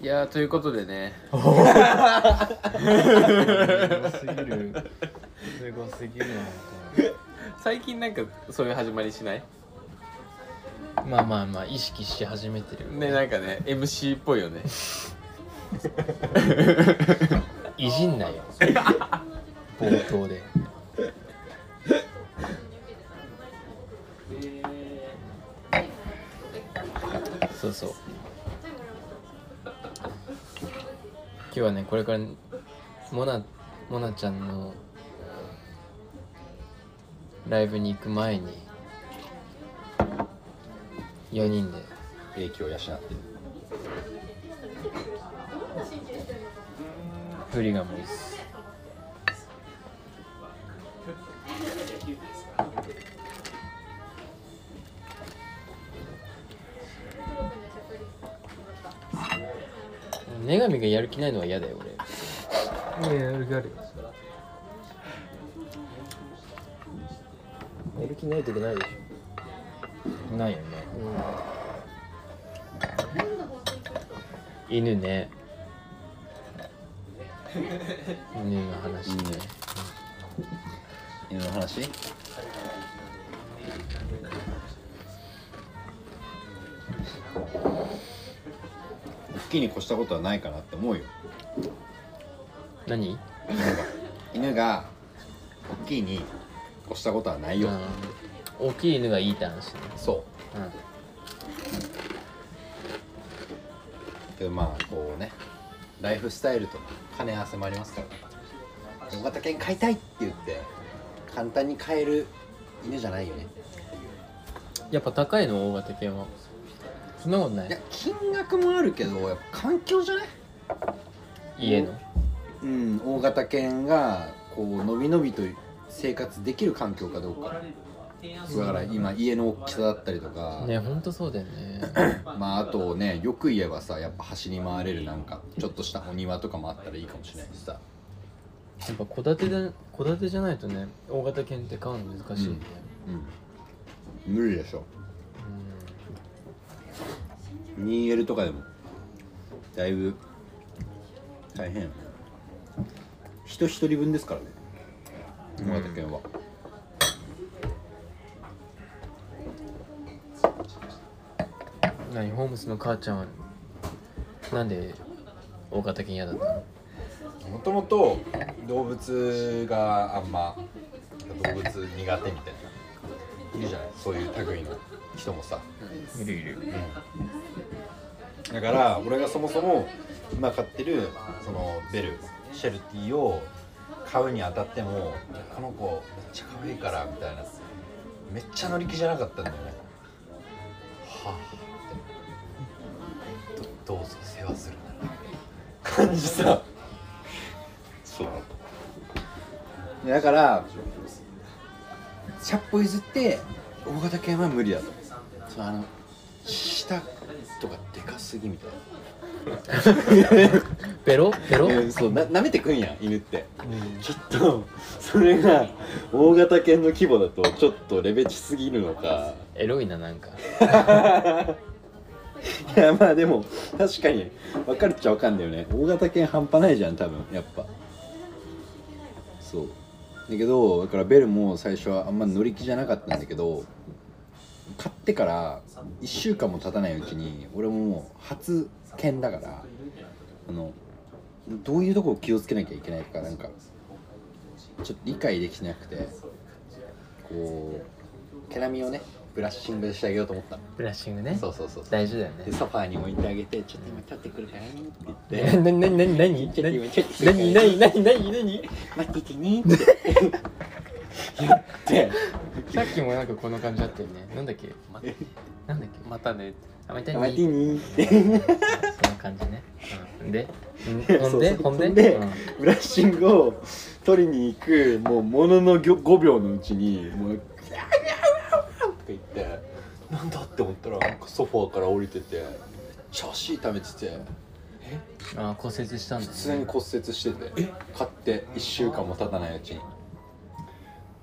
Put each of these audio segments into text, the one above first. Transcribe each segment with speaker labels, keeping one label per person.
Speaker 1: いやーということでね
Speaker 2: すごすぎるすごすぎる
Speaker 1: 最近なんかそういう始まりしない
Speaker 2: なまあまあまあ意識し始めてる
Speaker 1: ねなんかね MC っぽいよね
Speaker 2: いじんなよ冒頭でそうそう今日はねこれからモナモナちゃんのライブに行く前に4人で
Speaker 3: 影響を養って
Speaker 2: フリガンもいいっす女神がやる気ないのは嫌だよ俺
Speaker 4: ねやる気あるよやる気ない時ないでし
Speaker 2: ないよね、犬ね犬の話ね、
Speaker 3: 犬の話好きに越したことはないかなって思うよ
Speaker 2: 何
Speaker 3: 犬が大きいに越したことはないよ、
Speaker 2: うん大きい犬がいいって話ね
Speaker 3: そ
Speaker 2: うん
Speaker 3: うけどまあこうねライフスタイルとの兼ね合わせもありますから大型犬飼いたいって言って簡単に飼える犬じゃないよね
Speaker 2: やっぱ高いの大型犬はそんなことない
Speaker 3: いや金額もあるけどやっぱ環境じゃない
Speaker 2: 家の
Speaker 3: うん、大型犬がこうのびのびと生活できる環境かどうかだから今家の大きさだったりとか、
Speaker 2: ねほんとそうだよね
Speaker 3: まああとねよく言えばさやっぱ走り回れるなんかちょっとしたお庭とかもあったらいいかもしれないしさ、
Speaker 2: やっぱ戸建てで戸建てじゃないとね大型犬って買うの難しいよね、
Speaker 3: うん、無理でしょ
Speaker 2: うん、
Speaker 3: 2L とかでもだいぶ大変よね人一人分ですからね大型犬は、
Speaker 2: 何ホームスの母ちゃんはなんで大型犬嫌だったの
Speaker 3: もともと動物があんま動物苦手みたいないるじゃないそういう類の人もさ、
Speaker 2: いるいる
Speaker 3: だから俺がそもそも今飼ってるそのベルシェルティを買うにあたってもあの子めっちゃ可愛いからみたいなめっちゃ乗り気じゃなかったんだよねはあってどどうぞ世話するなら感じさそうだから100歩譲って大型犬は無理だとそうあの下とかでかすぎみたいな
Speaker 2: ベロベロ
Speaker 3: えーそうな舐めてくんやん犬って、ちょっとそれが大型犬の規模だとちょっとレベチすぎるのか
Speaker 2: エロいななんか
Speaker 3: いやまあでも確かに分かるっちゃ分かんだよね大型犬半端ないじゃん多分やっぱそうだけどだからベルも最初はあんま乗り気じゃなかったんだけど買ってから1週間も経たないうちに俺ももう初犬だからあのどういうとこを気をつけなきゃいけないとかなんかちょっと理解できてなくてこう毛並みをねブラッシングでしてあげようと思ったの
Speaker 2: ブラッシングね
Speaker 3: そうそうそうそう
Speaker 2: 大事だよね
Speaker 3: でソファーに置いてあげて「ちょっと今立ってくるからね」って言って
Speaker 2: えなになになになになになになになになになに
Speaker 3: 「待っててね」って 言って
Speaker 2: さっきもなんかこんな感じだったよねなんだっけなんだっけ
Speaker 1: またね
Speaker 2: あま
Speaker 3: 「
Speaker 2: た
Speaker 3: 待って
Speaker 2: に
Speaker 3: に」って
Speaker 2: その感じね、うん、 で
Speaker 3: そ
Speaker 2: ほん
Speaker 3: うそ
Speaker 2: で
Speaker 3: う
Speaker 2: ほんで
Speaker 3: ほんで
Speaker 2: うん
Speaker 3: ブラッシングを取りに行くもうもののぎょ5秒のうちにもう「ギャーギャーギャーギャー」とか言ってなんだって思ったらなんかソファーから降りててめっちゃ足痛めてて
Speaker 2: あー骨折したん
Speaker 3: 普
Speaker 2: だ
Speaker 3: 通に骨折してて買って1週間も経たないうちには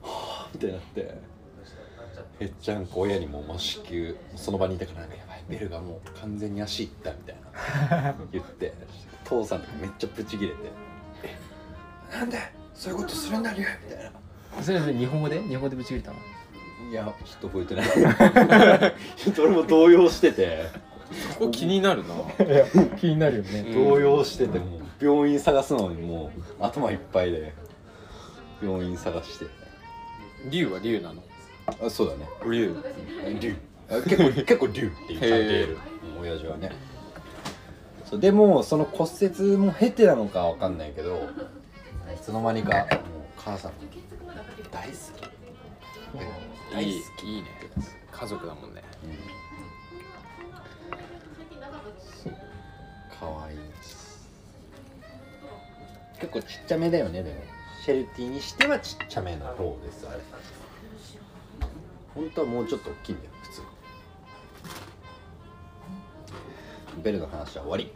Speaker 3: あってなってへっちゃんこ親にももう子宮その場にいたからなんかやばいベルがもう完全に足いったみたいな 言って父さんとかめっちゃブチギレて「えなんでそういうことするんだりゅう」みたいな
Speaker 2: それそれ日本語で日本語でぶち切れたの
Speaker 3: いやちょっと覚えてない ちょっと俺も動揺してて
Speaker 1: そこ気になるな
Speaker 2: 気になるよね
Speaker 3: 動揺しててもう病院探すのにもう頭いっぱいで病院探して
Speaker 1: 竜は竜なの
Speaker 3: あそうだね
Speaker 1: 竜
Speaker 3: 竜あ結構結構竜っていう感じでいる
Speaker 1: へ
Speaker 3: うん親父はねそうでもその骨折も経てなのかわかんないけどいつの間にかもう母さん大好き大
Speaker 1: い
Speaker 3: 好
Speaker 1: い
Speaker 3: き
Speaker 1: いいね家族だもんね
Speaker 3: かわいい結構ちっちゃめだよねでもシェルティにしてはちっちゃめの方ですあれ本当はもうちょっと大きいんだよ普通ベルの話は終わり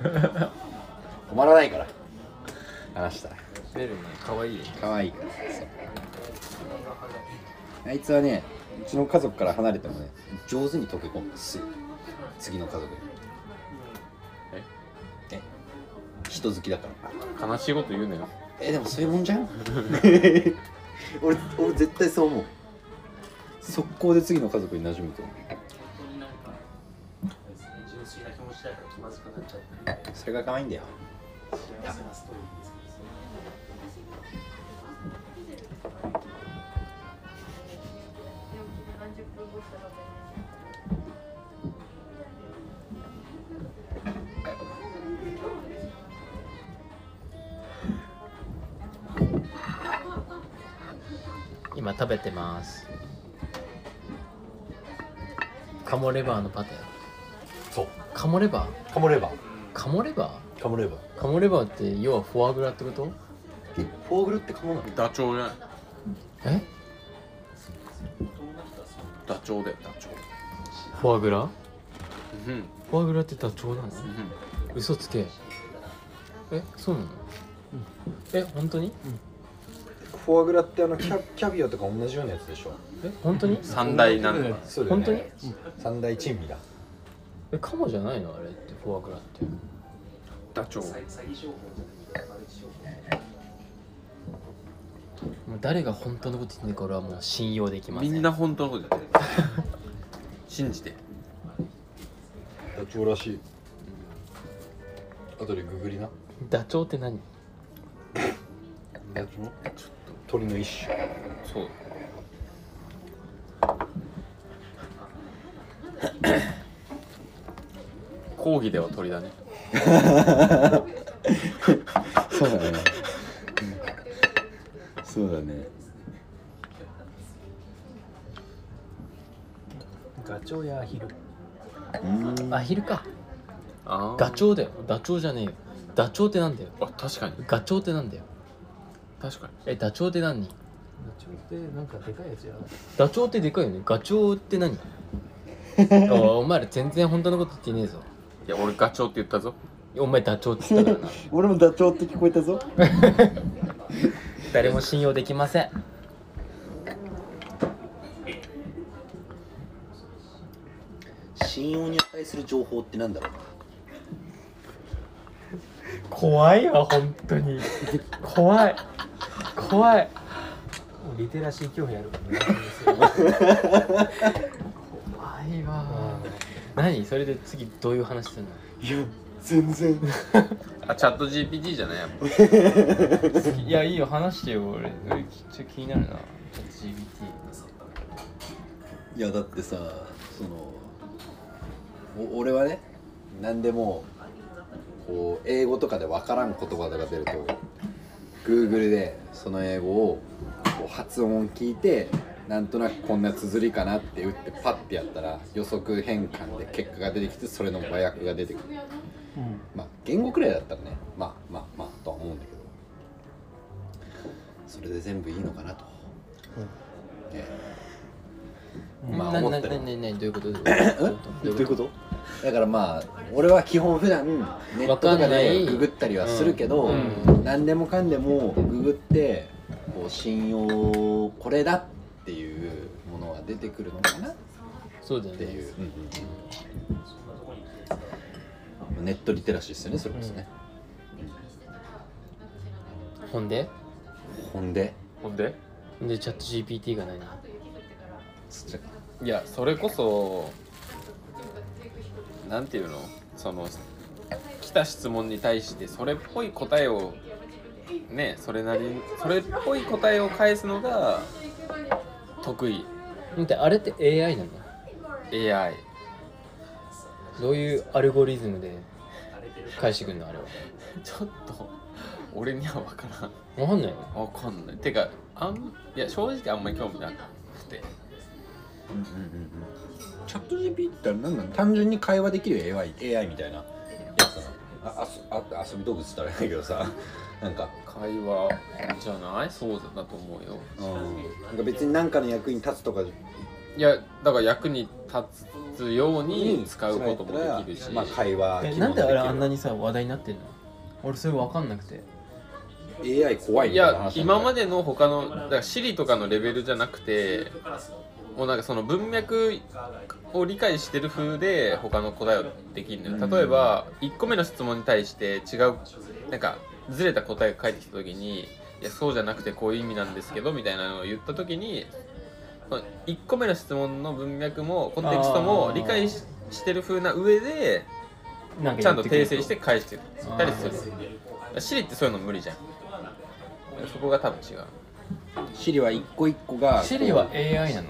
Speaker 3: 止まらないから話したら
Speaker 1: ベルね可愛いよね
Speaker 3: 可愛いからそうあいつはねうちの家族から離れてもね上手に溶け込むすぐ次の家族に
Speaker 1: え
Speaker 3: え人好きだから
Speaker 1: 悲しいこと言うなよ
Speaker 3: えでもそういうもんじゃ ん俺俺絶対そう思う速攻で次の家族に馴染むと思
Speaker 5: 純粋な気持ちだから気まずくなっちゃって
Speaker 3: うそれが可愛いんだよ
Speaker 5: 幸せなストーリーですけどね
Speaker 2: 今食べてますカモレバーのパテ
Speaker 3: そう
Speaker 2: カモレバー
Speaker 3: カモレバ
Speaker 2: カモレバ
Speaker 3: ーカモレバー
Speaker 2: ーカモレバーって要はフォアグラってこと
Speaker 3: えフォーグルってカモなの
Speaker 1: ダチョウじゃない
Speaker 2: え
Speaker 1: ダチョウだよダチョウ
Speaker 2: フォアグラ
Speaker 1: うんうん
Speaker 2: フォアグラってダチョウなの嘘つけえそうなの、え本当に
Speaker 3: フォアグラってあのキャキャビアとか同じようなやつでしょ
Speaker 2: え本当に
Speaker 1: 三大なんだ
Speaker 3: そう
Speaker 2: だよね
Speaker 3: 三大珍味だ
Speaker 2: えカモじゃないのあれってフォアグラって
Speaker 1: ダチョウ
Speaker 5: 詐詐欺商法じゃなくてマルチ商法
Speaker 2: もう誰が本当のこと言ってんのか俺はもう信用できませ
Speaker 1: み
Speaker 2: ん
Speaker 1: んな本当のこと言って る信じて
Speaker 3: ダチョウらしいあとでググりな
Speaker 2: ダチョウって何
Speaker 3: ダチョウ鳥の一種
Speaker 1: そう講義では鳥だね
Speaker 3: そう だねそうだね
Speaker 4: ガチョウやアヒル。
Speaker 2: アヒルか
Speaker 1: あ
Speaker 2: ガチョウだよダチョウじゃねえよダチョウってなんだよ
Speaker 1: あ確かに
Speaker 2: ガチョウってなんだよ
Speaker 1: 確かに
Speaker 2: えダチョウって何
Speaker 4: ガチョウってなんかでかいやつや。
Speaker 2: ダチョウってでかいよねガチョウって 何おお前ら全然本当のこと言ってねえぞ
Speaker 1: いや俺ガチョウって言ったぞ
Speaker 2: お前ダチョウって言ったからな
Speaker 3: 俺もダチョウって聞こえたぞ
Speaker 2: 誰も信用できません
Speaker 3: 信用に値する情報ってなんだろう
Speaker 2: 怖いわ本当に怖い怖い
Speaker 4: もうリテラシー興味あるからね。
Speaker 2: 怖いわ何それで次どういう話する
Speaker 3: いや全然
Speaker 1: あチャット GPT じゃないやっぱ
Speaker 2: のいやいいよ話してよ俺俺ちょっと気になるな GPT
Speaker 3: いやだってさそのお俺はね何でもこう英語とかで分からん言葉とか出ると Google でその英語をこう発音を聞いてなんとなくこんな綴りかなって打ってパッてやったら予測変換で結果が出てきてそれの和訳が出てくる、まあ言語くらいだったらねまあまあまあとは思うんだけどそれで全部いいのかなと、ねまあ
Speaker 2: な
Speaker 3: 思
Speaker 2: な
Speaker 3: っ
Speaker 2: な
Speaker 3: たよ
Speaker 2: なななどういうことどういうこと
Speaker 3: どういうことだからまあ俺は基本普段ネットとか
Speaker 2: わかんな
Speaker 3: で
Speaker 2: い
Speaker 3: ググったりはするけど、
Speaker 2: うんう
Speaker 3: 何でもかんでもググってこう信用これだっていうものが出てくるのかなっ
Speaker 2: そうだよ
Speaker 3: て
Speaker 2: ね
Speaker 3: いう、
Speaker 5: そんなとこに
Speaker 3: ネットリテラシーですよねそれこそね、
Speaker 2: ほんで
Speaker 3: ほんで
Speaker 1: ほんで
Speaker 2: ほんでチャット GPT がないな
Speaker 3: つっちゃ
Speaker 1: いやそれこそなんていうのその来た質問に対してそれっぽい答えをねそれなりにそれっぽい答えを返すのが得意
Speaker 2: だってあれって AI なんだ
Speaker 1: AI
Speaker 2: どういうアルゴリズムで返してくんのあれは
Speaker 1: ちょっと俺には分からん
Speaker 2: 分かんないよ
Speaker 1: 分かんないてかあんいや正直あんまり興味なくて
Speaker 3: うんうんうんうんチャット GPT ってあれなんなの単純に会話できる AI, AI みたいなやつなのあああ遊び道具っつったらあれだけどさなんか
Speaker 1: 会話じゃないそうだと思うよ
Speaker 3: うんなんか別に何かの役に立つとか
Speaker 1: いやだから役に立つように使うこともできるし、
Speaker 3: まあ会話
Speaker 2: え
Speaker 3: 機
Speaker 2: な
Speaker 3: 能
Speaker 2: んであれあんな
Speaker 3: に
Speaker 2: にさ話題になってんの俺それ分かんなくて
Speaker 3: AI 怖い
Speaker 1: い
Speaker 3: みたな
Speaker 1: や
Speaker 3: 話なんだよ
Speaker 1: 今までの他のだから Siri とかのレベルじゃなくてもうなんかその文脈を理解してる風で他の答えをできるのよ例えば1個目の質問に対して違うなんかずれた答えが返ってきた時に「いやそうじゃなくてこういう意味なんですけど」みたいなのを言った時に1個目の質問の文脈もコンテクストも理解ししてる風な上で
Speaker 2: なんか
Speaker 1: ちゃんと訂
Speaker 2: 言
Speaker 1: 正
Speaker 2: って
Speaker 1: して返してたりする Siri ってそういうの無理じゃんそこが多分違う
Speaker 3: シリは一個一個が
Speaker 2: シリは AI なの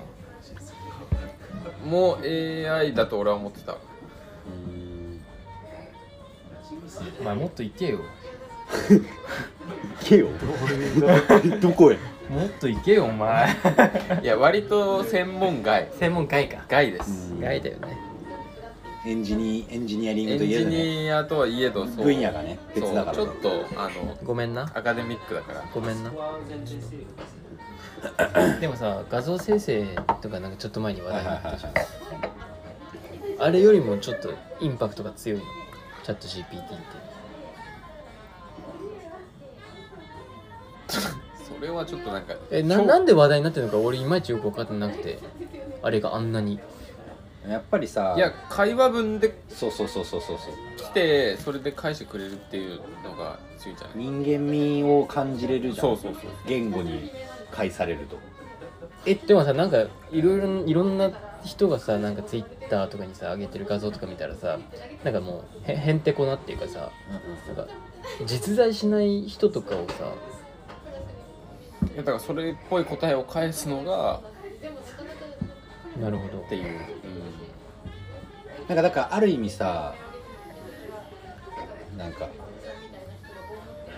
Speaker 1: もう AI だと俺は思ってた
Speaker 3: うん
Speaker 2: お前もっと行けよ
Speaker 3: 行けよどこへ
Speaker 2: もっと行けよお前
Speaker 1: いや割と 専門外
Speaker 2: 専門外か
Speaker 1: 外です
Speaker 3: うん
Speaker 2: 外だよね
Speaker 3: エンジニエンジニアリン
Speaker 1: エ
Speaker 3: グ
Speaker 1: ン
Speaker 3: といえ
Speaker 1: ジ
Speaker 3: どね
Speaker 1: ニアとはいえどそう
Speaker 3: 分野がね別
Speaker 1: そう
Speaker 3: だから
Speaker 1: ちょ
Speaker 3: ね
Speaker 1: っとあの
Speaker 2: ごめんな
Speaker 1: アカデミックだから
Speaker 2: ごめんなでもさ画像生成とかなんかちょっと前に話
Speaker 3: は
Speaker 2: 題
Speaker 3: い
Speaker 2: に
Speaker 3: は
Speaker 2: ないっ
Speaker 3: はい
Speaker 2: たじゃ
Speaker 3: は
Speaker 2: ん
Speaker 3: い
Speaker 2: あれよりもちょっとインパクトが強いのチャット GPT って
Speaker 1: それはちょっとなんか
Speaker 2: えななんで話題になってるのか俺いまいちよく分かってなくてあれがあんなに
Speaker 3: やっぱりさ
Speaker 1: いや会話文で
Speaker 3: そうそうそうそうそうそう
Speaker 1: 来てそれで返してくれるっていうのが強いじゃない
Speaker 3: 人間味を感じれるじゃん
Speaker 1: そうそうそう
Speaker 3: 言語に介されると
Speaker 2: えでもさなんかいろいろいろんな人がさなんかツイッターとかにさ上げてる画像とか見たらさなんかもうへへんてこなっていうかさなんか実在しない人とかをさ
Speaker 1: いやだからそれっぽい答えを返すのが
Speaker 2: なるほど
Speaker 1: っていう、
Speaker 3: なんかだからある意味さなんか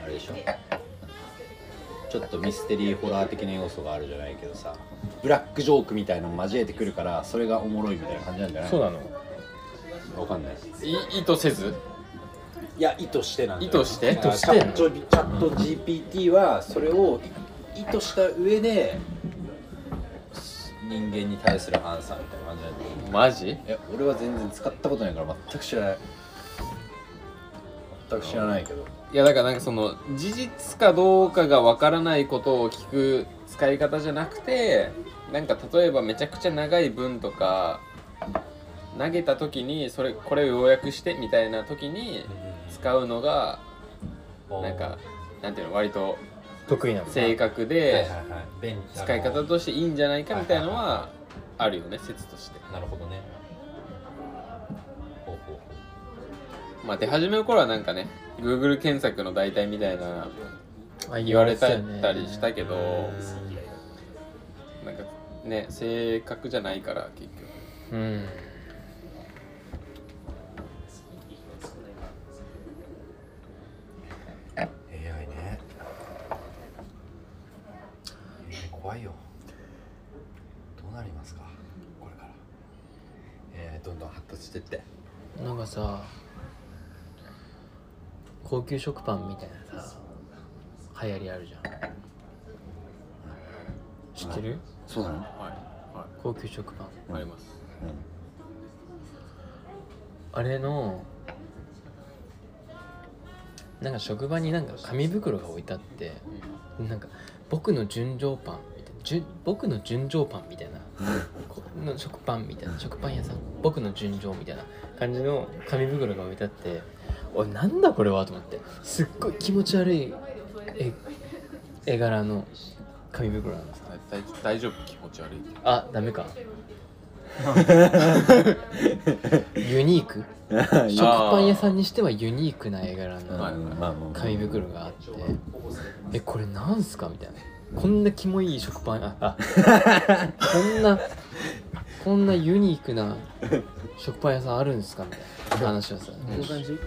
Speaker 3: あれでしょちょっとミステリーホラー的な要素があるじゃないけどさブラックジョークみたいのを交えてくるからそれがおもろいみたいな感じなんじゃない
Speaker 2: そうなの
Speaker 3: わかんない
Speaker 1: うんい意図せず
Speaker 3: いや意図してなんだよ
Speaker 1: 意図して
Speaker 3: だから
Speaker 2: 意図してんの
Speaker 3: チャットチャット GPT はそれを意図した上で人間に対するアンサーみたいな感じなんだよ
Speaker 1: マジ
Speaker 3: え俺は全然使ったことないから全く知らない全く知らないけど
Speaker 1: いやだからなんかその事実かどうかがわからないことを聞く使い方じゃなくてなんか例えばめちゃくちゃ長い文とか投げた時にそれこれを要約してみたいな時に使うのがなんかなんていうの割と
Speaker 2: 得意なの
Speaker 1: 正確で
Speaker 3: はいはい便利
Speaker 1: 使い方としていいんじゃないかみたいのはあるよね説として
Speaker 3: なるほどねほうほうほ
Speaker 1: まあ出始めの頃はなんかね Google 検索の代替みたいな
Speaker 2: あ
Speaker 1: 言われた
Speaker 2: よね
Speaker 1: りしたけど、
Speaker 3: う
Speaker 1: なんかね正確じゃないから結局
Speaker 2: うん
Speaker 3: うん AI ね AI 怖いよどうなりますかこれから AI どんどん発達してって
Speaker 2: なんかさ高級食パンみたいなさ流行りあるじゃん知ってる
Speaker 3: そうなの
Speaker 1: はいは
Speaker 2: 高級食パン
Speaker 1: いあります
Speaker 2: あれのなんか職場になんか紙袋が置いてあってなんか僕の純情パンみたいなじゅ僕の純情パンみたいなこの食パンみたいな食パン屋さん僕の純情みたいな感じの紙袋が置いてあっておいなんだこれはと思ってすっごい気持ち悪い絵絵柄の紙袋なんですよ
Speaker 1: 大大丈夫気持ち悪いって
Speaker 2: あダメかユニーク食パン屋さんにしてはユニークな絵柄
Speaker 3: うん
Speaker 2: の
Speaker 1: はい
Speaker 3: まあまあ
Speaker 2: 紙袋があってえこれなんすかみたいなこんなキモい食パンああこんなこんなユニークな食パン屋さんあるんですかみたいな話をさ
Speaker 4: こういう感じ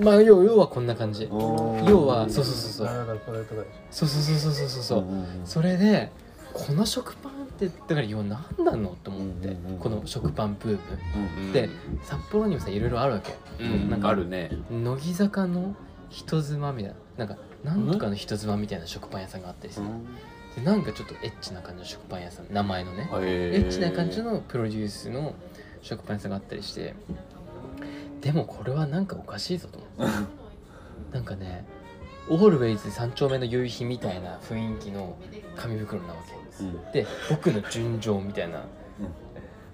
Speaker 2: まあ要要はこんな感じ
Speaker 3: おー
Speaker 2: 要はそうそうそうそう
Speaker 4: あだからこれとかでし
Speaker 2: そうそうそうそうそうそう、
Speaker 3: ん
Speaker 2: それでこの食パンってだから要は何なのと思って、
Speaker 3: うんうんうん
Speaker 2: この食パンブーム
Speaker 1: うん
Speaker 2: で札幌にもさいろいろあるわけ
Speaker 1: うん
Speaker 2: なんか
Speaker 1: あるね
Speaker 2: 乃木坂の人妻みたいななんかなんとかの人妻みたいな食パン屋さんがあったりする、でなんかちょっとエッチな感じの食パン屋さん名前のね、
Speaker 1: エ
Speaker 2: エッチな感じのプロデュースの食パン屋さんがあったりしてでもこれはなんかおかしいぞと思 ってなんかねオールウェイズ3丁目の夕日みたいな雰囲気の紙袋なわけです、
Speaker 3: うん
Speaker 2: で「僕の純情」みたいな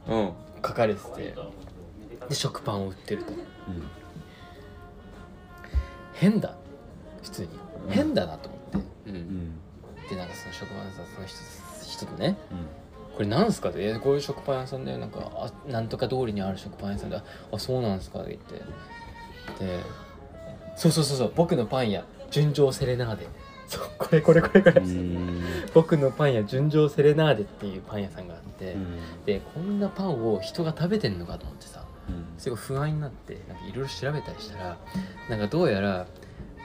Speaker 1: うん
Speaker 2: 書かれててで食パンを売ってると変だ普通に
Speaker 3: うん
Speaker 2: 変だなと思って
Speaker 1: う
Speaker 3: うんん
Speaker 2: でなんかその食パン屋さんその人人とねこれなんすかって、えこういう食パン屋さんだよ、なんか、あなんとか通りにある食パン屋さんだ、あ、そうなんすかって言って。で、そうそうそうそう、僕のパン屋、純情セレナーデ。そう、これこれこれこれ。僕のパン屋、純情セレナーデっていうパン屋さんがあって、で、こんなパンを人が食べてんのかと思ってさ、すごい不安になって、なんかいろいろ調べたりしたら、なんかどうやら、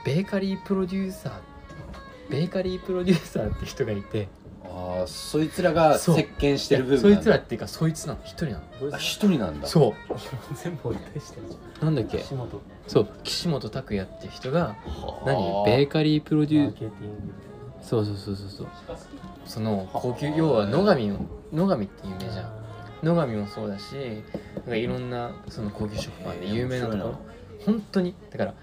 Speaker 2: ベーカリープロデューサー、ベーカリープロデューサーって人がいて、
Speaker 3: ああそいつらが
Speaker 2: そう
Speaker 3: 席巻してる部分
Speaker 2: そいつら
Speaker 3: なんだ
Speaker 2: っていうか、そいつなの、一人なの。
Speaker 4: ょ
Speaker 3: あ一人なんだ
Speaker 2: そう
Speaker 4: 全部折り返してるじ
Speaker 2: なんだっ
Speaker 4: ゃん
Speaker 2: け
Speaker 4: 岸本
Speaker 2: そう岸本拓也って人が何
Speaker 3: あ
Speaker 2: ベーカリープロデ
Speaker 4: マ
Speaker 2: ュ
Speaker 4: ー
Speaker 2: ー
Speaker 4: ケティングみ
Speaker 2: そうそうそうそうそうその高級要は野上も野上って有名
Speaker 4: たいな
Speaker 2: じゃん野上もそうだしなんかいろんなその高級食パンで有名なとこ
Speaker 3: へー
Speaker 2: ろ
Speaker 3: 面
Speaker 2: 本当にだから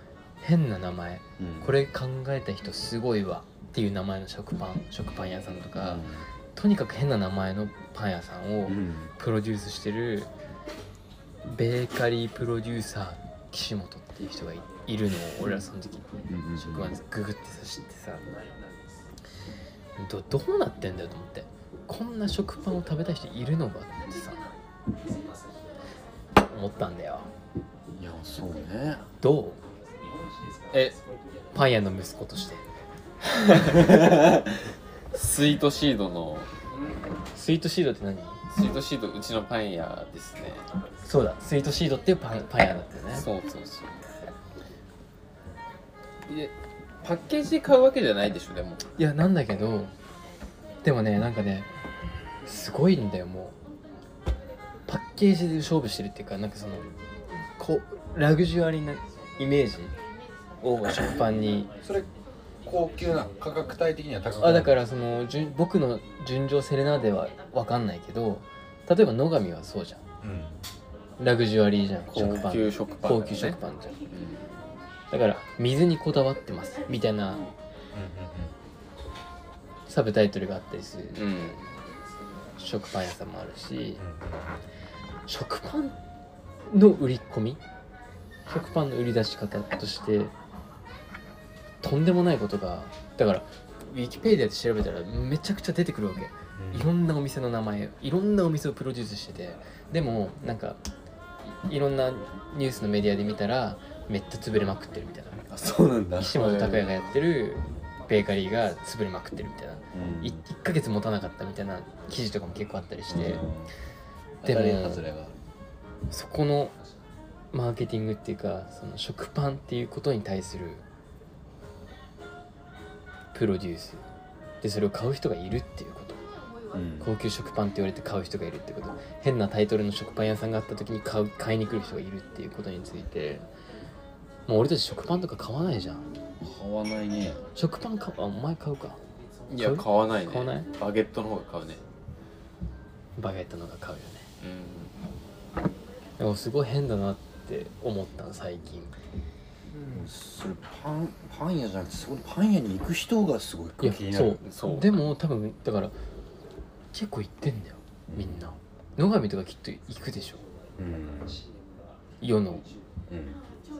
Speaker 2: 変な名前
Speaker 3: うん
Speaker 2: これ考えた人すごいわっていう名前の食パン食パン屋さんとか、
Speaker 3: う
Speaker 2: とにかく変な名前のパン屋さんを
Speaker 3: ん
Speaker 2: プロデュースしてるベーカリープロデューサー岸本っていう人がいいるのを俺らその時
Speaker 3: うんうん
Speaker 2: 職場でググってさ知ってさどどうなってんだよと思ってこんな食パンを食べたい人いるのかってさ思ったんだよ
Speaker 3: いやそうね
Speaker 2: ど
Speaker 1: え
Speaker 2: うパン屋の息子として
Speaker 1: スイートシードの
Speaker 2: スイートシードって何
Speaker 1: スイートシードうちのパン屋ですね
Speaker 2: そうだスイートシードっていうパンパン屋だったよね
Speaker 1: そうそうそうでパッケージで買うわけじゃないでしょでも
Speaker 2: いやなんだけどでもねなんかねすごいんだよもうパッケージで勝負してるっていうかなんかそのこうラグジュアリーなイメージを食パンに
Speaker 3: それ高級な価格帯的には高
Speaker 2: あだかららそのじゅん僕の純情セレナーデは分かんないけど例えば野上はそうじゃんラグジュアリーじゃん食パ
Speaker 1: 高
Speaker 2: ン
Speaker 1: 級食パンだよ
Speaker 2: 高
Speaker 1: ね
Speaker 2: 級食パンじゃんだから水にこだわってますみたいなサブタイトルがあったりする
Speaker 1: うんうん
Speaker 2: 食パン屋さんもあるし食パンの売り込み食パンの売り出し方としてとんでもないことがだからウィキペディアで調べたらめちゃくちゃ出てくるわけいろんなお店の名前いろんなお店をプロデュースしててでもなんかいいろんなニュースのメディアで見たらめっちゃ潰れまくってるみたいな
Speaker 3: あそうなんだ
Speaker 2: 岸本拓也がやってるベーカリーが潰れまくってるみたいな
Speaker 3: うん
Speaker 2: 1ヶ月持たなかったみたいな記事とかも結構あったりして
Speaker 3: うん
Speaker 2: でも
Speaker 3: 当たり外れがある
Speaker 2: そこのマーケティングっていうかその食パンっていうことに対するプロデュースでそれを買う人がいるっていうこと
Speaker 3: うん
Speaker 2: 高級食パンって言われて買う人がいるってこと変なタイトルの食パン屋さんがあった時に買う買いに来る人がいるっていうことについてもう俺たち食パンとか買わないじゃん
Speaker 3: 買わないね
Speaker 2: 食パン買うあお前買うか
Speaker 1: いや買わないね
Speaker 2: 買わない
Speaker 1: バゲットの方が買うね
Speaker 2: バゲットのが買うよね
Speaker 1: うん
Speaker 2: でもすごい変だなって思ったの最近
Speaker 3: それパンパン屋じゃなくてそこでパン屋に行く人がすご
Speaker 2: い
Speaker 3: い
Speaker 2: や
Speaker 3: 気になる
Speaker 1: そう
Speaker 2: でも多分だから結構行ってんだよみんな野上とかきっと行くでしょ
Speaker 3: うん
Speaker 2: 世の
Speaker 3: うん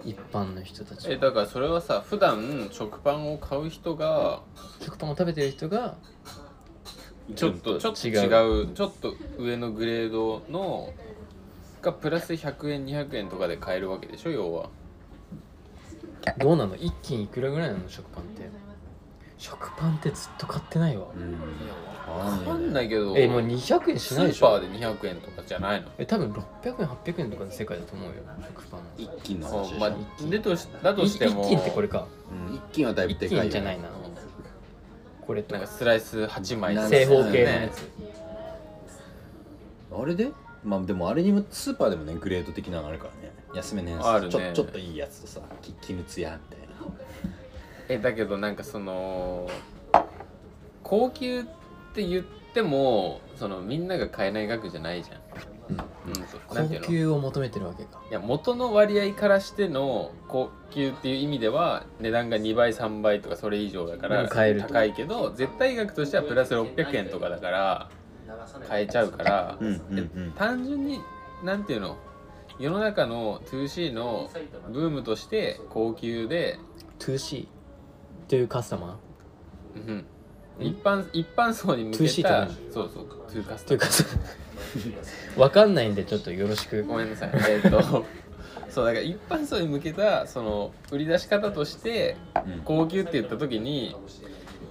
Speaker 2: 一般の人たち
Speaker 1: えだからそれはさ普段食パンを買う人が
Speaker 2: 食パンを食べてる人が
Speaker 1: ちょっとちょっと違うちょっと上のグレードのがプラス100円200円とかで買えるわけでしょ要は
Speaker 2: どうなの一斤いくらぐらいなの食パンって食パンってずっと買ってないわ
Speaker 3: うん
Speaker 1: わかんないけど
Speaker 2: えもう200円しないでし
Speaker 1: スーパ
Speaker 2: ょ
Speaker 1: ーで200円とかじゃないの
Speaker 2: え多分600円800円とかの世界だと思うよ食パン
Speaker 3: 一斤の話でしょ、
Speaker 1: まあ、でとしだと
Speaker 2: い
Speaker 1: しても
Speaker 2: 一斤ってこれか
Speaker 3: うん一斤はだいぶ
Speaker 2: 一
Speaker 3: でかいよ
Speaker 2: 斤じゃないなこれと
Speaker 1: なん
Speaker 2: か
Speaker 1: かスライス8枚
Speaker 3: なんか
Speaker 2: 正方形のや
Speaker 1: ね
Speaker 2: つ
Speaker 3: あれでまあでもあれにもスーパーでもねグレード的なのあるからね安めのやつ
Speaker 1: あるね
Speaker 3: ちょちょっといいやつとさき絹つやみたいな
Speaker 1: えだけどなんかその高級って言ってもそのみんなが買えない額じゃないじゃん、うんそうなんていう
Speaker 2: 高
Speaker 1: の
Speaker 2: 級を求めてるわけか
Speaker 1: いや元の割合からしての高級っていう意味では値段が2倍3倍とかそれ以上だか
Speaker 2: う
Speaker 1: ら
Speaker 2: ん買えると
Speaker 1: 高いけど絶対額としてはプラス600円とかだから買えちゃうから、
Speaker 3: うんうんうん
Speaker 1: で単純になんていうの世の中の 2C のブームとして高級で、
Speaker 2: 2C というカスタマ
Speaker 1: うん一般一般層に向
Speaker 2: 2C
Speaker 1: け
Speaker 2: って
Speaker 1: た
Speaker 2: 何
Speaker 1: そうそう2カス
Speaker 2: ー
Speaker 1: タ
Speaker 2: というカスタマーわかんないんでちょっとよろしく
Speaker 1: ごめんなさい。えっと、そうだから一般層に向けたその売り出し方として
Speaker 3: うん
Speaker 1: 高級って言った時に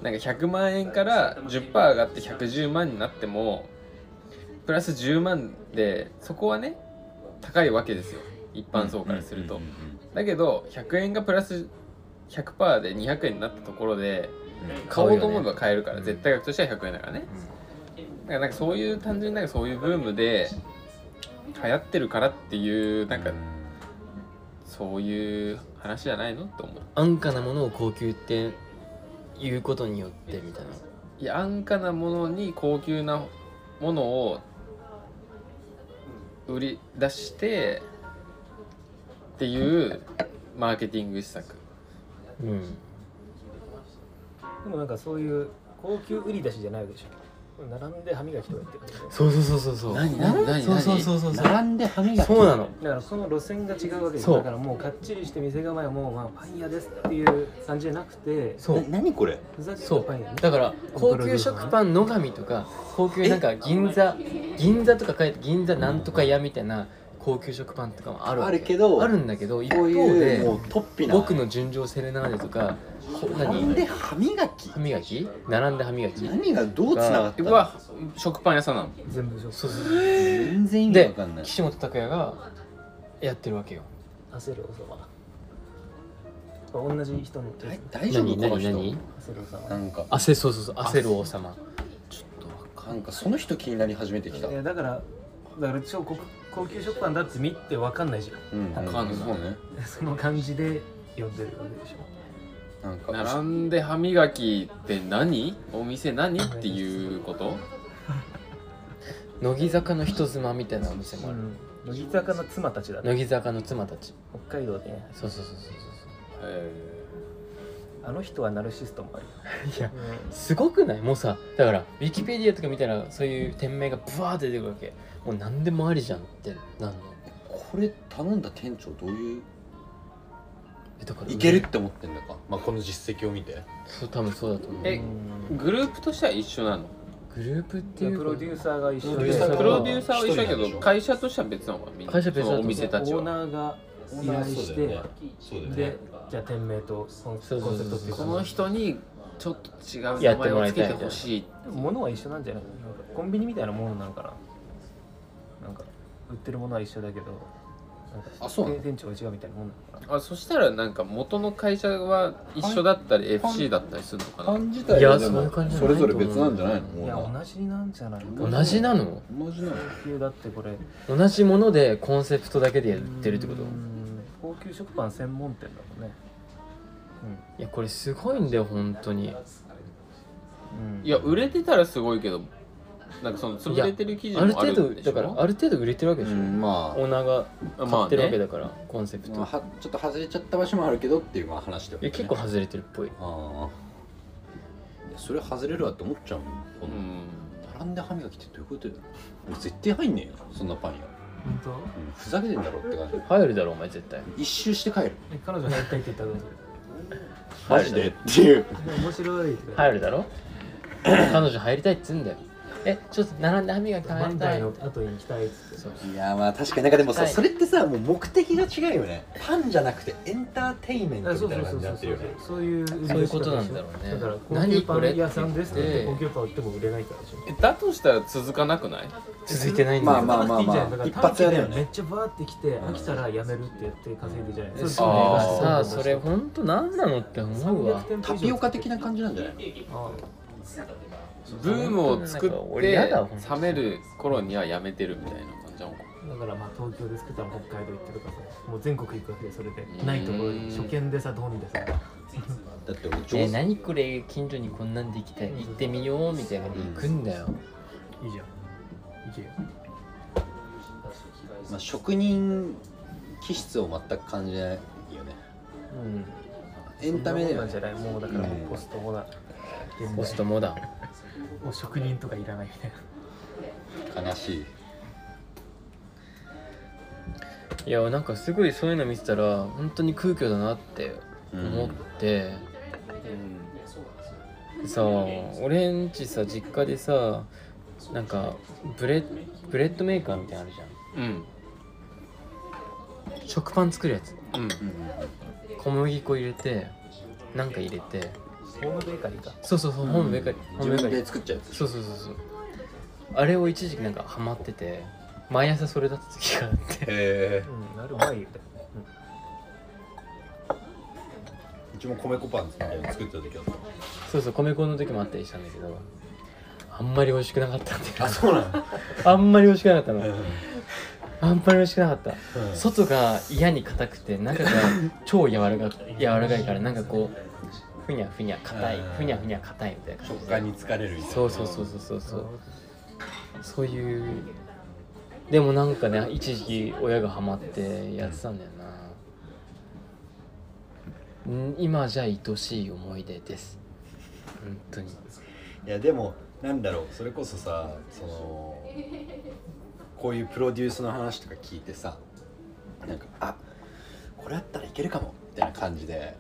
Speaker 1: なんか100万円から10%上がって110万になってもプラス10万でそこはね高いわけですよ一般層からすると
Speaker 3: うんうん。
Speaker 1: だけど100円がプラス100%で200円になったところで
Speaker 3: うん
Speaker 1: 買おうと思えば買えるから
Speaker 2: うん
Speaker 1: 絶対額としては100円だからね。だからなんかそういう単純になんかそういうブームで流行ってるからっていうなんかそういう話じゃないのと思う
Speaker 2: 安価なものを高級って言うことによってみたいない
Speaker 1: や安価なものに高級なものを売り出してっていうマーケティング施策
Speaker 2: うん
Speaker 4: でもなんかそういう高級売り出しじゃないでしょ並んで歯磨きとかやってるんで
Speaker 2: そうそうそうそうそう
Speaker 3: 何何何
Speaker 2: そうそうそうそう
Speaker 3: 何
Speaker 2: そう
Speaker 3: 並んで歯磨き
Speaker 2: そうなの
Speaker 4: だからその路線が違うわけです
Speaker 2: そう
Speaker 4: だからもうかっちりして店構えはもうまあパン屋ですっていう感じじゃなくて
Speaker 2: そう
Speaker 3: な何これ
Speaker 4: ふざけた
Speaker 2: そ
Speaker 4: パン屋
Speaker 2: う
Speaker 4: ね
Speaker 2: だから高級食パン野上とか高級なんか銀座銀座とか書いて銀座なんとか屋みたいな高級食パンとかもあるわけ
Speaker 3: あるけど
Speaker 2: あるんだけど一
Speaker 3: こ
Speaker 2: 方
Speaker 3: ういうも
Speaker 2: で
Speaker 3: うトッピな
Speaker 2: 僕の純情セレナーデとかこ
Speaker 3: 並んで
Speaker 2: 何
Speaker 3: 歯磨き
Speaker 2: 歯磨き並んで歯磨き
Speaker 3: 何がどうつながった
Speaker 1: う
Speaker 3: の
Speaker 1: わ食パン屋さんなの
Speaker 4: 全部そう
Speaker 2: そうそう
Speaker 3: 全然意味
Speaker 2: で
Speaker 3: わかんない
Speaker 2: 岸本拓哉がやってるわけよ
Speaker 4: 焦るおさま同じ人の手
Speaker 3: だ
Speaker 4: で
Speaker 3: い
Speaker 4: すね
Speaker 3: 大丈夫この
Speaker 2: 何何
Speaker 3: 人
Speaker 4: 焦るおさ
Speaker 3: なんか
Speaker 2: 焦そうそうそう焦る王様
Speaker 3: ちょっとわかんなんかその人気になり始めてきた
Speaker 4: まいやだからだから超高高級食パンだって見てわかんないじゃん
Speaker 3: う ん
Speaker 1: わかんない
Speaker 3: そうね
Speaker 4: その感じで呼んでるわけでしょ。
Speaker 3: なんか
Speaker 1: 並んで歯磨きって何お店何っていうこと
Speaker 2: 乃木坂の人妻みたいなお店もある、
Speaker 4: 乃木坂の妻たちだね。
Speaker 2: 乃木坂の妻たち
Speaker 4: 北海道でね。
Speaker 2: そうそうそうそうそう
Speaker 1: え
Speaker 4: あの人はナルシストもあるよ。
Speaker 2: いやすごくないもうさだからウィキペディアとか見たらそういう店名がブワーって出てくるわけもう何でもありじゃんってなんの
Speaker 3: これ頼んだ店長どういう
Speaker 2: えだから
Speaker 3: いけるって思ってんだかまあこの実績を見て
Speaker 2: そう多分そうだと思う
Speaker 1: え
Speaker 4: うん
Speaker 1: ーグループとしては一緒なの
Speaker 2: グループっていうか
Speaker 4: プロデューサーが一緒
Speaker 3: プロ
Speaker 4: で
Speaker 3: デューサー、
Speaker 1: プロデューサーは一緒だ
Speaker 3: 一人な
Speaker 1: け
Speaker 3: んでし
Speaker 1: ど
Speaker 3: ょ
Speaker 1: 会社としては別なのかみんな
Speaker 2: 会社別だと
Speaker 1: そ
Speaker 2: 思
Speaker 1: の
Speaker 2: う
Speaker 1: お店たち
Speaker 4: オー
Speaker 1: は
Speaker 4: ナーが依
Speaker 3: いや
Speaker 4: 頼
Speaker 3: そ
Speaker 4: し
Speaker 3: うだよ
Speaker 4: て
Speaker 3: ね、そうだよね
Speaker 4: で、じゃあ店名とコンコンセ
Speaker 2: そうそうそう
Speaker 4: プトっていうか
Speaker 1: この人にちょっと違う名
Speaker 2: やって
Speaker 1: 前
Speaker 2: も
Speaker 1: を
Speaker 2: らい
Speaker 1: つ
Speaker 2: たい
Speaker 1: けてほしい
Speaker 4: でも物は一緒なんじゃないなんかコンビニみたいなものなのかななんか、売ってるものは一緒だけど、なんか
Speaker 3: あそうなの
Speaker 4: 店長が違うみたいなもんなのか
Speaker 1: あそしたらなんか元の会社は一緒だったり FC だったりするのかな
Speaker 3: 感じたよ
Speaker 2: いやそういう感じじゃ
Speaker 3: そ
Speaker 2: な
Speaker 3: れ
Speaker 2: いと思う
Speaker 3: ぞれ別なんじゃないの
Speaker 4: な。い
Speaker 3: オーナ
Speaker 4: や、同じなんじゃないか
Speaker 2: 同じなの
Speaker 3: ー同じなの
Speaker 4: 高級だってこれ
Speaker 2: 同じものでコンセプトだけでやってるってこと
Speaker 4: うん高級食パン専門店だもんね
Speaker 2: いやこれすごいんだよ本当に
Speaker 4: うん、
Speaker 1: いや売れてたらすごいけどなんかその潰れてる記事
Speaker 2: ある
Speaker 1: もあ
Speaker 2: 程
Speaker 1: る
Speaker 2: 度
Speaker 1: んでし
Speaker 2: だから
Speaker 1: ょ
Speaker 2: ある程度売れてるわけでしょ、
Speaker 3: うんま
Speaker 2: オーナーが
Speaker 1: あ
Speaker 2: 買
Speaker 1: ま
Speaker 2: っ
Speaker 1: あ
Speaker 2: てるわけ
Speaker 1: ね
Speaker 2: だから、コンセプ
Speaker 3: あ
Speaker 2: ト、
Speaker 3: まあはちょっと外れちゃった場所もあるけどっていうまあ話ではい
Speaker 2: や結構外れてるっぽい
Speaker 3: ああいやそれ外れるわって思っちゃうもんこ
Speaker 1: うん
Speaker 3: の並んで歯磨きってどういうことよ俺絶対入んねえよそんなパン屋
Speaker 4: 本当
Speaker 3: うんふざけてんだろって感じ
Speaker 2: 入るだろお前絶対
Speaker 3: 一周して帰る
Speaker 4: え彼女がやりたいって言ったらどう
Speaker 3: マ
Speaker 4: す
Speaker 3: ジでっていう
Speaker 4: る面白いって言ったら
Speaker 2: 入るだろ彼女入りたいっつうんだよえちょっと並んで歯磨き
Speaker 4: バ
Speaker 2: 食べ
Speaker 4: ン
Speaker 2: た
Speaker 4: ダイ
Speaker 2: い
Speaker 4: の後に行きたいっつって
Speaker 2: そう
Speaker 3: いやまあ確かになんかでもさ
Speaker 2: はい
Speaker 3: それってさもう目的が違うよねパンじゃなくてエンターテインメント
Speaker 4: あ
Speaker 3: み
Speaker 4: そう
Speaker 3: たい
Speaker 4: そ
Speaker 3: な
Speaker 4: うそ
Speaker 3: 感
Speaker 4: う
Speaker 3: じ
Speaker 4: そ
Speaker 3: に
Speaker 4: う
Speaker 3: なってるよね
Speaker 4: そういう
Speaker 2: そういうことなんだろうね
Speaker 4: だから高級
Speaker 2: 何
Speaker 4: パ
Speaker 2: これ
Speaker 4: ン屋さんですって言
Speaker 2: え
Speaker 4: って
Speaker 2: え
Speaker 4: 高級パン売っても売れないからでしょ
Speaker 1: えだとしたら続かなくない
Speaker 2: 続いてないんだ
Speaker 3: ま
Speaker 2: よ、
Speaker 3: あまあまあまあ
Speaker 4: だから
Speaker 3: 一発屋だよね
Speaker 4: 短期でめっちゃバーって来て飽きたらやめるって言って稼いでじゃない
Speaker 2: え
Speaker 4: れ
Speaker 2: そう
Speaker 1: あー
Speaker 2: さあそれほんと何なのって思うわ
Speaker 3: タピオカ的な感じなんじゃない
Speaker 4: あ
Speaker 1: ブームを作って
Speaker 2: なんか俺やだ本当
Speaker 1: 冷める頃にはやめてるみたいな感じなのか
Speaker 4: あだからまあ東京で作ったら北海道行ってとかさもう全国行くわけでそれで
Speaker 1: うん
Speaker 4: ないところに初見でさどうにでさ
Speaker 3: だって俺
Speaker 2: え
Speaker 3: 上手
Speaker 2: 何これ近所にこんなんできた行ってみようみたいなの行くんだよ、
Speaker 4: いいじゃん行けよ
Speaker 3: まあ職人気質を全く感じないよね
Speaker 2: うん、
Speaker 3: エンタメだ
Speaker 4: そんなもん
Speaker 3: よ
Speaker 4: なんじ
Speaker 3: ね
Speaker 4: ゃないもうだからもうポストモダン現代
Speaker 2: ポストモダン
Speaker 4: もう職人とかいらないみたいな
Speaker 3: 悲しい
Speaker 2: いやなんかすごいそういうの見てたら本当に空虚だなって思って、さあ俺んちさ実家でさなんかブレブレッドメーカーみたいなのあるじゃ
Speaker 1: うん
Speaker 2: ん食パン作るやつ
Speaker 1: うん
Speaker 3: うんうん
Speaker 2: 小麦粉入れてなんか入れて
Speaker 4: ホームベーカリーか
Speaker 2: そうそうそうホームベーカリーホー
Speaker 3: 自
Speaker 2: ムベーカ
Speaker 3: 分
Speaker 2: リー
Speaker 3: で作っちゃうやつ
Speaker 2: そうそうそうそうあれを一時期なんかハマってて毎朝それだった時があって
Speaker 3: へえ
Speaker 4: うんあれうまいよね
Speaker 3: うちも米粉パン作った時あっ
Speaker 2: そうそう米粉の時もあったりしたんだけどあんまり美味しくなかったんだよ
Speaker 3: たあそうなの
Speaker 2: あんまり美味しくなかった
Speaker 3: うん
Speaker 2: のあんまり美味しくなかった
Speaker 3: うん
Speaker 2: 外が嫌に硬くて 中が超柔らかく柔らかいからなんかこうふにゃふにゃ硬い
Speaker 3: うん
Speaker 2: ふにゃふにゃ硬いみたいな感
Speaker 3: 食
Speaker 2: じ
Speaker 3: 感
Speaker 2: で
Speaker 3: に疲れるみたいな
Speaker 2: そうそうそうそうそうそうそういうでもなんかね一時期親がハマってやってたんだよなん今じゃ愛しい思い出です本当に
Speaker 3: いやでもなんだろうそれこそさそのこういうプロデュースの話とか聞いてさなんかあこれあったらいけるかもみたいな感じで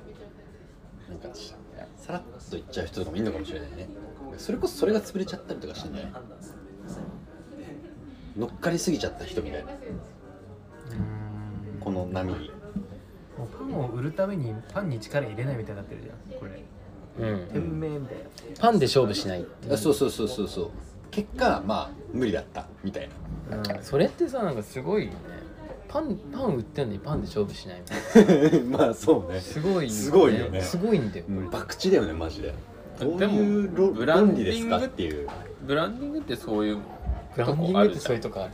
Speaker 3: なんかしさらっといっちゃう人とかもいるのかもしれないねそれこそそれが潰れちゃったりとかしてんじゃない乗っかりすぎちゃった人みたいな
Speaker 4: うん
Speaker 3: この波に
Speaker 4: もうパンを売るためにパンに力入れないみたいになってるじゃんこれ
Speaker 2: うん
Speaker 4: 店名みたいな
Speaker 2: パンで勝負しないって
Speaker 3: あそうそうそうそうそう結果まあ無理だったみたいな
Speaker 2: それってさなんかすごいよねパンパン売ってんのにパンで勝負しないみたいな
Speaker 3: まあそうね
Speaker 2: すごい、
Speaker 3: すごいよね
Speaker 2: すごいんだよ、
Speaker 3: うん博打だよねマジでどう
Speaker 1: でも
Speaker 3: いう論
Speaker 1: ブラン
Speaker 3: 論
Speaker 1: デ
Speaker 3: 理
Speaker 1: ィ
Speaker 3: で
Speaker 1: ン
Speaker 3: す
Speaker 1: グ
Speaker 3: かっていう
Speaker 1: ブランディングってそういう
Speaker 2: ブランディングってそういうとこある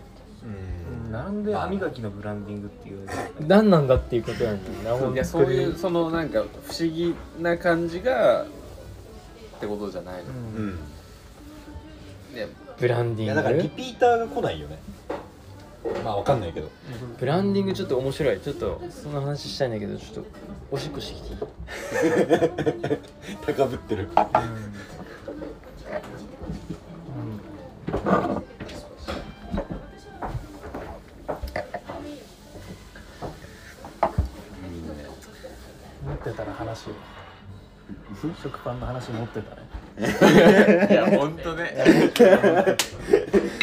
Speaker 4: なんで歯磨きのブランディングっていう
Speaker 2: 何なんだっていうことなんだよな
Speaker 1: い
Speaker 2: 本当
Speaker 1: や
Speaker 2: に
Speaker 1: そういうそのなんか不思議な感じがってことじゃないの、
Speaker 4: う
Speaker 3: うんん
Speaker 1: ね
Speaker 2: ブランデ
Speaker 3: い
Speaker 2: ィ
Speaker 3: やだから
Speaker 2: ン
Speaker 3: リ
Speaker 2: グ
Speaker 3: ピーターが来ないよねまあわかんないけど
Speaker 2: ブランディングちょっと面白いちょっとその話したいんだけどちょっとおしっこしてきていい
Speaker 3: 高ぶってる
Speaker 4: 持ってたら話を食パンの話持ってたね
Speaker 1: いや本当ね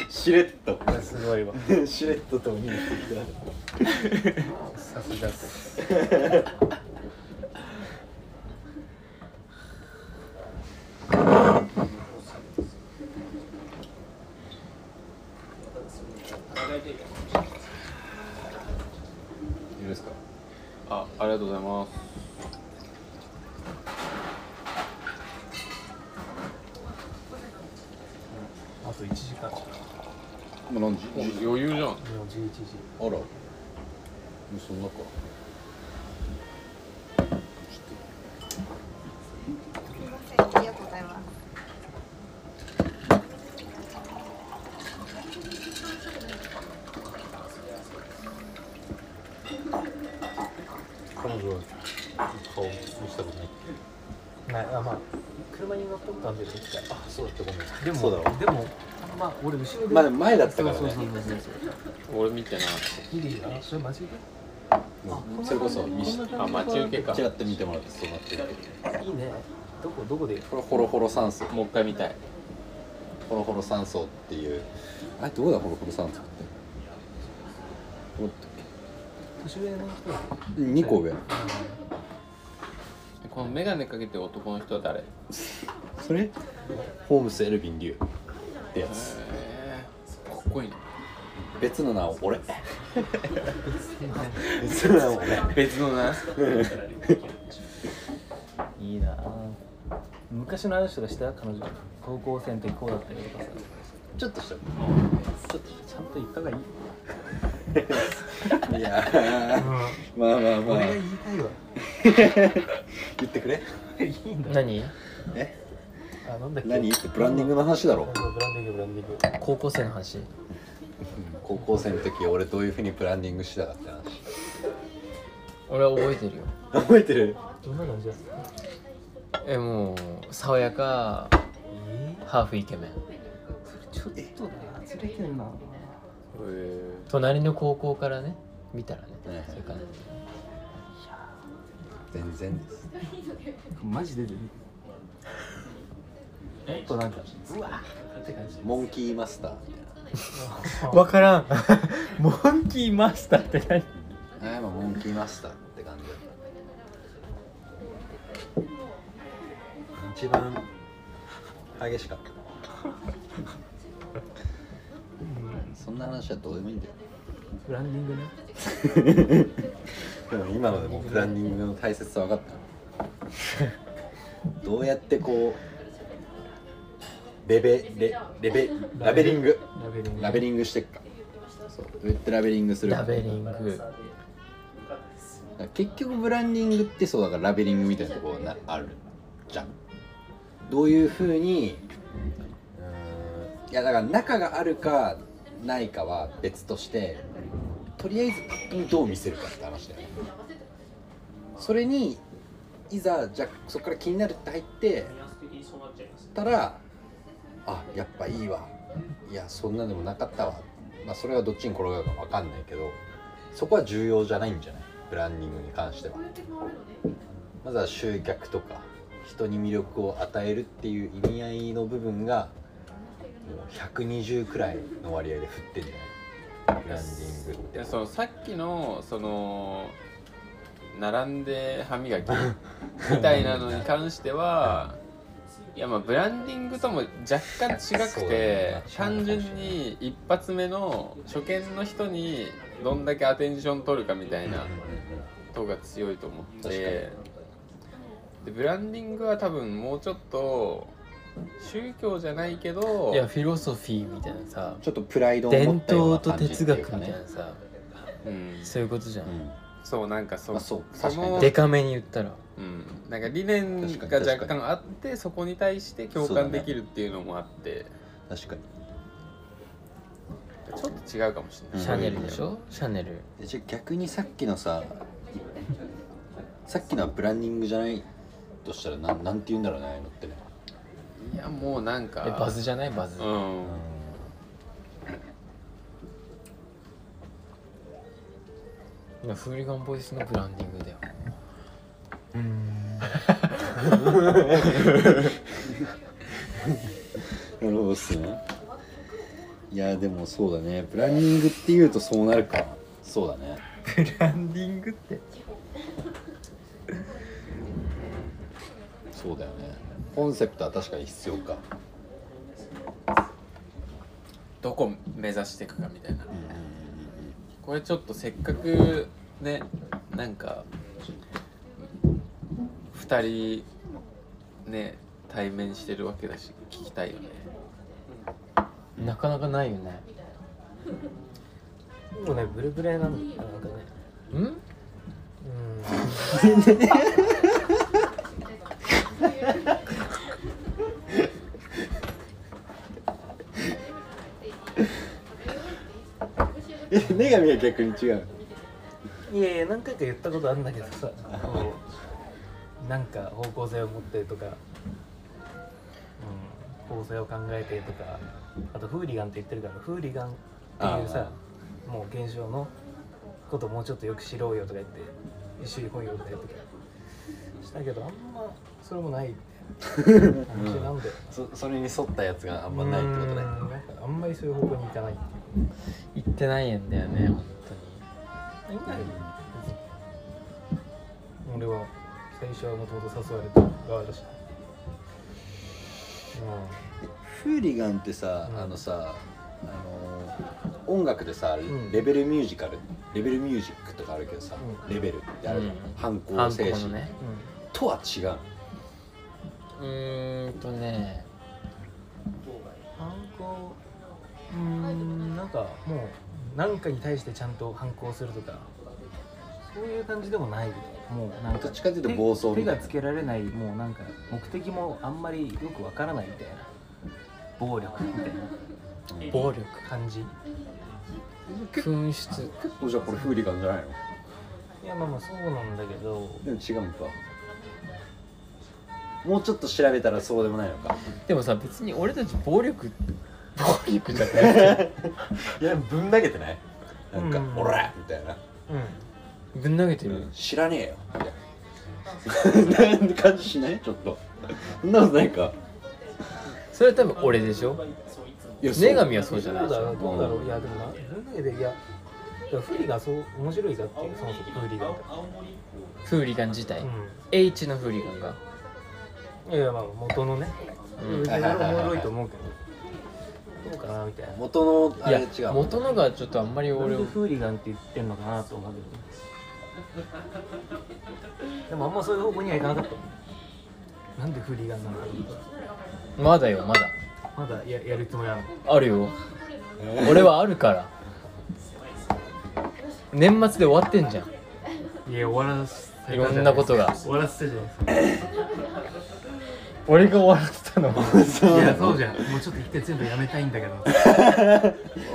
Speaker 3: しれっと
Speaker 4: すごいわ
Speaker 3: しれっとと見に行ってきた
Speaker 4: さすがっす
Speaker 3: いいですか
Speaker 1: あありがとうございます
Speaker 4: あと1時間
Speaker 3: もう何時
Speaker 1: お余裕じゃん
Speaker 4: 今11時
Speaker 3: あらもうそんなか
Speaker 6: ありがとうございます。
Speaker 3: 彼女顔見したことない
Speaker 4: ないあまあ車に乗っとったんで一回
Speaker 3: あそうだったごめん
Speaker 4: でも
Speaker 3: そうだわ
Speaker 4: でもまあ俺後ろで
Speaker 3: まあでも前だったからね
Speaker 4: そうそうそうそう
Speaker 1: 俺見てな
Speaker 4: ギリあそれマジで
Speaker 3: それこそ見し
Speaker 1: あ待ち受けか
Speaker 3: ちらっと見てもらってそうなってるけど
Speaker 4: いいねどこどこで
Speaker 3: これホロホロ酸素
Speaker 1: もう一回見たい
Speaker 3: ホロホロ酸素っていうあれどうだホロホロ酸素って
Speaker 4: 年上の人だ
Speaker 3: 2個上
Speaker 1: この眼鏡かけてる男の人は誰
Speaker 3: それホームス・エルヴィン・リュウってやつ
Speaker 1: えー、かっこいいな
Speaker 3: 別の名を俺別の名を俺
Speaker 1: 別のな
Speaker 4: いいなぁ昔のあの人がした彼女高校生の時こうだったよとかさ
Speaker 3: ちょっとした
Speaker 4: ちゃんと言った方がいいよ
Speaker 3: いやーまあまあまあ
Speaker 4: 言いたいわ
Speaker 3: 言ってくれ
Speaker 4: いいんだ
Speaker 2: 何
Speaker 3: え
Speaker 4: あなんだっけ
Speaker 3: 何ってブランディングの話だろ
Speaker 4: ブランディングブランディング
Speaker 2: 高校生の話
Speaker 3: 高校生の時俺どういうふうにブランディングしてたかって話
Speaker 2: 俺は覚えてるよ
Speaker 3: 覚えてる
Speaker 4: どんな感じだった
Speaker 2: えもう爽やか
Speaker 4: え
Speaker 2: ハーフイケメン
Speaker 4: ー、ちょっとねずれてるな
Speaker 2: 隣の高校からね見たらね
Speaker 3: はいはい
Speaker 2: そういう感じ
Speaker 3: 全然です
Speaker 4: マジで出てるもっとなんかうわーって感じ
Speaker 3: モンキーマスターみ
Speaker 2: わ からんモンキーマスターって何
Speaker 3: たいなあ今モンキーマスターって感じだった一番激しかったそんな話はどうでもいいんだよ
Speaker 4: ブランディングね
Speaker 3: でも今のでもうブランディングの大切さ分かったどうやってこうレベレレベラベリング
Speaker 4: ラベリング
Speaker 3: ラベリングしてっかそうどうやってラベリングするか
Speaker 2: ラベリング
Speaker 3: だから結局ブランディングってそうだからラベリングみたいなところがあるじゃんどういうふうにうーんいやだから中があるかないかは別としてとりあえずパッと見どう見せるかって話だよねそれにいざじゃあそこから気になるって入ってたらあやっぱいいわいやそんなでもなかったわまあそれがどっちに転がるか分かんないけどそこは重要じゃないんじゃないブランディングに関してはまずは集客とか人に魅力を与えるっていう意味合いの部分がもう120くらいの割合で振ってんじゃないブランディングって
Speaker 1: でそのさっきのその並んで歯磨 きみたいなのに関してはいやまあブランディングとも若干違
Speaker 3: そ
Speaker 1: く
Speaker 3: うだ
Speaker 1: て
Speaker 3: ね
Speaker 1: 単純に一発目の初見の人にどんだけアテンション取るかみたいなとこが強いと思ってでブランディングは多分もうちょっと宗教じゃないけど
Speaker 2: いやフィロソフィーみたいなさ
Speaker 3: ちょっとプライドを持
Speaker 2: 伝
Speaker 3: ったよう
Speaker 2: 統
Speaker 3: な
Speaker 2: と
Speaker 3: 感じって
Speaker 2: 哲
Speaker 3: いう
Speaker 2: 学
Speaker 3: か
Speaker 2: みたい
Speaker 3: ね
Speaker 2: なさ
Speaker 1: うん、
Speaker 2: そういうことじゃ、
Speaker 3: うんん
Speaker 1: そうなんかそ
Speaker 3: まあそう
Speaker 1: そ
Speaker 3: 確かに
Speaker 1: の
Speaker 2: デカめに言ったら
Speaker 1: うん、なんか理念
Speaker 3: 確かに
Speaker 1: が若
Speaker 3: 確かに
Speaker 1: 干あってそこに対して共
Speaker 3: そうだ
Speaker 1: 感
Speaker 3: ね
Speaker 1: できるっていうのもあって、
Speaker 3: 確かに
Speaker 1: ちょっと違うかもしれない、
Speaker 3: うん
Speaker 2: シャネルでしょシャネル
Speaker 3: えじゃあ逆にさっきのささっきのはブランディングじゃないとしたらなんなんて言うんだろうねああいうのってね
Speaker 1: いやもうなんか
Speaker 2: えバズじゃないバズ、
Speaker 1: うん
Speaker 2: 今フーリガンボイスのブランディングだよ
Speaker 3: なるほどっすねいやでもそうだねブランディングっていうとそうなるかそうだね
Speaker 2: ブランディングって
Speaker 3: そうだよねコンセプトは確かに必要か
Speaker 1: どこ目指していくかみたいなこれちょっとせっかくねなんか2人ね対面してるわけだし聞きたいよね
Speaker 2: なかなかないよね
Speaker 4: もうねブレブレなんだなんかね
Speaker 2: ん
Speaker 3: え女神は逆に違う
Speaker 4: うんいやいや何回か言ったことあるんだけどさこうなんか方向性を持ってとか、うん、構成を考えてとかあとフーリガンって言ってるからフーリガンっていうさもう現象のことをもうちょっとよく知ろうよとか言って一緒に来いよとか言ってしたけどあんまそれもないみたいな感じなんで、
Speaker 3: そそれに沿ったやつがあんまないってことね
Speaker 4: うんなんかあんまりそういう方向に行かないっていう
Speaker 2: 行ってないんだよね本当に
Speaker 4: 俺は最初はもともと誘われた側だし、
Speaker 3: フーリガンってさ
Speaker 4: うん
Speaker 3: あのさあのー音楽でさ
Speaker 4: ん
Speaker 3: レベルミュージカルレベルミュージックとかあるけどさ
Speaker 4: う
Speaker 3: レベルってあるじゃん
Speaker 2: うん
Speaker 3: 反抗
Speaker 2: 反
Speaker 3: 精
Speaker 2: 抗の
Speaker 3: 神
Speaker 2: ね
Speaker 4: うんうん
Speaker 3: とは違うの
Speaker 2: うーんとね
Speaker 4: 反抗うーんなんかもう何かに対してちゃんと反抗するとかそういう感じでもないもうなん
Speaker 3: ど
Speaker 4: か
Speaker 3: っちかっていうと暴走
Speaker 4: 手手
Speaker 3: みたい
Speaker 4: が
Speaker 3: な
Speaker 4: つけられないもうなんか目的もあんまりよくわからないみたいな暴力みたい
Speaker 2: 暴力
Speaker 4: な感じい
Speaker 2: 紛失
Speaker 3: 結構じゃあこれフーリガンじゃないの
Speaker 4: やまあまあそうなんだけど
Speaker 3: でも違うんかもうちょっと調べたらそうでもないのか
Speaker 2: でもさ別に俺たち暴力
Speaker 3: 暴力じゃないいやぶん投げてないなんか
Speaker 4: う
Speaker 3: 「
Speaker 4: ん
Speaker 3: オラ!」みたいな
Speaker 4: う
Speaker 2: ぶん投げてる、
Speaker 3: 「知らねえよ」み たいななんか感じしないちょっとそんなことないか
Speaker 2: それは多分俺でしょ
Speaker 3: いや
Speaker 2: 女神
Speaker 3: は
Speaker 2: はそうじゃ
Speaker 4: ん
Speaker 2: ないでしょ
Speaker 4: どうだろういやでもな分だけでいやだからフリがそう面白いかっていうそもそもフリが
Speaker 2: フーリガン自体、
Speaker 4: う
Speaker 2: H のフーリガンが、
Speaker 4: んいやまあ元のね
Speaker 2: うん
Speaker 4: 別に俺もおもろいと思うけどどうかなみたいな
Speaker 3: 元のあ
Speaker 2: い
Speaker 3: れ
Speaker 2: や
Speaker 3: 違うもん
Speaker 2: 元のがちょっとあんまり
Speaker 4: なん
Speaker 2: 俺
Speaker 4: で
Speaker 2: を
Speaker 4: フーリガンって言ってんのかなと思うけどでもあんまそういう方向にはいかなかったなんでフーリガンなのか
Speaker 2: まだよまだ
Speaker 4: まだややるつもりなの
Speaker 2: あるよ俺はあるから年末で終わってんじゃん
Speaker 4: いや終わらせた
Speaker 2: い
Speaker 4: じゃ
Speaker 2: ろ
Speaker 4: い
Speaker 2: んなことが
Speaker 4: 終わらせたじゃないですか
Speaker 2: 俺が終わらせたのは
Speaker 4: いやそうじゃんもうちょっと一回全部やめたいんだけ ど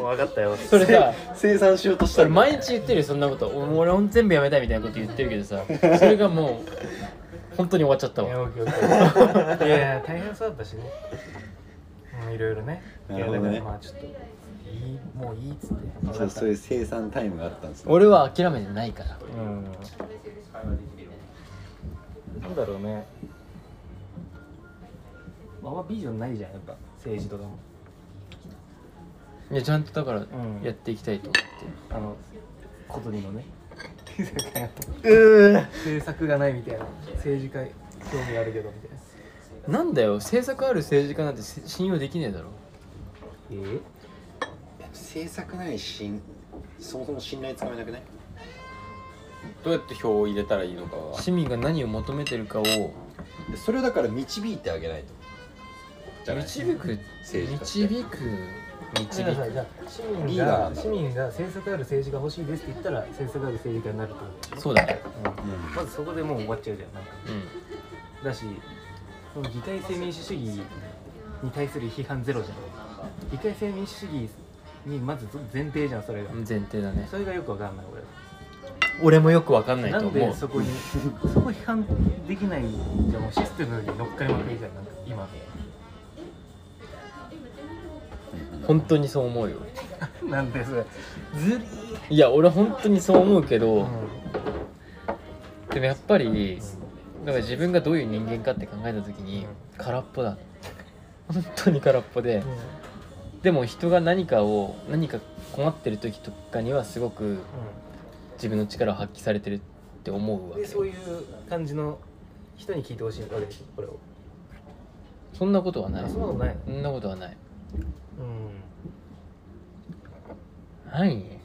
Speaker 4: 分かったよ
Speaker 2: それさ
Speaker 3: 生産しようとし
Speaker 2: そ
Speaker 3: た
Speaker 2: れ
Speaker 3: ら
Speaker 2: 毎日言ってるよそんなことお俺ほんと全部やめたいみたいなこと言ってるけどさそれがもう本当に終わっちゃった
Speaker 4: いや
Speaker 2: わ
Speaker 4: オッケーオ ッケーいやいや大変そうだったしねうんいろいろね
Speaker 3: なるほどね
Speaker 4: いやだからまあちょっといいもういいっつって分
Speaker 3: そ
Speaker 4: か
Speaker 3: う
Speaker 4: った
Speaker 3: そういう生産タイムがあったんですね
Speaker 2: 俺は諦めてないから
Speaker 4: うんなんだろうねまああんまビジョンないじゃんやっぱ政治とかも
Speaker 2: いやちゃんとだから
Speaker 4: ん
Speaker 2: やっていきたいと思ってる、
Speaker 4: あの小鳥 のね政策がないみたいな政治家興味あるけどみたいな
Speaker 2: なんだよ政策ある政治家なんてせ信用できねえだろ
Speaker 4: え
Speaker 3: 制作ないしそもそも信頼つかめなくない
Speaker 1: どうやって票を入れたらいいのかは
Speaker 2: 市民が何を求めてるかを
Speaker 3: それをだから導いてあげないとじゃない
Speaker 2: 導く
Speaker 3: 政治家
Speaker 2: 導
Speaker 3: っ
Speaker 2: く
Speaker 3: て
Speaker 2: 導
Speaker 4: 皆さ
Speaker 2: く
Speaker 4: んじゃあ市民
Speaker 3: リーダーな
Speaker 4: が
Speaker 3: んだ
Speaker 4: 市民が政策ある政治が欲しいですって言ったら政策ある政治家になると思
Speaker 2: そうだね
Speaker 4: う、うん、まずそこでもう終わっちゃうじゃんなんか
Speaker 2: う
Speaker 4: だしその議会制民主主義に対する批判ゼロじゃん議会制民主主義にまず前提じゃんそれが、
Speaker 2: ん前提だね
Speaker 4: それがよくわかんない俺は
Speaker 2: 俺もよくわかんないと
Speaker 4: なん
Speaker 2: 思
Speaker 4: で
Speaker 2: う
Speaker 4: そこにそこ批判できないじゃんもうシステムに乗っかりまくりじゃんなんか今
Speaker 2: 本当にそう思うよ
Speaker 4: なんでそれずりー、
Speaker 2: いや俺本当にそう思うけど、
Speaker 4: う
Speaker 2: でもやっぱりだから自分がどういう人間かって考えた時に空っぽだ本当に空っぽで
Speaker 4: んうん
Speaker 2: でも人が何かを何か困ってる時とかにはすごく自分の力を発揮されてるって思うわ
Speaker 4: で
Speaker 2: け
Speaker 4: そう
Speaker 2: よ
Speaker 4: いう感じの人に聞いてほしいわけでしょこれを
Speaker 2: そんなことはない
Speaker 4: あそ
Speaker 2: そ
Speaker 4: んなことない
Speaker 2: んなことはない
Speaker 4: うん
Speaker 2: 何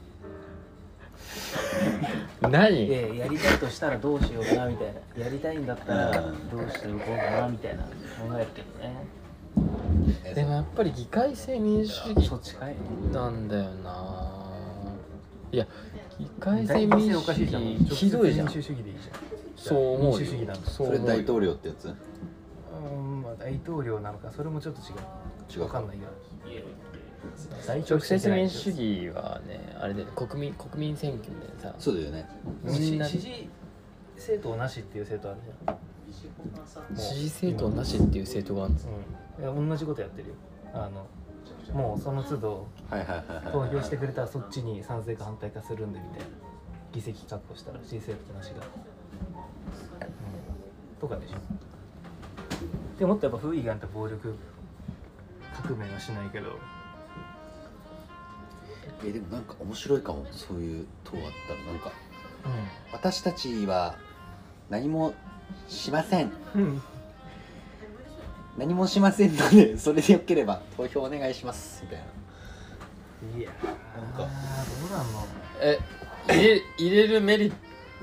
Speaker 2: 何
Speaker 4: でやりたいとしたらどうしようかなみたいなやりたいんだったらどうしていこうかなみたいな考えるけどね
Speaker 2: でもやっぱり議会制民主主義
Speaker 4: そっちかい
Speaker 2: なんだよないや議会制民主主義ひどいじゃん
Speaker 4: 民主主義でいいじゃ
Speaker 2: そう思う
Speaker 4: 民主主義
Speaker 2: よ
Speaker 4: なの
Speaker 2: そ
Speaker 3: それ
Speaker 2: う思う
Speaker 3: 大
Speaker 2: よ
Speaker 3: 統領ってやつ
Speaker 4: んうんまあ大統領なのかそれもちょっと違
Speaker 3: 違
Speaker 4: う
Speaker 3: う
Speaker 4: わかんないけど大
Speaker 2: 直接民主主義はねあれで国民国民選挙みたいなさ
Speaker 3: そうだよね
Speaker 2: みんな
Speaker 4: 支支持政党なしっていう政党あるじ
Speaker 2: 支持政党なしっていう政党があるんです
Speaker 4: ゃん、うんいや、同じことやってるよあのもうその都度
Speaker 3: はいはいはいはい
Speaker 4: 投票してくれたらそっちに賛成か反対かするんでみたいな議席確保したら新政府の話が、うん、とかでしょでもっとやっぱフーイガンって暴力革命はしないけど
Speaker 3: えでもなんか面白いかもそういう党あったらなんか私たちは何もしません
Speaker 4: うん
Speaker 3: 何もしませんのでそれでよければ投票お願いしますみたいない
Speaker 4: やー
Speaker 3: なんか
Speaker 4: どうなんの
Speaker 1: え入れ入れるメリット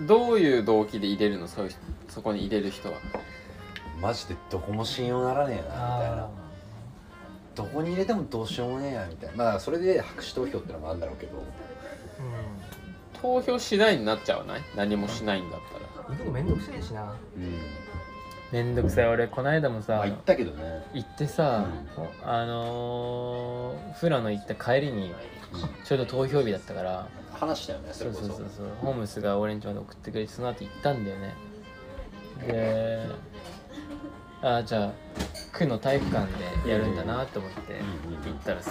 Speaker 1: どういう動機で入れるのそういう人そこに入れる人は
Speaker 3: マジでどこも信用ならねえなみたいな
Speaker 4: あ
Speaker 3: どこに入れてもどうしようもねえなみたいなまあそれで白紙投票ってのもあるんだろうけど
Speaker 4: ーう
Speaker 1: 投票しないになっちゃわない何もしないんだったら
Speaker 4: ん行くのめんどくせえしな
Speaker 3: うん
Speaker 2: めんどくさい俺この間もさ
Speaker 3: まあ言ったけどね
Speaker 2: 行ってさ、あのー、富良野行った帰りにちょうど投票日だったから
Speaker 3: 話したよねそ
Speaker 2: そ
Speaker 3: れ
Speaker 2: う
Speaker 3: こそ
Speaker 2: そうそうそうホームスが俺んちまで送ってくれてその後行ったんだよねでああじゃあ区の体育館でやるんだなと思って行ったらさ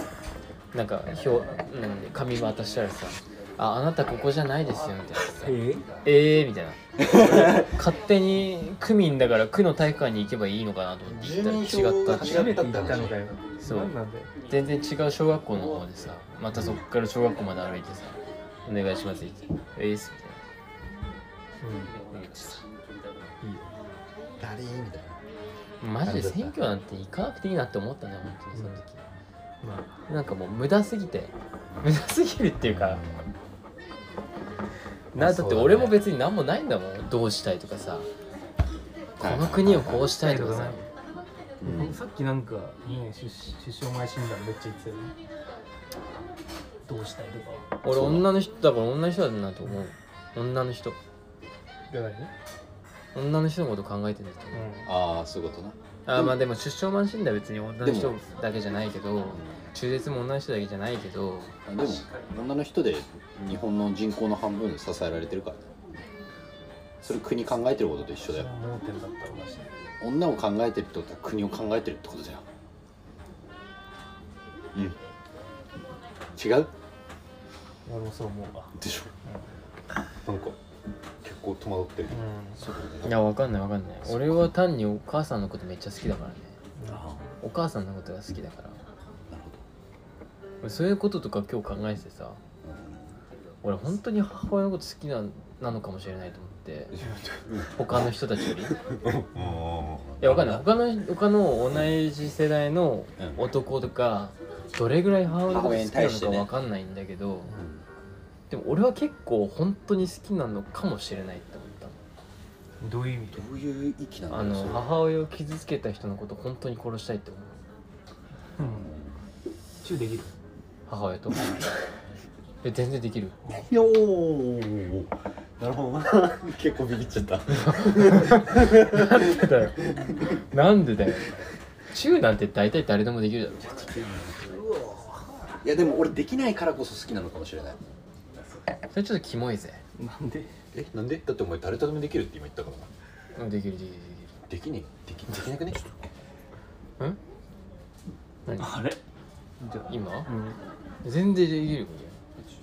Speaker 2: なんか表、うん、紙渡したらさ「ああなたここじゃないですよ」みたいな さ
Speaker 4: え
Speaker 2: えーみたいな勝手に区民だから区の体育館に行けばいいのかなと思って行ったら違ったって
Speaker 3: 住
Speaker 4: 初
Speaker 3: 民
Speaker 4: め
Speaker 3: 票が
Speaker 4: て行ったのかよ
Speaker 2: そう
Speaker 4: 何なんだよ
Speaker 2: 全然違う小学校の方でさまたそこから小学校まで歩いてさ「お願いします」って言って「ええっす」みたいな
Speaker 3: 誰みたい
Speaker 2: マジで選挙なんて行かなくていいなって思ったね本当にその時、
Speaker 4: うんま
Speaker 2: なんかもう無駄すぎて無駄すぎるっていうか、なだって俺も別に何もないんだもんどうしたいとかさ、
Speaker 3: はい
Speaker 2: この国をこうしたいとかさ、
Speaker 4: はい
Speaker 3: な、
Speaker 4: あさっきなんかね出出生前診断めっちゃ言ってたよねどうしたいとか
Speaker 2: 俺女の人だから女の人だなと思う女の人
Speaker 4: じゃないね
Speaker 2: 女の人のこと考えてるんだと思う、
Speaker 4: う
Speaker 3: ああそういうことな
Speaker 2: あーまあでも出生満身だは別に女の
Speaker 3: で
Speaker 2: 人
Speaker 3: も
Speaker 2: だけじゃないけど中絶も女の人だけじゃないけど
Speaker 3: でも女の人で日本の人口の半分支えられてるからねそれ国考えてることと一緒だよ
Speaker 4: ん盲点だったらマジで
Speaker 3: 女を考えてるってことは国を考えてるってことだようん違う
Speaker 4: 俺もそう思うわ
Speaker 3: でしょなんか結構戸惑ってる
Speaker 4: う
Speaker 3: そう
Speaker 2: いやわかんないわかんない俺は単にお母さんのことめっちゃ好きだからね
Speaker 4: ん
Speaker 3: あ
Speaker 2: お母さんのことが好きだから
Speaker 3: あなるほ
Speaker 2: 俺そういうこととか今日考えててさ
Speaker 3: ど
Speaker 2: 俺本当に母親のこと好きななのかもしれないと思って他の人たちよりい
Speaker 3: い
Speaker 2: やわかんない他の他の同じ世代の男とかどれぐらい母親のこと好きなのかわかんないんだけど、でも俺は結構本当に好きなのかもしれないって思ったの
Speaker 4: どういう意味
Speaker 3: どういう域な
Speaker 2: あ
Speaker 3: んだ
Speaker 2: の
Speaker 3: ろう
Speaker 2: 母親を傷つけた人のこと本当に殺したいって思う
Speaker 4: うんチューできる
Speaker 2: 母親 とえ全然できる
Speaker 3: それおーなる ほどな結構ビビっちゃった
Speaker 2: なんでだよなんでだよチューなんて大体誰でもできるだろ
Speaker 3: いやでも俺できないからこそ好きなのかもしれない
Speaker 2: それちょっとキモいぜ
Speaker 4: なんで
Speaker 3: えなんでだってお前誰とでもできるって今言ったからな
Speaker 2: うんできるできるで
Speaker 3: できねえできでき なくね
Speaker 2: きる何
Speaker 4: あれ
Speaker 2: 今
Speaker 4: うん
Speaker 2: 全然できるよ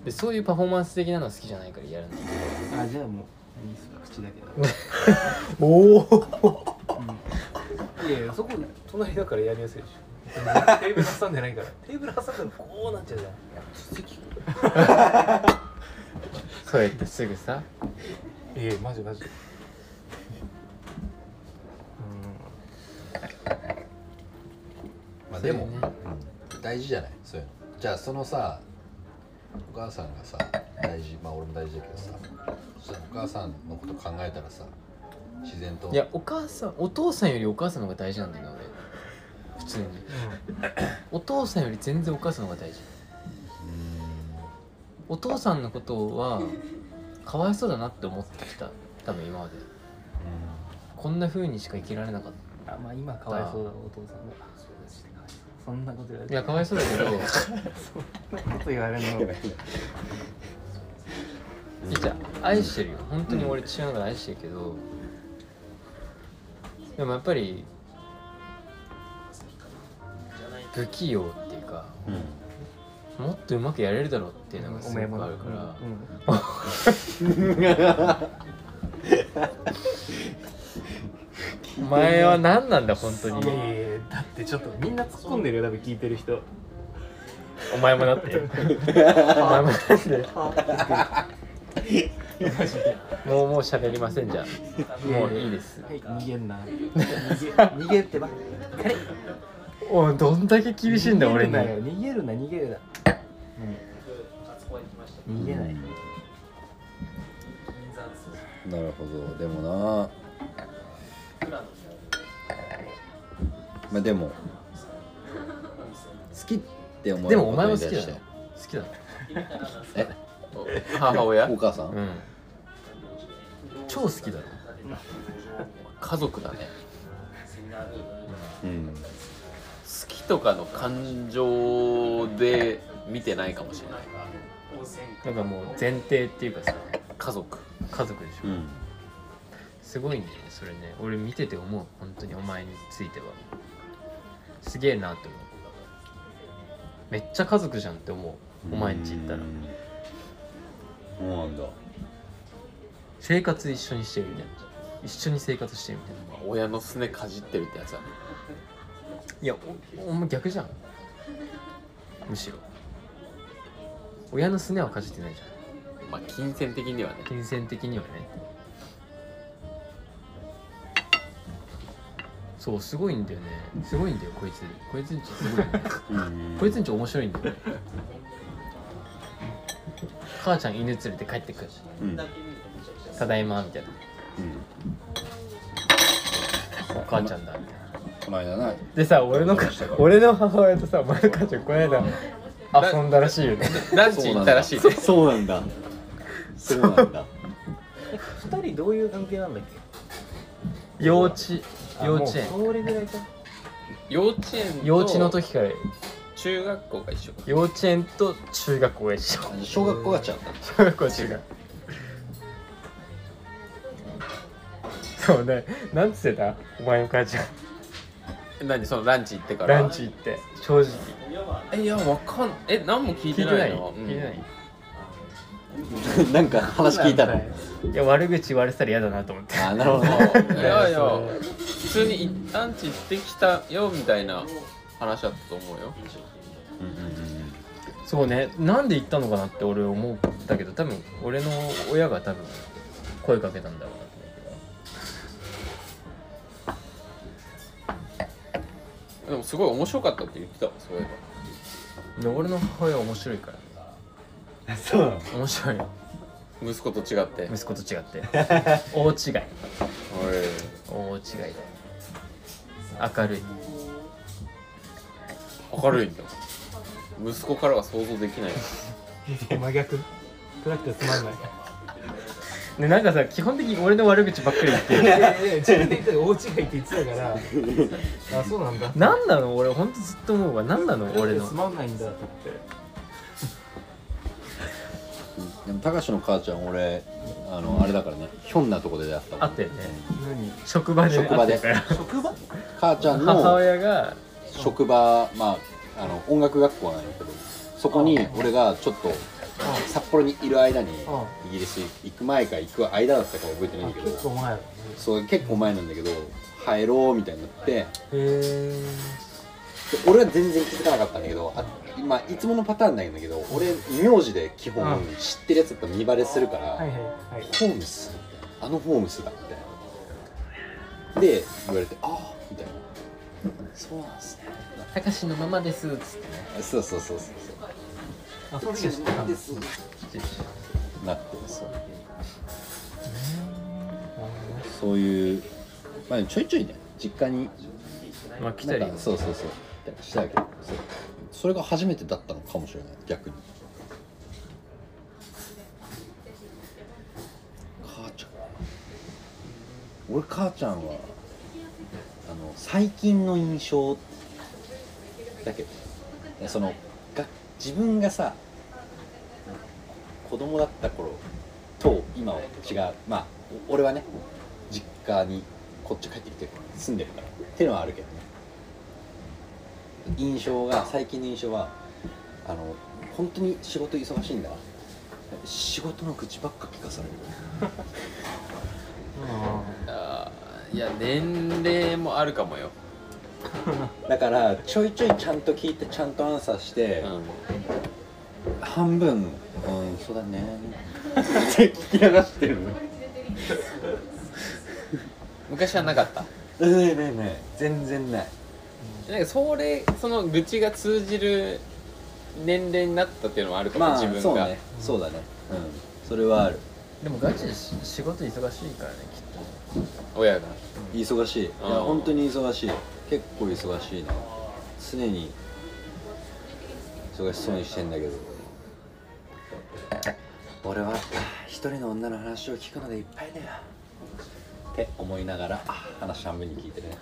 Speaker 2: でそういうパフォーマンス的なのは好きじゃないからやらない
Speaker 4: あじゃあもういいっすか口だけだ
Speaker 2: おお
Speaker 4: いやいやそこ隣だからやりやすいでしょテーブル挟んでないからテーブル挟んだらこうなっちゃうじゃん
Speaker 2: そうやってすぐさ
Speaker 4: ええマジマジうん
Speaker 3: まあで
Speaker 2: そうよ
Speaker 3: も、
Speaker 2: ね
Speaker 3: うん大事じゃないそういうのじゃあそのさお母さんがさ大事まあ俺も大事だけどさそしたらお母さんのこと考えたらさ自然と
Speaker 2: いやお母さんお父さんよりお母さんの方が大事なんだよね俺普通にお父さんより全然お母さんの方が大事お父さんのことはかわいそうだなって思ってきた多分今までこんな風にしか生きられなかっ
Speaker 4: あまあ今かわいそうだお父さんがそんなこと言われ
Speaker 2: たいやかわいそうだけどい
Speaker 4: そんなこと言われるの
Speaker 2: やじゃあ愛してるよ本当に俺父親のこと愛してるけどでもやっぱり不器用っていうかか
Speaker 3: うん
Speaker 2: もっとうまくやれるだろうっていうのがす
Speaker 4: お
Speaker 2: ご
Speaker 4: めえも
Speaker 2: く
Speaker 4: な
Speaker 2: あるから
Speaker 4: うんうん
Speaker 2: お前は何なんだ本当
Speaker 4: いやい
Speaker 2: に
Speaker 4: やいやだってちょっとみんな突っ込んでるよ多分聞いてる人
Speaker 2: お前もなってお前もなって もうもう喋りませんじゃあもういいです
Speaker 4: 逃げんな逃げってばっかり
Speaker 2: おいどんだけ厳しいんだ俺に
Speaker 4: 逃げるなよ逃げるな逃げるな逃げない
Speaker 3: なるほどでもなまあでも好きって思え
Speaker 2: で
Speaker 3: る
Speaker 2: も
Speaker 3: こ
Speaker 2: お
Speaker 3: と
Speaker 2: 前も
Speaker 3: に
Speaker 2: 好きだ
Speaker 3: 対し
Speaker 2: ろ
Speaker 3: て
Speaker 2: 好きだろ
Speaker 1: お母親
Speaker 3: お母さん、
Speaker 2: うん超好きだろ
Speaker 1: 家族だね
Speaker 3: う
Speaker 1: 好
Speaker 3: ん
Speaker 1: きとかの感情で見てないかもしれない
Speaker 2: なんかもう前提っていうかさ
Speaker 1: 家族
Speaker 2: 家族でしょ
Speaker 3: うん
Speaker 2: すごいねそれね俺見てて思う本当にお前についてはすげえなって思うめっちゃ家族じゃんって思うお前んち行ったら
Speaker 3: うんそうなんだ
Speaker 2: 生活一緒にしてるみたいな一緒に生活してるみたいな
Speaker 1: 親のすねかじってるってやつだね
Speaker 2: いやおお前逆じゃんむしろ親のすねはかじってないじゃ
Speaker 1: まあ金銭的にはね
Speaker 2: ん金銭的にはねそうすごいんだよねすごいんだよこいつこいつんちすごいんだよ
Speaker 3: うん
Speaker 2: こいつんち面白いんだよね母ちゃん犬連れて帰ってくるし
Speaker 3: うん
Speaker 2: ただいまみたいな
Speaker 3: うん
Speaker 2: お母ちゃんだみたいな
Speaker 3: この間な
Speaker 2: でさ俺のか俺の母親とさお前の母ちゃんこの間遊んだらしいよね
Speaker 1: ランチ行ったらしいね
Speaker 3: そうなんだそうなんだ
Speaker 4: 二人どういう関係なんだっ
Speaker 2: 幼稚
Speaker 4: け
Speaker 2: 幼稚園
Speaker 4: あもうそれぐらいか
Speaker 1: 幼稚園と
Speaker 2: 幼稚の時から
Speaker 1: 中学校が一緒
Speaker 2: 幼稚園と中学校が一緒
Speaker 3: 小学校がちゃった
Speaker 2: 小 学校中学そうねなんつってたお前の母ちゃん
Speaker 1: 何そのランチ行ってから
Speaker 2: ランチ行って正直
Speaker 1: えいやわかんえ何も聞い
Speaker 2: 聞いて
Speaker 1: て
Speaker 2: な
Speaker 1: ないいの
Speaker 2: 聞いてない、
Speaker 3: なんか話聞いたの
Speaker 2: いや悪口言われてたら嫌だなと思って
Speaker 3: あなるほ
Speaker 1: う
Speaker 3: ど
Speaker 1: んいやいや普通にいランチ行ってきたよみたいな話だったと思うよ
Speaker 3: うんうんうん
Speaker 2: そうねなんで行ったのかなって俺思ったけど多分俺の親が多分声かけたんだろうなと思うけど
Speaker 1: でもすごい面白かったって言ってたわそういえば
Speaker 2: いや俺の母親は面白いから
Speaker 4: そうなの
Speaker 2: 面白いよ
Speaker 1: 息子と違って
Speaker 2: 息子と違って 大違い大違いだ明るい
Speaker 1: 明るいんだ息子からは想像できない
Speaker 4: 真逆暗くてつまんない
Speaker 2: でなんかさ基本的に俺の悪口ばっかり言って
Speaker 4: い
Speaker 2: る
Speaker 4: やいやいや 自分で言ったら大違いって言ってたからあそうなんだ
Speaker 2: 何なの俺ほんとずっと思うわ何なの俺の
Speaker 4: つまんないんだって
Speaker 3: でも高志の母ちゃん俺あのあれだからねひょんなとこで出会ったも
Speaker 2: あ
Speaker 3: ん
Speaker 2: ったよね
Speaker 4: 何
Speaker 2: 職場で
Speaker 3: 職場で
Speaker 2: 会ってるから
Speaker 4: 職場
Speaker 3: 母ちゃん
Speaker 2: 母
Speaker 3: の
Speaker 2: 親が
Speaker 3: 職場まああの音楽学校なんやけどそこに俺がちょっと札幌にいる間に
Speaker 4: う
Speaker 3: イギリス行く前か行く間だったか覚えてないんだけど
Speaker 4: 結構前へ
Speaker 3: そう結構前なんだけど入ろうみたいになって
Speaker 4: え
Speaker 3: で俺は全然気づかなかったんだけどあ今いつものパターンなんだけど俺名字で基本
Speaker 4: う
Speaker 3: 知ってるやつだったら見バレするから、
Speaker 4: はいはいはい
Speaker 3: ホームスあのホームスだみたいなで言われてああみたいなそうなんですね
Speaker 2: 「たかしのままです」っつって
Speaker 3: そうそうそうそうそ
Speaker 4: あその時は知ってた
Speaker 3: うん
Speaker 4: だ
Speaker 3: ですなってそうそういうまあでもちょいちょいね実家に
Speaker 2: まあ来た
Speaker 3: なん
Speaker 2: り
Speaker 3: かそうそうそう行ったりしたけどそうそれが初めてだったのかもしれない逆に母ちゃん俺母ちゃんはあの最近の印象だけどそのが自分がさ子供だった頃と今は違うまあお俺はね実家にこっち帰ってきて住んでるからっていうのはあるけどね印象が最近の印象はあの本当に仕事忙しいんだな仕事の愚痴ばっか聞かされる
Speaker 1: あーいや年齢もあるかもよ、
Speaker 3: だからちょいちょいちゃんと聞いてちゃんとアンサーして、
Speaker 1: うん、
Speaker 3: 半分うんそうだねって聞き流してる
Speaker 1: 昔はなかった
Speaker 3: ねえねえねえ全然ない
Speaker 1: なんかそれその愚痴が通じる年齢になったっていうのはあるかも、
Speaker 3: まあ
Speaker 1: 自分が
Speaker 3: そうねそうだねうんそれはある
Speaker 2: でもガチでし仕事忙しいからねきっと
Speaker 1: 親が
Speaker 3: 忙しいいや
Speaker 1: あー
Speaker 3: 本当に忙しい結構忙しいな常に忙しそうにしてんだけど俺は一人の女の話を聞くのでいっぱいだよって思いながらあ話半分に聞いて るね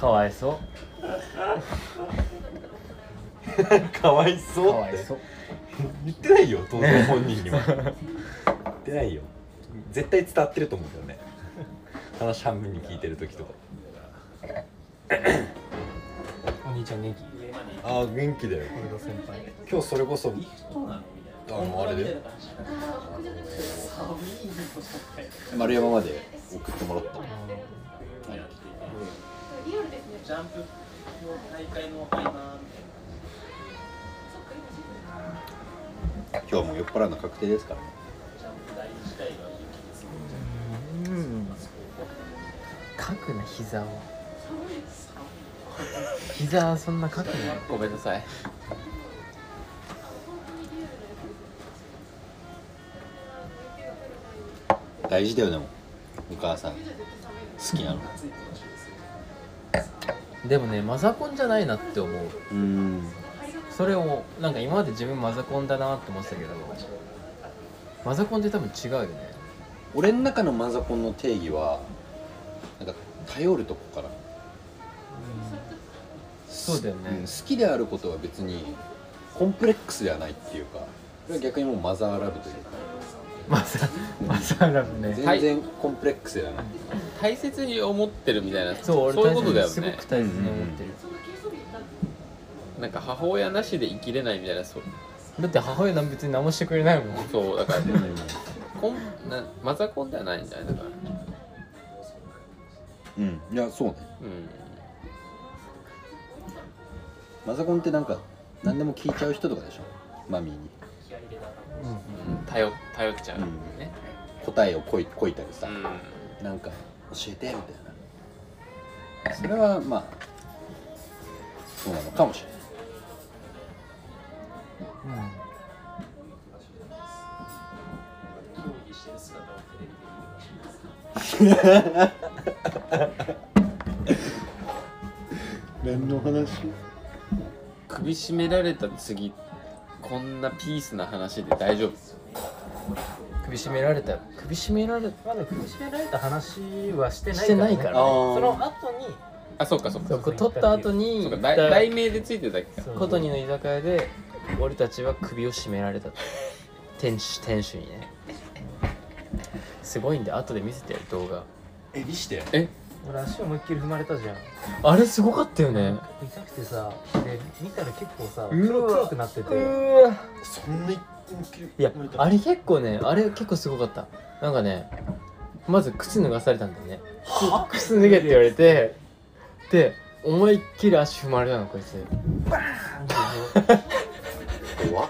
Speaker 2: かわいそう
Speaker 3: かわい
Speaker 2: か
Speaker 3: そ
Speaker 2: わいそう
Speaker 7: 言ってないよ当然本人に は言ってないよ絶対伝わってると思うけどね話半分に聞いてる時とか
Speaker 4: お兄ちゃんネギ
Speaker 7: ああ元気だよ
Speaker 4: 俺の先輩
Speaker 7: 今日それこそあのあれで
Speaker 3: 丸山まで送ってもらった
Speaker 5: ジャンプの大会の合間みたいな。
Speaker 3: 今日も酔っ払うの確定ですからね
Speaker 2: うん書くな膝を膝はそんな書くな
Speaker 1: ごめんなさい
Speaker 3: 大事だよでもお母さん好きなの
Speaker 2: でもねマザコンじゃないなって思う
Speaker 3: うん
Speaker 2: それをなんか今まで自分マザコンだなって思ってたけどマザコンって多分違うよね
Speaker 3: 俺の中のマザコンの定義はなんか頼るとこから
Speaker 2: そうだよね
Speaker 3: ん好きであることは別にコンプレックスではないっていうかそれは逆にもうマザーラブというか
Speaker 2: マザマザラブね
Speaker 3: 全然コンプレックスではない、
Speaker 1: 大切に思ってるみたいな
Speaker 2: そう
Speaker 1: そうい
Speaker 2: 俺
Speaker 1: うことだよ
Speaker 2: すご
Speaker 1: ね
Speaker 2: く大切に思ってる、
Speaker 1: なんか母親なしで生きれないみたいなそう
Speaker 2: だって母親なん別に何もしてくれないもん
Speaker 1: そうだから
Speaker 3: うん
Speaker 1: こんなマザコンではないんじゃないだから
Speaker 3: うんいやそうね
Speaker 1: うん
Speaker 3: マザコンってなんか何でも聞いちゃう人とかでしょマミーに
Speaker 1: 頼頼っちゃう
Speaker 3: うん
Speaker 1: ね
Speaker 3: 答えをこいこいたり
Speaker 1: う
Speaker 3: さ、
Speaker 1: ん
Speaker 3: なんか教えてみたいなそれはまあそうなのかもしれない
Speaker 1: 首絞められた次こんなピースな話で大丈夫
Speaker 2: 首絞められた首絞められ
Speaker 4: まだ苦しめられた話はしてない
Speaker 2: してないから
Speaker 4: ね
Speaker 2: ね
Speaker 4: その後に
Speaker 1: あそうかそう
Speaker 2: そ
Speaker 1: か
Speaker 2: うこれ取った後に
Speaker 1: そうか
Speaker 2: 行
Speaker 1: だ
Speaker 2: っ
Speaker 1: い
Speaker 2: た
Speaker 1: 題名でついてるだけか
Speaker 4: そう
Speaker 2: コトニの居酒屋で俺たちは首を絞められたと店主店主にねすごいんで後で見せてやる動画
Speaker 7: え見して
Speaker 4: 俺足思いっきり踏まれたじゃん
Speaker 2: あれすごかったよね
Speaker 4: 痛くてさで見たら結構さ
Speaker 2: う
Speaker 4: 黒
Speaker 2: わ
Speaker 4: 黒くなってて
Speaker 2: わ
Speaker 7: そんない
Speaker 2: やあれ結構ねあれ結構すごかったなんかねまず靴脱がされたんだよね靴脱げって言われてで思いっきり足踏まれたのこいつ
Speaker 3: 怖っ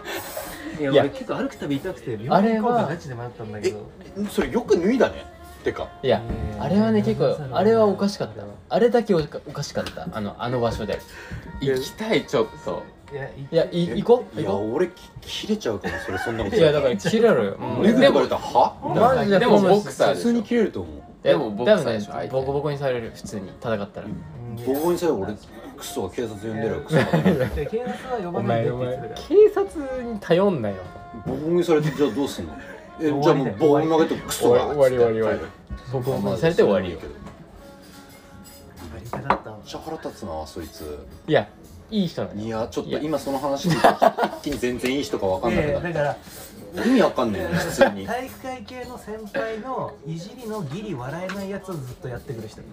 Speaker 4: いや
Speaker 2: いや
Speaker 4: 俺結構歩くたび痛くて
Speaker 2: あ
Speaker 4: 病
Speaker 2: れ
Speaker 4: 院行こう
Speaker 2: は
Speaker 4: かガチで迷ったんだけど
Speaker 3: それよく脱いだねてか
Speaker 2: いや
Speaker 4: えー
Speaker 2: あれはね結構あれはおかしかった
Speaker 4: い
Speaker 2: あれだけおかおかしかったあのあの場所で
Speaker 1: 行きたいちょっと
Speaker 4: や
Speaker 2: いやい行こう
Speaker 3: い
Speaker 2: 行
Speaker 3: や
Speaker 2: こ
Speaker 3: 俺き切れちゃうかもそれそんなこ
Speaker 2: う
Speaker 3: と
Speaker 2: いやだから切れろよ
Speaker 1: うん
Speaker 3: 俺
Speaker 2: で
Speaker 3: 脱いでこれたらは
Speaker 2: マジで
Speaker 1: でも
Speaker 2: この
Speaker 1: ボクサー
Speaker 3: 普
Speaker 1: で
Speaker 3: 通に
Speaker 1: し
Speaker 3: 切れると思う
Speaker 2: いや
Speaker 1: でもボク
Speaker 2: 多
Speaker 1: サー
Speaker 2: 分
Speaker 1: でしょ
Speaker 2: ね
Speaker 1: 相手
Speaker 2: ボコボコにされる普通に戦ったら
Speaker 3: ボコボコにされ俺クソ警察呼んでるよクソボ
Speaker 4: で警察は呼ばないでって言ってたから
Speaker 2: 警察に頼んなよ
Speaker 3: コボコにされてじゃあどうすんのえじゃ
Speaker 4: 終
Speaker 3: あ
Speaker 4: わり
Speaker 3: も
Speaker 4: だ
Speaker 3: うボコボコに負
Speaker 4: よ
Speaker 3: けてクソだ
Speaker 2: 終わり終わり終わり
Speaker 3: つって
Speaker 2: ボコボコにされて終わりよ
Speaker 3: めっ
Speaker 4: アメリカだったわ
Speaker 3: ちゃ腹立つなそいつ
Speaker 2: いやいい人なの
Speaker 3: い
Speaker 2: よ
Speaker 3: やちょっと今その話聞いて一気に全然いい人かわかんなく
Speaker 4: ええ
Speaker 3: な
Speaker 4: だ
Speaker 3: っ
Speaker 4: から
Speaker 3: た意味わかんないよね普通に
Speaker 4: 体育会系の先輩のいじりのギリ笑えないやつをずっとやってくる人み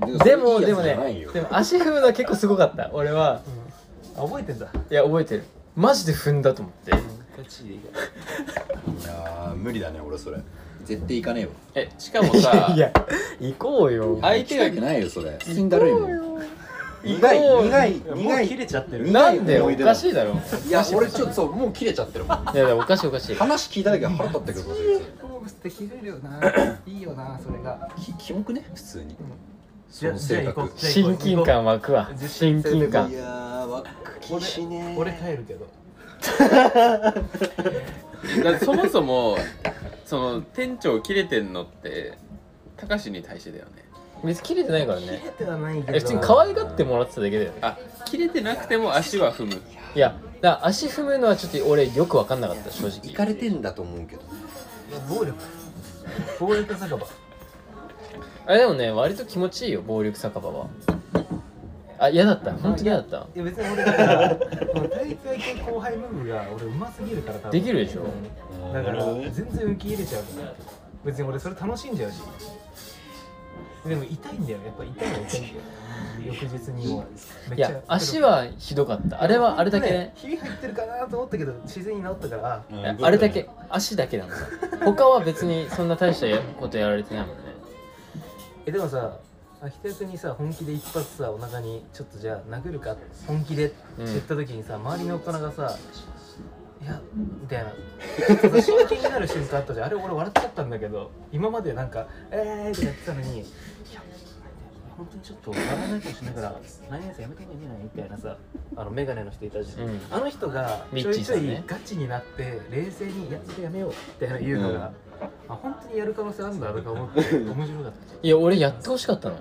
Speaker 4: たい な、
Speaker 2: でもでも
Speaker 3: いいやつじゃない
Speaker 2: ね
Speaker 3: よ
Speaker 2: でも足踏むのは結構すごかった俺は
Speaker 4: あ覚えてんだ
Speaker 2: いや覚えてるマジで踏んだと思って
Speaker 4: ガチで
Speaker 3: いやー無理だね俺それ絶対行かねえわ
Speaker 1: えしかもさ
Speaker 2: いや行こうよ
Speaker 1: 相
Speaker 3: 行き
Speaker 1: 手
Speaker 3: た
Speaker 1: が
Speaker 3: くないよそれ普通にだるいもん苦い
Speaker 2: 行こうよ
Speaker 3: 苦い
Speaker 4: も
Speaker 3: 苦
Speaker 4: う
Speaker 3: い
Speaker 4: 切れちゃってる
Speaker 2: なんで
Speaker 3: 苦い思
Speaker 2: お
Speaker 3: い出
Speaker 2: かしいだろ
Speaker 3: いや俺ちょっとそうもう切れちゃってるもん
Speaker 2: いやでもおかしいおかしい
Speaker 3: 話聞いただけで腹立ってくるこ
Speaker 4: 好物って切れるよないいよなそれが
Speaker 3: いつきキモくね普通に
Speaker 4: じゃあじゃあ行こうじゃあ行こう
Speaker 2: 親近感湧くわ
Speaker 4: 実
Speaker 2: 親
Speaker 4: 践する
Speaker 2: 近感
Speaker 3: いやーわっきしね
Speaker 4: 俺帰るけど
Speaker 1: だからそもそもその店長切れてんのってたかしに対してだよね
Speaker 2: 別に切れてないから
Speaker 4: 切れ
Speaker 2: ね
Speaker 4: てはないけ
Speaker 2: い
Speaker 4: ど
Speaker 2: や普通に可愛がってもらってただけだよね
Speaker 1: あ切れてなくても足は踏む
Speaker 2: いやだから足踏むのはちょっと俺よく分かんなかった正
Speaker 3: 行
Speaker 2: 直
Speaker 3: かれてんだと思うけど
Speaker 4: 暴力暴力酒場
Speaker 2: あでもね割と気持ちいいよ暴力酒場はあ嫌だった本当に嫌だった
Speaker 4: いや別に俺だからこの体育会系後輩ムーブが俺うますぎるから多分
Speaker 2: できるでしょ
Speaker 4: うんだから全然受け入れちゃうから別に俺それ楽しんじゃうしでも痛いんだよやっぱ痛いのは痛いんだよ翌日にもめっ
Speaker 2: い
Speaker 4: ちゃ
Speaker 2: や足はひどかったあれはあれだけね
Speaker 4: ひび入ってるかなと思ったけど自然に治ったから
Speaker 2: いやあれだけ足だけなのさ他は別にそんな大したやことやられてないもんね
Speaker 4: えでもさ秋田役にさ本気で一発さお腹にちょっとじゃあ殴るか本気でって言った時にさ、周りの大人がさ「いや」みたいな真剣になる瞬間あったじゃんあれ俺笑っちゃったんだけど今までなんか「えー」ってやってたのに「いや本当にちょっと笑わないかもしれないから何々さんやめてんじゃない?」みたいなさあの眼鏡の人いたじゃん、
Speaker 2: うん
Speaker 4: あの人が
Speaker 2: ミ
Speaker 4: ち
Speaker 2: ッ
Speaker 4: ょ
Speaker 2: チ
Speaker 4: い
Speaker 2: ー
Speaker 4: ち
Speaker 2: さ
Speaker 4: ょ
Speaker 2: んね
Speaker 4: いガチになって冷静に「やつでやめよう」みたいな言うのが、あ本当にやる可能性あるんだとか思って面白かった。
Speaker 2: いや俺やってほしかったの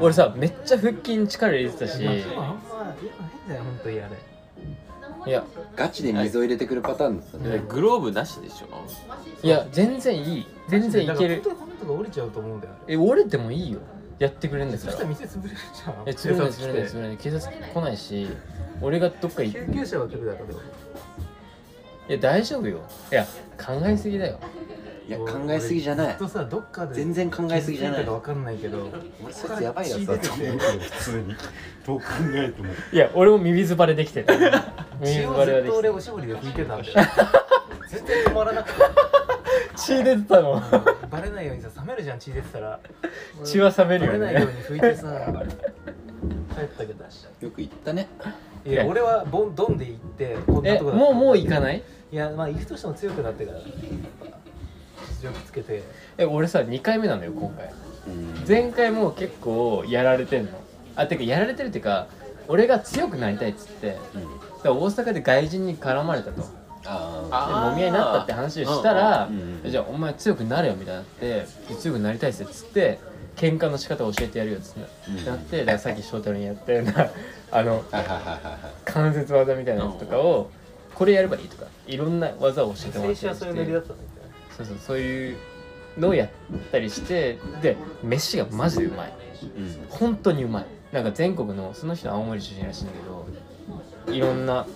Speaker 2: 俺さめっちゃ腹筋に力入れてたし
Speaker 4: 松はあんま変だよ本当にあれ
Speaker 2: いや
Speaker 3: ガチで溝入れてくるパターンだったね
Speaker 1: えグローブなしでしょ
Speaker 2: いや全然いい全然いける
Speaker 4: だから本当に骨とか折れちゃうと思うんだよあれ
Speaker 2: え折れてもいいよやってくれるんだ
Speaker 4: そ
Speaker 2: か
Speaker 4: したら
Speaker 2: ら
Speaker 4: 店潰れるじゃん
Speaker 2: え潰れない
Speaker 4: 警察来て
Speaker 2: 潰れない潰れない警察来ないし俺がどっか行って
Speaker 4: 救急車は来るだろうけど
Speaker 2: いや大丈夫よいや考えすぎだよ
Speaker 3: いや考えすぎじゃな
Speaker 4: ず
Speaker 3: い
Speaker 4: っとさどっかで
Speaker 3: 全然考えすぎじゃない
Speaker 4: 気づたかわかんないけど
Speaker 3: 俺そいつやばいやつだと思う
Speaker 7: 普通にどう考えても
Speaker 2: いや俺もミミズバレでき てるミミズ
Speaker 4: 血
Speaker 2: バ
Speaker 4: をず
Speaker 2: レは
Speaker 4: っ
Speaker 2: で
Speaker 4: と俺
Speaker 2: き
Speaker 4: おしぼりで拭いてた んだよ全然止まらなくて
Speaker 2: て血出てたの
Speaker 4: バレないようにさ冷めるじゃん血出てたら
Speaker 2: 血は冷める
Speaker 4: バレ
Speaker 2: よ
Speaker 4: ないよう
Speaker 2: ね
Speaker 4: に拭いてさ 帰ったけど
Speaker 3: よく言ったね
Speaker 4: いや俺はボンドンで行ってこんな
Speaker 2: え
Speaker 4: とこだ
Speaker 2: もうもう行かない
Speaker 4: いやまあ行くとしても強くなってからやっぱ実力つけて
Speaker 2: え俺さ2回目なのよ今回
Speaker 3: うん
Speaker 2: 前回もう結構やられてんのあてかやられてるっていうか俺が強くなりたいっつって
Speaker 3: うん
Speaker 2: だから大阪で外人に絡まれたとで
Speaker 3: あ
Speaker 2: 揉み合いになったって話をしたら、
Speaker 3: うんうんうん
Speaker 2: じゃあお前強くなれよみたいになって強くなりたいっすっつって喧嘩の仕方を教えてやるよっつって
Speaker 3: うん
Speaker 2: なってだからさっき翔太郎にやったような あの
Speaker 3: あはいはいはいはい
Speaker 2: 関節技みたいなやつとかをこれやればいいとかいろんな技を教えてもらっ
Speaker 4: 青
Speaker 2: て
Speaker 4: 春はそういうノリだったんだけ
Speaker 2: そ
Speaker 4: ど
Speaker 2: うそうそういうのをやったりしてで飯がマジでうまい
Speaker 3: うん
Speaker 2: 本当にうまいなんか全国のその人は青森出身らしいんだけどいろんな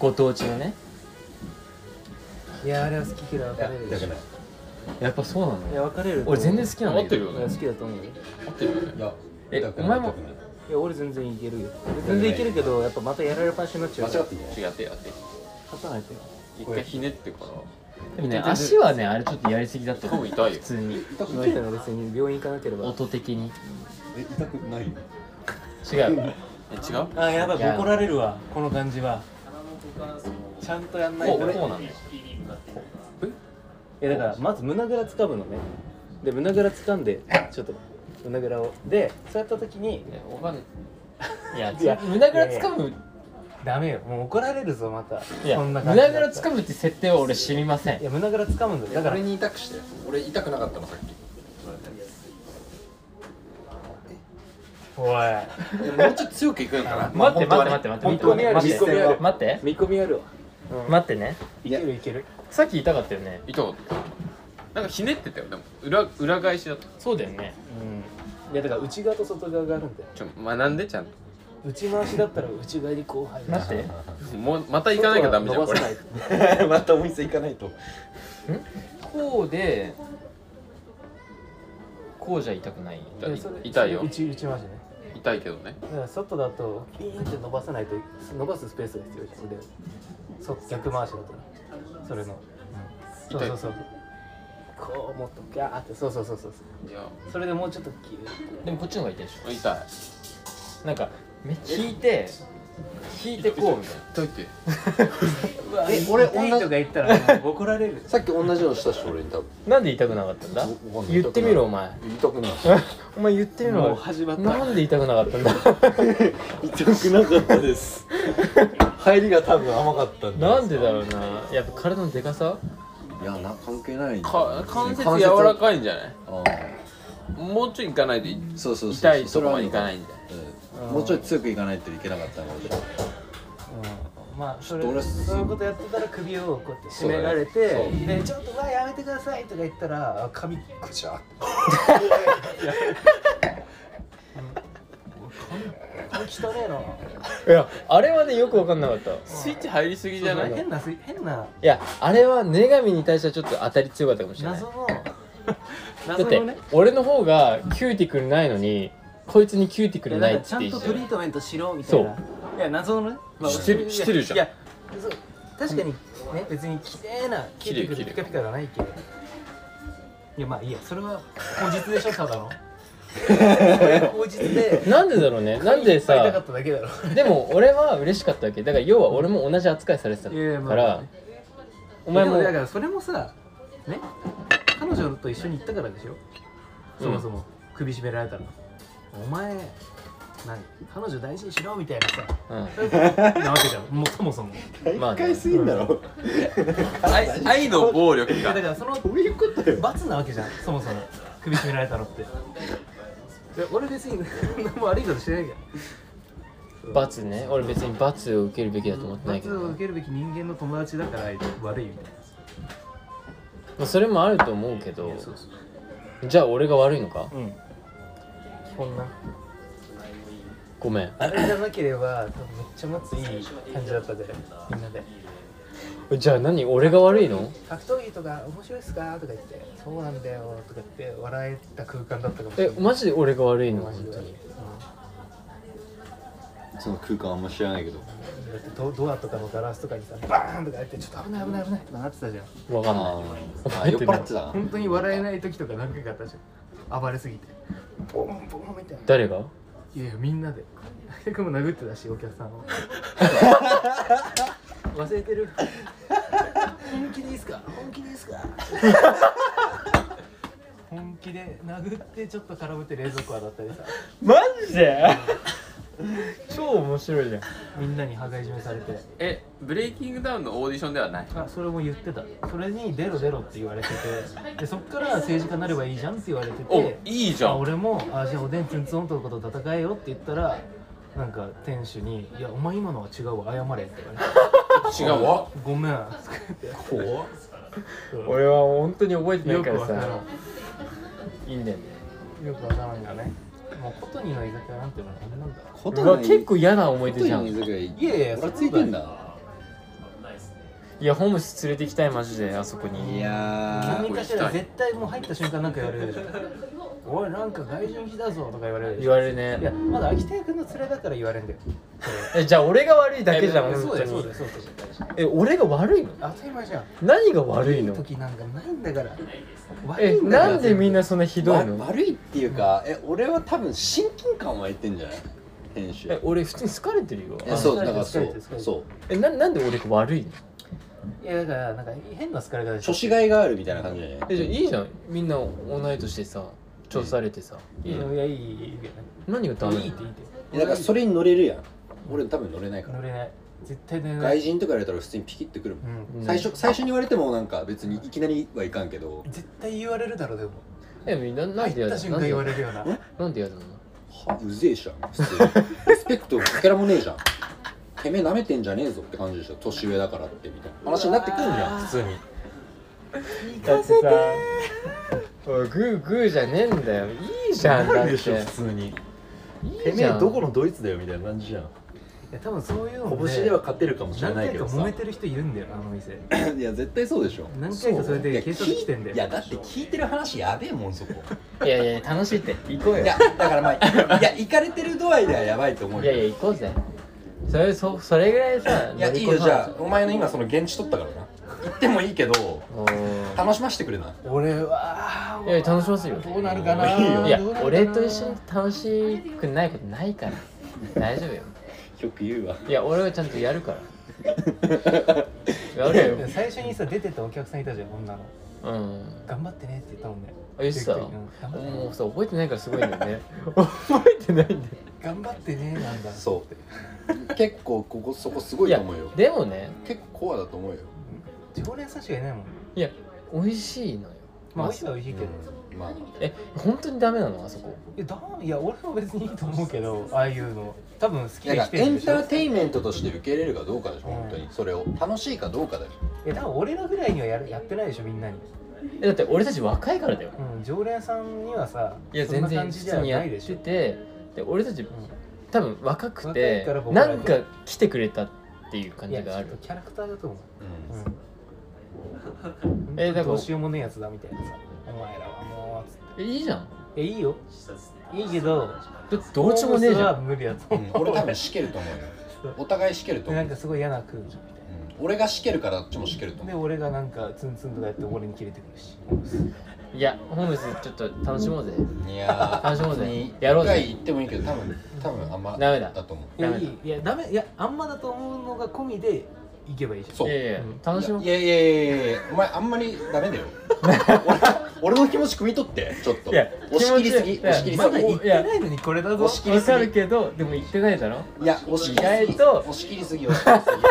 Speaker 2: ご当地のね
Speaker 4: いやあれは好き嫌い分かれる
Speaker 3: いやだから
Speaker 2: やっぱそうなの
Speaker 4: い
Speaker 2: よ
Speaker 4: や分かれると思う
Speaker 2: 俺全然好きなんだ
Speaker 1: 思って
Speaker 2: け
Speaker 1: る
Speaker 2: ど
Speaker 1: よ
Speaker 4: いや
Speaker 1: ね
Speaker 4: 好きだと思うよ
Speaker 1: 思ってるよね
Speaker 3: いや
Speaker 2: え
Speaker 3: 痛くない
Speaker 2: お前も
Speaker 3: 痛くない
Speaker 4: いや俺全然いけるよ俺全然いけるけどやっぱまたやられっぱなしになっちゃう
Speaker 3: 間
Speaker 4: から
Speaker 3: 違ってんじゃない
Speaker 1: 違ってやって
Speaker 4: 勝たないとよ
Speaker 1: 一回ひねってから
Speaker 2: でもね足はねあれちょっとやりすぎだと思う
Speaker 1: 多分痛いよ
Speaker 2: 普通に
Speaker 3: 痛く
Speaker 4: 今
Speaker 3: ない
Speaker 4: 言ったら別に病院行かなければ
Speaker 2: 音的に
Speaker 7: え痛くないよ
Speaker 2: 違う
Speaker 1: え違う
Speaker 4: あやば
Speaker 2: い怒
Speaker 4: られるわこの感じはちゃんとやん
Speaker 2: こうこうなのよ
Speaker 4: いやだからまず胸ぐら掴むのねで胸ぐら掴んでちょっと胸ぐらをでそうやった時に
Speaker 2: いやわ かんいや
Speaker 4: いや
Speaker 2: 胸ぐらつかむ
Speaker 4: ダメよもう怒られるぞまた
Speaker 2: いや
Speaker 4: そんな
Speaker 2: 胸
Speaker 4: 感じだった
Speaker 2: ぐらつかむって設定は俺知りません
Speaker 4: いや胸ぐら掴むんだよだから
Speaker 3: 俺に痛くして俺痛くなかったのさっき
Speaker 4: おい
Speaker 3: もうちょっと強くいくんかな
Speaker 2: 待って待って待って待って
Speaker 4: 本当にある
Speaker 2: 待って
Speaker 4: 見込みある
Speaker 2: 待って
Speaker 4: 見込みあるわ
Speaker 2: 待ってね
Speaker 4: いけるいける
Speaker 2: さっき痛かったよね
Speaker 1: 痛かったなんかひねってたよでも裏裏返しだった
Speaker 2: そうだよね
Speaker 4: うんいやだから内側と外側があるんだよ
Speaker 1: ちょ学んでちゃん
Speaker 4: 内回しだったら内側に後輩が
Speaker 2: 待って
Speaker 1: ともうまた行かなきゃダメじゃんこれ
Speaker 4: 外は伸ばさないと
Speaker 7: またお店行かないと
Speaker 2: こうでこうじゃ痛くない
Speaker 1: 痛い
Speaker 4: やそれ
Speaker 1: 痛いよ
Speaker 4: 内内回しね
Speaker 1: 痛いけどね
Speaker 4: だから外だとピーンって伸ばさないと伸ばすスペースが必要じゃんでそ逆回しだとそれの、そうそうそうこうもっとギャーってそうそうそうそう
Speaker 1: いや
Speaker 4: それでもうちょっとギュー
Speaker 2: でもこっちの方が痛いでし
Speaker 1: 痛い
Speaker 2: ょなんかめ引いて引いてこうみたいな
Speaker 1: 痛いって
Speaker 4: うわ
Speaker 3: え俺
Speaker 4: 痛いとか言ったらもう怒られる
Speaker 3: さっき同じのしたし俺に多分
Speaker 2: なんで痛くなかったんだ
Speaker 3: わかんない
Speaker 2: 言ってみろお前
Speaker 3: 痛くない
Speaker 2: お前言ってみ
Speaker 4: もう
Speaker 2: ろ
Speaker 4: 始まった
Speaker 2: なんで痛く なかったんだ
Speaker 3: 痛くなかったです
Speaker 7: 入りが多分甘かったん
Speaker 2: なんでだろうなやっぱ体のでかさ
Speaker 3: いやな関係ないんだよ
Speaker 1: か
Speaker 3: ね
Speaker 1: 関節柔らかいんじゃない
Speaker 3: あ
Speaker 1: もうちょい行かないとい
Speaker 3: ーそうそうそう
Speaker 1: 痛いと
Speaker 3: それ
Speaker 1: こ
Speaker 3: は
Speaker 1: ま
Speaker 3: あ
Speaker 1: で
Speaker 3: る
Speaker 1: 行かないんじゃ
Speaker 3: うんもうちょい強くいかないといけなかったのかもしれない
Speaker 4: うん まあそれ
Speaker 3: ちょっと俺
Speaker 4: そういうことやってたら首をこうやって絞められて、でちょっとうわやめてくださいとか言ったらあ髪
Speaker 3: くちゃ
Speaker 4: 汚ねえない
Speaker 2: やあれはねよく分かんなかったい
Speaker 1: ないスイッチ入りすぎじゃない
Speaker 4: 変なすい変な
Speaker 2: やあれは女神に対してはちょっと当たり強かったかもしれない
Speaker 4: 謎 の
Speaker 2: だ
Speaker 4: 謎
Speaker 2: って
Speaker 4: のね
Speaker 2: 俺の方がキューティクルないのにこいつにキューティクルない
Speaker 4: な
Speaker 2: っ
Speaker 4: ん
Speaker 2: て
Speaker 4: かちゃん
Speaker 2: 言
Speaker 4: と
Speaker 2: って
Speaker 4: トリートメントしろみたいな
Speaker 2: そ
Speaker 4: いや謎のね、ま
Speaker 1: してるしてるじゃん
Speaker 4: いやそう確かにね別に綺麗な
Speaker 1: 綺麗綺麗
Speaker 4: ピカピカがないけどいやまあいいやそれは口実でしょただ のそれは口実で
Speaker 2: なんでだろう ねなんで
Speaker 4: 買いたか
Speaker 2: さ
Speaker 4: っただけだろ
Speaker 2: でも俺は嬉しかったわけだから要は俺も同じ扱いされてたか
Speaker 4: いやいやまあ
Speaker 2: らお前
Speaker 4: で
Speaker 2: も
Speaker 4: だからそれもさね彼女と一緒に行ったからでしょそもそも、首絞められたらお前何彼女大事にしろみたいなさ
Speaker 2: う
Speaker 4: なわけじゃんもうそもそも
Speaker 2: んまあね
Speaker 3: 痛いすぎんだろ
Speaker 1: 愛愛の暴力
Speaker 4: いや
Speaker 1: が
Speaker 4: だからその
Speaker 3: どういうことよ
Speaker 4: 罰なわけじゃんそもそも首絞められたのっていや俺別に 何も悪いことしてないけど
Speaker 2: 罰ね俺別に罰を受けるべきだと思ってないけ
Speaker 4: 罰
Speaker 2: ど
Speaker 4: を
Speaker 2: ま
Speaker 4: 受けるべき人間の友達だから悪いみたいな
Speaker 2: あそれもあると思うけど
Speaker 4: そうそう
Speaker 2: じゃあ俺が悪いのか
Speaker 4: うん基本な
Speaker 2: ごめん
Speaker 4: あれじゃなければ多分めっちゃ待ついい感じだったでみんなで
Speaker 2: じゃあ何俺が悪いの
Speaker 4: 格闘技とか面白いっすかとか言ってそうなんだよとか言って笑えた空間だったかもしれ
Speaker 2: え
Speaker 4: ない
Speaker 2: マジで俺が悪いの
Speaker 4: マジ
Speaker 2: 本
Speaker 4: で
Speaker 2: 当に
Speaker 3: その空間あんま知らないけど
Speaker 4: うんだってドドアとかのガラスとかにさバーンとかやってちょっと危ない危ない危ないとかなってたじゃん
Speaker 2: わかんない
Speaker 3: あーあ酔っ払ってたな
Speaker 4: 本当に笑えない時とか何回かあったじゃん暴れすぎてボンボンみたいな
Speaker 2: 誰が
Speaker 4: いやいやみんなで早くも殴ってたしお客さんを 忘れてる本気でいいっすか本気でいいっすか本気で殴ってちょっと絡むって冷蔵庫当たったりさ
Speaker 2: マジで 超面白いじゃん
Speaker 4: みんなに羽交い締めされて
Speaker 1: えブレイキングダウンのオーディションではない
Speaker 4: あそれも言ってたそれに出ろ出ろって言われててでそっから政治家になればいいじゃんって言われて
Speaker 1: お
Speaker 4: て
Speaker 1: いいじゃ
Speaker 4: あ
Speaker 1: ん
Speaker 4: 俺もあじゃあおでんつんつんとこと戦えよって言ったらなんか店主に「いやお前今のは違うわ謝れ」って言われて
Speaker 1: 違うわ
Speaker 4: 「ごめん」
Speaker 2: 俺は本当に覚えてない
Speaker 4: よ
Speaker 2: か
Speaker 4: く
Speaker 2: ら
Speaker 4: わからん
Speaker 2: さいいんだよね
Speaker 4: よくわからんよねもう琴にの居酒屋なんていうのは何なんだ
Speaker 3: ホ
Speaker 2: うわ結構嫌な思い出じゃん
Speaker 3: い
Speaker 2: い
Speaker 3: や
Speaker 4: いやいや
Speaker 3: 俺はついてんだ
Speaker 2: やホームス連れて行きたいマジであそこに
Speaker 3: いや
Speaker 4: 何かしら絶対もう入った瞬間なんか言わ れるでしょ「おいなんか外人来たぞ」とか言われるでし
Speaker 2: 言
Speaker 4: ょ
Speaker 2: われる
Speaker 4: いや
Speaker 2: ね
Speaker 4: まだ秋田役の連れだから言われんだよ
Speaker 2: えじゃあ俺が悪いだけじゃん
Speaker 4: いやそう
Speaker 2: 本当
Speaker 4: だよそうだ
Speaker 2: に
Speaker 4: よそうだよ
Speaker 2: え俺が悪いの
Speaker 4: 当たり前じゃん
Speaker 2: 何が悪いの
Speaker 4: 時なんかないんだから
Speaker 2: え
Speaker 4: 悪いんだから
Speaker 2: なんでみんなそんなひどい
Speaker 3: わ
Speaker 2: の
Speaker 3: 悪いっていうかえ俺は多分親近感湧いてんじゃない編集
Speaker 2: え俺普通に好かれてるよ
Speaker 3: えそう
Speaker 4: あ
Speaker 3: だからそ
Speaker 4: 疲れて
Speaker 3: う
Speaker 4: る疲れてる
Speaker 3: そう
Speaker 2: えななんで俺が悪いの
Speaker 4: いやだからなんか変な好かれ方でしょ
Speaker 3: 女子がいがあるみたいな感じじゃない
Speaker 2: えじゃあいいじゃんみんな同い年でさ調査されてさ
Speaker 4: いいのいやいいいいいいいい
Speaker 2: 何がダメなの
Speaker 4: いいっていいって
Speaker 3: えだからそれに乗れるやん俺多分乗れないか
Speaker 4: 乗
Speaker 3: ら
Speaker 4: れない絶対乗れない
Speaker 3: 外人とか言われたら普通にピキッとくるもん
Speaker 4: うん
Speaker 2: うん
Speaker 3: 最初最初に言われてもなんか別にいきなりはいかんけど
Speaker 4: 絶対言われるだろでも
Speaker 2: えみんななんで
Speaker 4: 入っ
Speaker 2: やだ
Speaker 4: た
Speaker 2: な
Speaker 4: 瞬
Speaker 2: ん
Speaker 4: 間
Speaker 2: で
Speaker 4: 言
Speaker 2: や
Speaker 4: わ
Speaker 2: だ
Speaker 4: れるような
Speaker 2: なんでやだの
Speaker 3: はうぜえじゃん普通リスペクトかけらもねえじゃんてめえなめてんじゃねえぞって感じでしょ年上だからってみたいな話になってくるじゃん
Speaker 7: 普通に
Speaker 2: だってさおいグーグーじゃねえんだよいいいじゃんだ
Speaker 8: な
Speaker 2: っ
Speaker 8: る
Speaker 2: て
Speaker 8: でしょ普通に
Speaker 2: い
Speaker 8: て
Speaker 2: い
Speaker 8: め
Speaker 2: じ
Speaker 8: え
Speaker 2: ゃん
Speaker 8: どこのドイツだよみたいな感じじゃん
Speaker 4: や多分そういうのもね
Speaker 8: 拳では勝てるかもしれ
Speaker 4: 何
Speaker 8: ない
Speaker 4: 回
Speaker 8: け
Speaker 4: か
Speaker 8: ど
Speaker 4: 揉
Speaker 8: さ
Speaker 4: めてる人いるんだよあの店
Speaker 9: いや絶対そうでしょ
Speaker 4: 何回かそれで警察来てんだよ
Speaker 3: いやだって聞いてる話やべえもんそこ
Speaker 2: いやいや楽しいって行こうよ
Speaker 3: い
Speaker 2: い
Speaker 3: や
Speaker 2: や
Speaker 3: だ からまあいや行かれてる度合いではやばいと思う
Speaker 2: い
Speaker 3: よ
Speaker 2: や行こうぜそれそそれぐらいさ
Speaker 3: いやいい
Speaker 2: 乗り越
Speaker 3: よじ
Speaker 2: さな
Speaker 3: ゃあお前の今その現地取ったからな行ってもいいけど
Speaker 2: おー
Speaker 3: 楽しませてくれな
Speaker 9: 俺はい
Speaker 2: や楽しますよ
Speaker 9: どうなるかない
Speaker 2: や俺と一緒に楽しくないことないから大丈夫よ
Speaker 9: よく言うわ
Speaker 2: いや俺はちゃんとやるからやるよ
Speaker 4: 最初にさ出てったお客さんいたじゃん女の
Speaker 2: うん
Speaker 4: 頑張ってねって言ったもんね
Speaker 2: あ言ってた
Speaker 4: ゆきくんうん頑張ってね
Speaker 2: もうさ覚えてないからすごいんだよね覚えてないんだよ
Speaker 4: 頑張ってねなんだ
Speaker 3: そう結構ここそこすご
Speaker 2: い
Speaker 3: いと
Speaker 2: や
Speaker 3: 思うよ
Speaker 2: でもね
Speaker 3: 結構コアだと思うよ
Speaker 4: 常連さんしかいないもん
Speaker 2: いや美味しいのよ
Speaker 4: まあ美味しいは美味しいけど、
Speaker 3: まあ
Speaker 2: え本当にダメなのあそこ
Speaker 4: いやだいや俺も別にいいと思うけどああいうの多分好き
Speaker 3: だ
Speaker 4: で
Speaker 3: か
Speaker 4: 来て
Speaker 3: らエ
Speaker 4: るん
Speaker 3: ン
Speaker 4: でしょ
Speaker 3: ターテインメントとして受け入れるかどうかでしょ本当にそれを楽しいかどうかだよ
Speaker 4: いや多分俺らぐらいにはやるやってないでしょみんなに、
Speaker 2: えだって俺たち若いからだよ
Speaker 4: うん、常連さんにはさ
Speaker 2: いや
Speaker 4: そん
Speaker 2: 全
Speaker 4: な
Speaker 2: 然
Speaker 4: 感
Speaker 2: 普
Speaker 4: じじ
Speaker 2: 通
Speaker 4: ゃ
Speaker 2: にや
Speaker 4: な
Speaker 2: っ
Speaker 4: いでしてょ、
Speaker 2: てで俺たち多分若く
Speaker 4: 若い
Speaker 2: て
Speaker 4: から僕ら
Speaker 2: なんか来てくれたっていう
Speaker 4: うん、
Speaker 2: 感
Speaker 4: いや
Speaker 2: じ
Speaker 4: ち
Speaker 2: が
Speaker 4: ょ
Speaker 2: あ
Speaker 4: っと
Speaker 2: る
Speaker 4: キャラクターだと思う、
Speaker 3: うん
Speaker 4: うん、
Speaker 2: えだから
Speaker 4: どうしようもねえやつだみたいなさお前らはもうつっ
Speaker 2: えいいじゃん
Speaker 4: ていやいいよいいけど
Speaker 2: だってどうしようもねえじ
Speaker 4: ホ
Speaker 2: ゃ
Speaker 4: ームスは
Speaker 2: ん
Speaker 4: 無理やと
Speaker 3: うん
Speaker 4: 思う、
Speaker 3: 俺多分しけると思うよお互いしけると
Speaker 4: で
Speaker 3: 思
Speaker 4: な
Speaker 3: うん
Speaker 4: かすごい嫌な空気み
Speaker 3: うん俺がしけるからあっちもしけると
Speaker 4: たいな
Speaker 3: 思
Speaker 4: で
Speaker 3: う
Speaker 4: 俺がなんかツンツンとかやって俺に切れてくるし
Speaker 2: いやホームスちょっと楽しもうぜ
Speaker 3: いや
Speaker 2: 楽しもうぜ
Speaker 3: に
Speaker 2: やろうぜ
Speaker 3: 一回行ってもいいけど多分多分あんま
Speaker 2: ダメだ
Speaker 3: と思う
Speaker 4: い
Speaker 2: ダ
Speaker 4: や
Speaker 2: メ
Speaker 4: い
Speaker 2: だ
Speaker 4: いいやダメいやあんまだと思うのが込みでいけばいいじゃん
Speaker 3: そう
Speaker 2: いやいや
Speaker 4: うん
Speaker 2: 楽しもう
Speaker 3: いやいやいやいやいやお前あんまりダ メだよ俺俺の気持ち汲み取ってちょっと
Speaker 2: いや
Speaker 3: 押し切りすぎ
Speaker 2: 気持ちいや
Speaker 3: 押し切り
Speaker 2: ま
Speaker 3: す
Speaker 2: だ
Speaker 3: ぎ
Speaker 2: い
Speaker 3: い
Speaker 2: い
Speaker 4: 言ってないのにこれだぞ
Speaker 3: 押し切り
Speaker 2: わ
Speaker 3: す
Speaker 2: かる
Speaker 3: ぎ
Speaker 2: けどでも言ってないだろ
Speaker 3: いや押し切りす
Speaker 2: 意外
Speaker 3: ぎ
Speaker 2: と
Speaker 3: 押し切りすぎ押し切りすぎ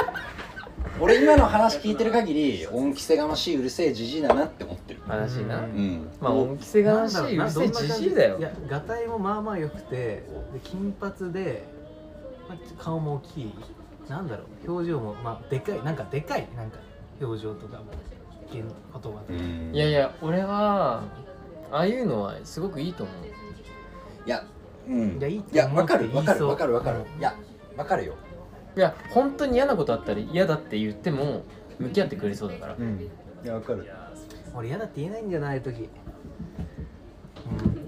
Speaker 3: 俺今の話聞いてる限り恩着せがましいうるせえじじいだなって思ってる
Speaker 2: 話しいな
Speaker 9: うん
Speaker 2: まあ恩着せがましいうるせえじじいだよ
Speaker 4: いやガタイもまあまあ良くてで金髪で、まあ顔も大きいなんだろう表情もまあでかいなんかでかいなんか表情とかも言言葉とか、
Speaker 3: うん
Speaker 2: いやいや俺はああいうのはすごくいいと思う
Speaker 3: いやうん
Speaker 4: いやいいっ
Speaker 3: い
Speaker 4: て
Speaker 3: や
Speaker 4: 思
Speaker 3: わ
Speaker 4: って
Speaker 3: か
Speaker 4: 言
Speaker 3: る
Speaker 4: いそう
Speaker 3: わかるわかるわかる
Speaker 4: うん
Speaker 3: いやわかるよ
Speaker 2: いや本当に嫌なことあったら嫌だって言っても向き合ってくれそうだから
Speaker 3: うんいやわかる
Speaker 4: 俺嫌だって言えないんじゃない時、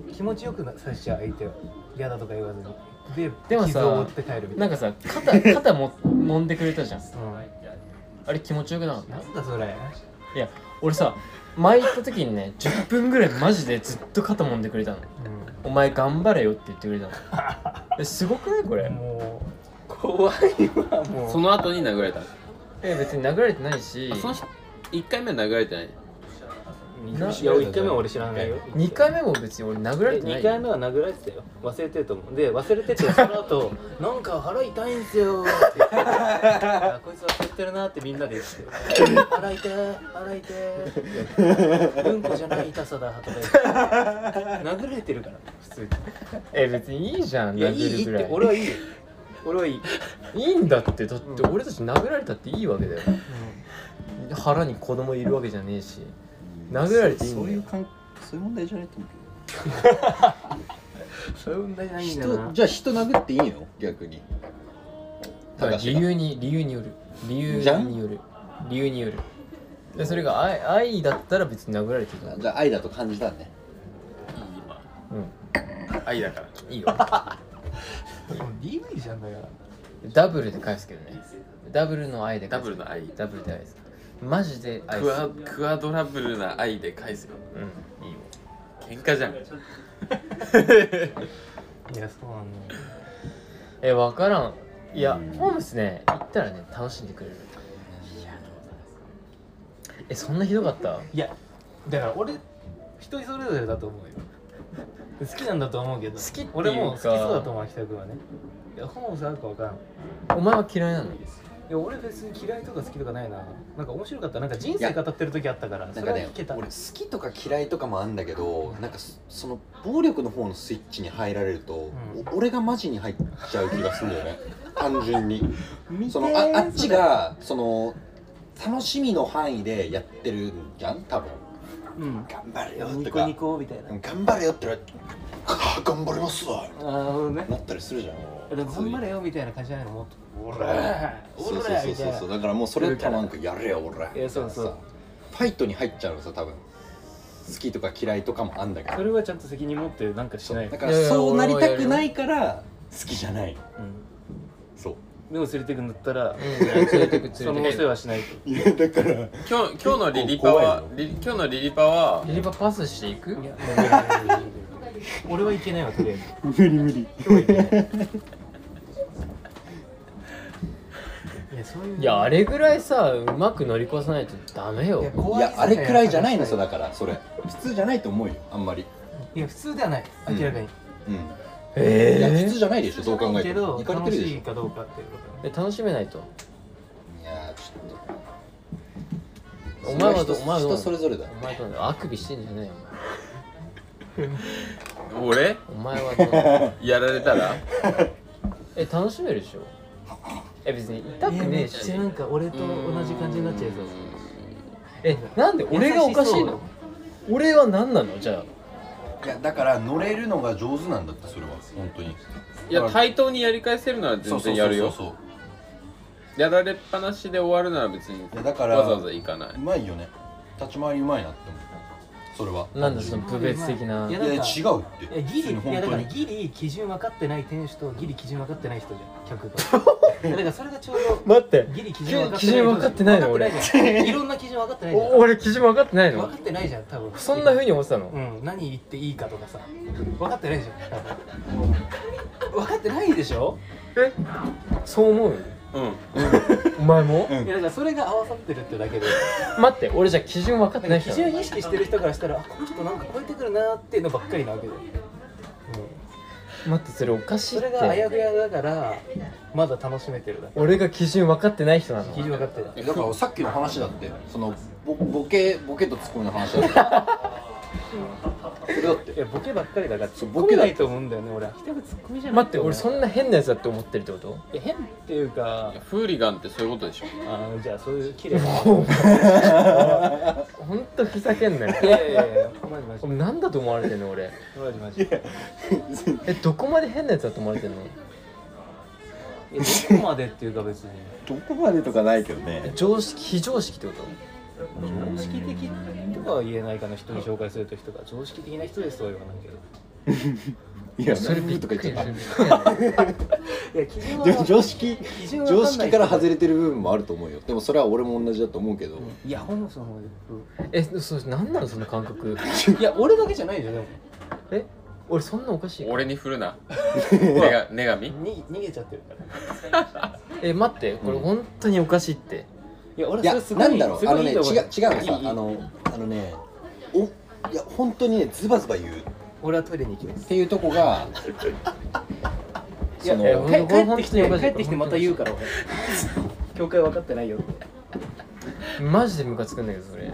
Speaker 4: うん、気持ちよくなさせちゃう相手を嫌だとか言わずにで
Speaker 2: でもさ
Speaker 4: 傷を負って帰るみ
Speaker 2: ない
Speaker 4: た
Speaker 2: んか
Speaker 4: な
Speaker 2: さ肩肩も揉んでくれたじゃん
Speaker 4: うん
Speaker 2: あれ気持ちよくなかっ
Speaker 4: な
Speaker 2: た
Speaker 4: んだそれ
Speaker 2: いや俺さ前行った時にね10分ぐらいマジでずっと肩揉んでくれたの「お前頑張れよ」って言ってくれたのえすごくないこ
Speaker 4: う
Speaker 2: れ
Speaker 4: んも
Speaker 9: 怖いわも
Speaker 1: その後に殴られた
Speaker 2: え別に殴られてないし
Speaker 1: あその人1回目は殴られてないう
Speaker 2: ない
Speaker 4: や1回目は俺知らないよ
Speaker 2: 2回目も別に俺殴られてない
Speaker 4: 2回目は殴られてたよ忘れてると思うで忘れててその後なんか腹痛いんすよ」って 言ってあこいつ忘れてるなってみんなで言って「腹痛い腹痛い」ってうんこじゃない痛さだ」とか言って殴られてるから普通に
Speaker 2: え別にいいじゃん
Speaker 4: いやいい
Speaker 2: 殴るぐ
Speaker 4: っ
Speaker 2: らい
Speaker 4: て俺はいいよ俺はいい、
Speaker 2: いいんだってだって俺たち殴られたっていいわけだよ
Speaker 4: う
Speaker 2: 腹に子供いるわけじゃねえし殴られていいんだよ
Speaker 9: そういう感そういう問題じゃないと思うけど
Speaker 4: ん、そういう問題ないんだよな
Speaker 9: 人じゃあ人殴っていいの逆に
Speaker 2: だから理由に理由による理由
Speaker 9: じゃん
Speaker 2: による理由によるでそれが愛愛だったら別に殴られていいと思う
Speaker 9: じゃあ愛だと感じたんね
Speaker 1: 愛だから
Speaker 2: うんいいよ
Speaker 4: DV じゃんだから
Speaker 2: ダブルで返すけどねダブルの愛で
Speaker 1: ダ
Speaker 2: 返す
Speaker 1: ブルの愛
Speaker 2: ダブルで愛すマジで愛す
Speaker 1: クアクアドラブルな愛で返せよ
Speaker 2: うんいいよ
Speaker 1: 喧嘩じゃん
Speaker 4: いやそうなんだよ
Speaker 2: え分からんいやホームスね行ったらね楽しんでくれるえそんなひどかった
Speaker 4: いやだから俺人それぞれだと思うよ好きなんだと思うけど
Speaker 2: 好きっていうか
Speaker 4: 俺も好きそうだと思う秋田君はねいや本もさあるかわからんい
Speaker 2: お前は嫌いなの
Speaker 4: や俺別に嫌いとか好きとかないななんか面白かったなんか人生語ってる時あったから
Speaker 3: な
Speaker 4: そ
Speaker 3: ん
Speaker 4: れ
Speaker 3: か
Speaker 4: は
Speaker 3: ね
Speaker 4: 聞けた
Speaker 3: 俺好きとか嫌いとかもあんだけどなんかそその暴力の方のスイッチに入られると、
Speaker 4: うん
Speaker 3: お俺がマジに入っちゃう気がするんだよね単純にそのああっちがその楽しみの範囲でやってるんじゃん多分
Speaker 4: うん
Speaker 3: 頑張れよ
Speaker 4: ニ
Speaker 3: と
Speaker 4: コ
Speaker 3: か
Speaker 4: ニコみたいな
Speaker 3: 頑張れよって言われてあ頑張りますわ
Speaker 4: ああほどね
Speaker 3: なったりするじゃん
Speaker 4: でも頑張れよみたいな感じじゃないのもっと
Speaker 3: 俺
Speaker 4: お
Speaker 3: そうそう
Speaker 4: ら
Speaker 3: そう
Speaker 4: みたい
Speaker 3: そ
Speaker 4: な
Speaker 3: うだからもうそれとなんかやれよ俺
Speaker 4: いやそうそう
Speaker 3: さファイトに入っちゃうのさ多分好きとか嫌いとかもあんだけど
Speaker 10: それはちゃんと責任持ってなんかしない
Speaker 3: だから
Speaker 2: いやいや
Speaker 3: そうなりたくないから好きじゃない
Speaker 10: うん
Speaker 3: そう
Speaker 10: でも連れてくんだったら
Speaker 2: 連れてく連れてく
Speaker 10: そのお世話しないと
Speaker 3: いやだから
Speaker 1: 今日今日のリリパはリ今日のリリパは
Speaker 2: リリバパスしていく
Speaker 4: いやもう無理無理無理無理俺はいけないわ とりあえず無理無理いやそういう
Speaker 2: い
Speaker 4: い
Speaker 2: やあれぐらいさうまく乗り越さないとダメよ
Speaker 4: や
Speaker 3: い
Speaker 4: 怖
Speaker 3: やあれくらいじゃないのさ
Speaker 4: だ
Speaker 3: だからそれ普通じゃないと思うよあんまり
Speaker 4: いや普通ではない
Speaker 3: うん
Speaker 4: 明らかに、
Speaker 3: うんいや
Speaker 2: え
Speaker 3: 普通じゃないでしょどう考えて
Speaker 4: け
Speaker 3: も
Speaker 4: ど
Speaker 3: いかれて
Speaker 4: 楽
Speaker 3: るで
Speaker 4: しい
Speaker 3: し
Speaker 4: かどうかっていうことだね
Speaker 2: え楽しめないと
Speaker 3: ょいやちょっと
Speaker 2: お前はど
Speaker 3: それ人
Speaker 2: お前はどう
Speaker 3: 人それぞれだ
Speaker 2: お前どうなのあくびしてんじゃないよ
Speaker 1: 俺
Speaker 2: お前お前はどうな の
Speaker 1: やられたら
Speaker 2: え楽しめるでしょえ別に痛く
Speaker 4: いや
Speaker 2: ね
Speaker 4: め
Speaker 2: え
Speaker 4: っ
Speaker 2: し
Speaker 4: ちゃなんか俺と同じ感じになっちゃいそう
Speaker 2: えなんで俺がおかしい
Speaker 4: 優し
Speaker 2: の俺は何なのじゃ
Speaker 3: いやだから乗れるのが上手なんだってそれは本当に
Speaker 1: いや対等にやり返せるなら
Speaker 3: そ
Speaker 1: 全
Speaker 3: うそうそうそ
Speaker 1: 然
Speaker 3: う
Speaker 1: やるよ
Speaker 3: そう
Speaker 1: やられっぱなしで終わるなら別に
Speaker 3: いやだから
Speaker 1: わざわざ行かないう
Speaker 3: まいよね立ち回りうまいなって思うそれは
Speaker 2: あなんだその部別的ない
Speaker 3: いや
Speaker 4: やなん
Speaker 3: いや
Speaker 4: か
Speaker 3: 違うって
Speaker 4: いやギ
Speaker 3: 普通
Speaker 4: リ
Speaker 3: に
Speaker 4: いやだから
Speaker 3: 本
Speaker 4: ギリ基準分かってない店主とギリ基準分かってない人じゃん客 がいやだからそれがちょうど
Speaker 2: 待って
Speaker 4: ギリ基準分かって
Speaker 2: 基準分かってないの
Speaker 4: 分かってないじゃんいろんな基準分かってないじゃん
Speaker 2: 俺基準分かってない
Speaker 4: 分
Speaker 2: の
Speaker 4: かってないじゃん多分
Speaker 2: そんな風に思ってたの
Speaker 4: うん何言っていいかとかさ分かってないじゃん多分分かってないでしょ
Speaker 2: えそう思う
Speaker 1: うん
Speaker 2: お前も
Speaker 3: うん
Speaker 4: いやだからそれが合わさってるってだけで
Speaker 2: 待って俺じゃあ基準分かって
Speaker 4: だ
Speaker 2: な
Speaker 4: から
Speaker 2: い人
Speaker 4: 基
Speaker 2: な
Speaker 4: 準
Speaker 2: の
Speaker 4: 意識してる人からしたらあこの人なんか超えてくるなーっていうのばっかりなわけで、うん、
Speaker 2: 待ってそれおかしい
Speaker 4: そ
Speaker 2: っ
Speaker 4: れがあや
Speaker 2: て
Speaker 4: ふやだからまだ楽しめてるだけ
Speaker 2: 俺が基準分かってない人なの
Speaker 4: 基準分かってない
Speaker 3: 当にだからさっきの話だってそのボボケボケとツッコミの話だってそれだって
Speaker 4: いやボケばっかりだから
Speaker 3: そ
Speaker 4: ツ
Speaker 3: う
Speaker 4: ッコ
Speaker 3: ボケ
Speaker 4: ミ
Speaker 3: だ
Speaker 4: な
Speaker 3: って
Speaker 4: いと思うんだよね俺秋田部ツッコミじゃない
Speaker 2: 待って俺そ
Speaker 4: なん
Speaker 2: な変なやつだって思ってるってこと
Speaker 4: 変っていうか
Speaker 1: いやフーリガンってそういうことで しょ
Speaker 4: あーじゃあそういう綺麗な
Speaker 2: ほんとふざけんなよ
Speaker 4: いやいやいやマジマジ
Speaker 2: お前なんだと思われてんの俺
Speaker 4: マジマジい
Speaker 2: えどこまで変なやつだと思われてんの
Speaker 4: やどこまでっていうか別に
Speaker 11: どこまでとかないけどね
Speaker 2: 常識非常識ってこと
Speaker 4: 常識的とかは言えないかな人に紹介すると人が常識的な人ですとは言わないけど
Speaker 11: いや
Speaker 2: それびっくりする
Speaker 11: とか言っ ち
Speaker 4: いや基準
Speaker 11: ゃ
Speaker 4: は
Speaker 11: ったでも常識
Speaker 4: 基準
Speaker 11: 常識から外
Speaker 4: れ
Speaker 11: れてる部分もあると思うよでもそれは俺も同じだと思うけど、
Speaker 4: いや本その方が
Speaker 2: えそうなんなのその感覚
Speaker 4: いや俺だけじゃないじゃんでも
Speaker 2: え俺そんなおかしい
Speaker 1: 俺に振る な女が女神
Speaker 4: に逃げちゃってるから
Speaker 2: え待ってこれ本当におかしいって
Speaker 4: いや俺
Speaker 11: いや
Speaker 4: それすごい
Speaker 11: なんだろ
Speaker 4: す
Speaker 11: うあ
Speaker 4: ご
Speaker 11: の
Speaker 4: い
Speaker 11: ね違
Speaker 4: いいうと
Speaker 11: 違
Speaker 4: 思
Speaker 11: う
Speaker 4: う
Speaker 11: のさあのあのねおいや本当にねズバズバ言うっ
Speaker 4: 俺はトイレに行きます
Speaker 11: ていうとこ が
Speaker 4: い
Speaker 11: そ
Speaker 4: やい
Speaker 11: の
Speaker 4: や
Speaker 2: え
Speaker 4: 帰帰ってきて
Speaker 2: 本当に
Speaker 4: 帰ってきてまた言うから俺教会分かってないよって
Speaker 2: マジでムカつくんだけどそれ
Speaker 11: いや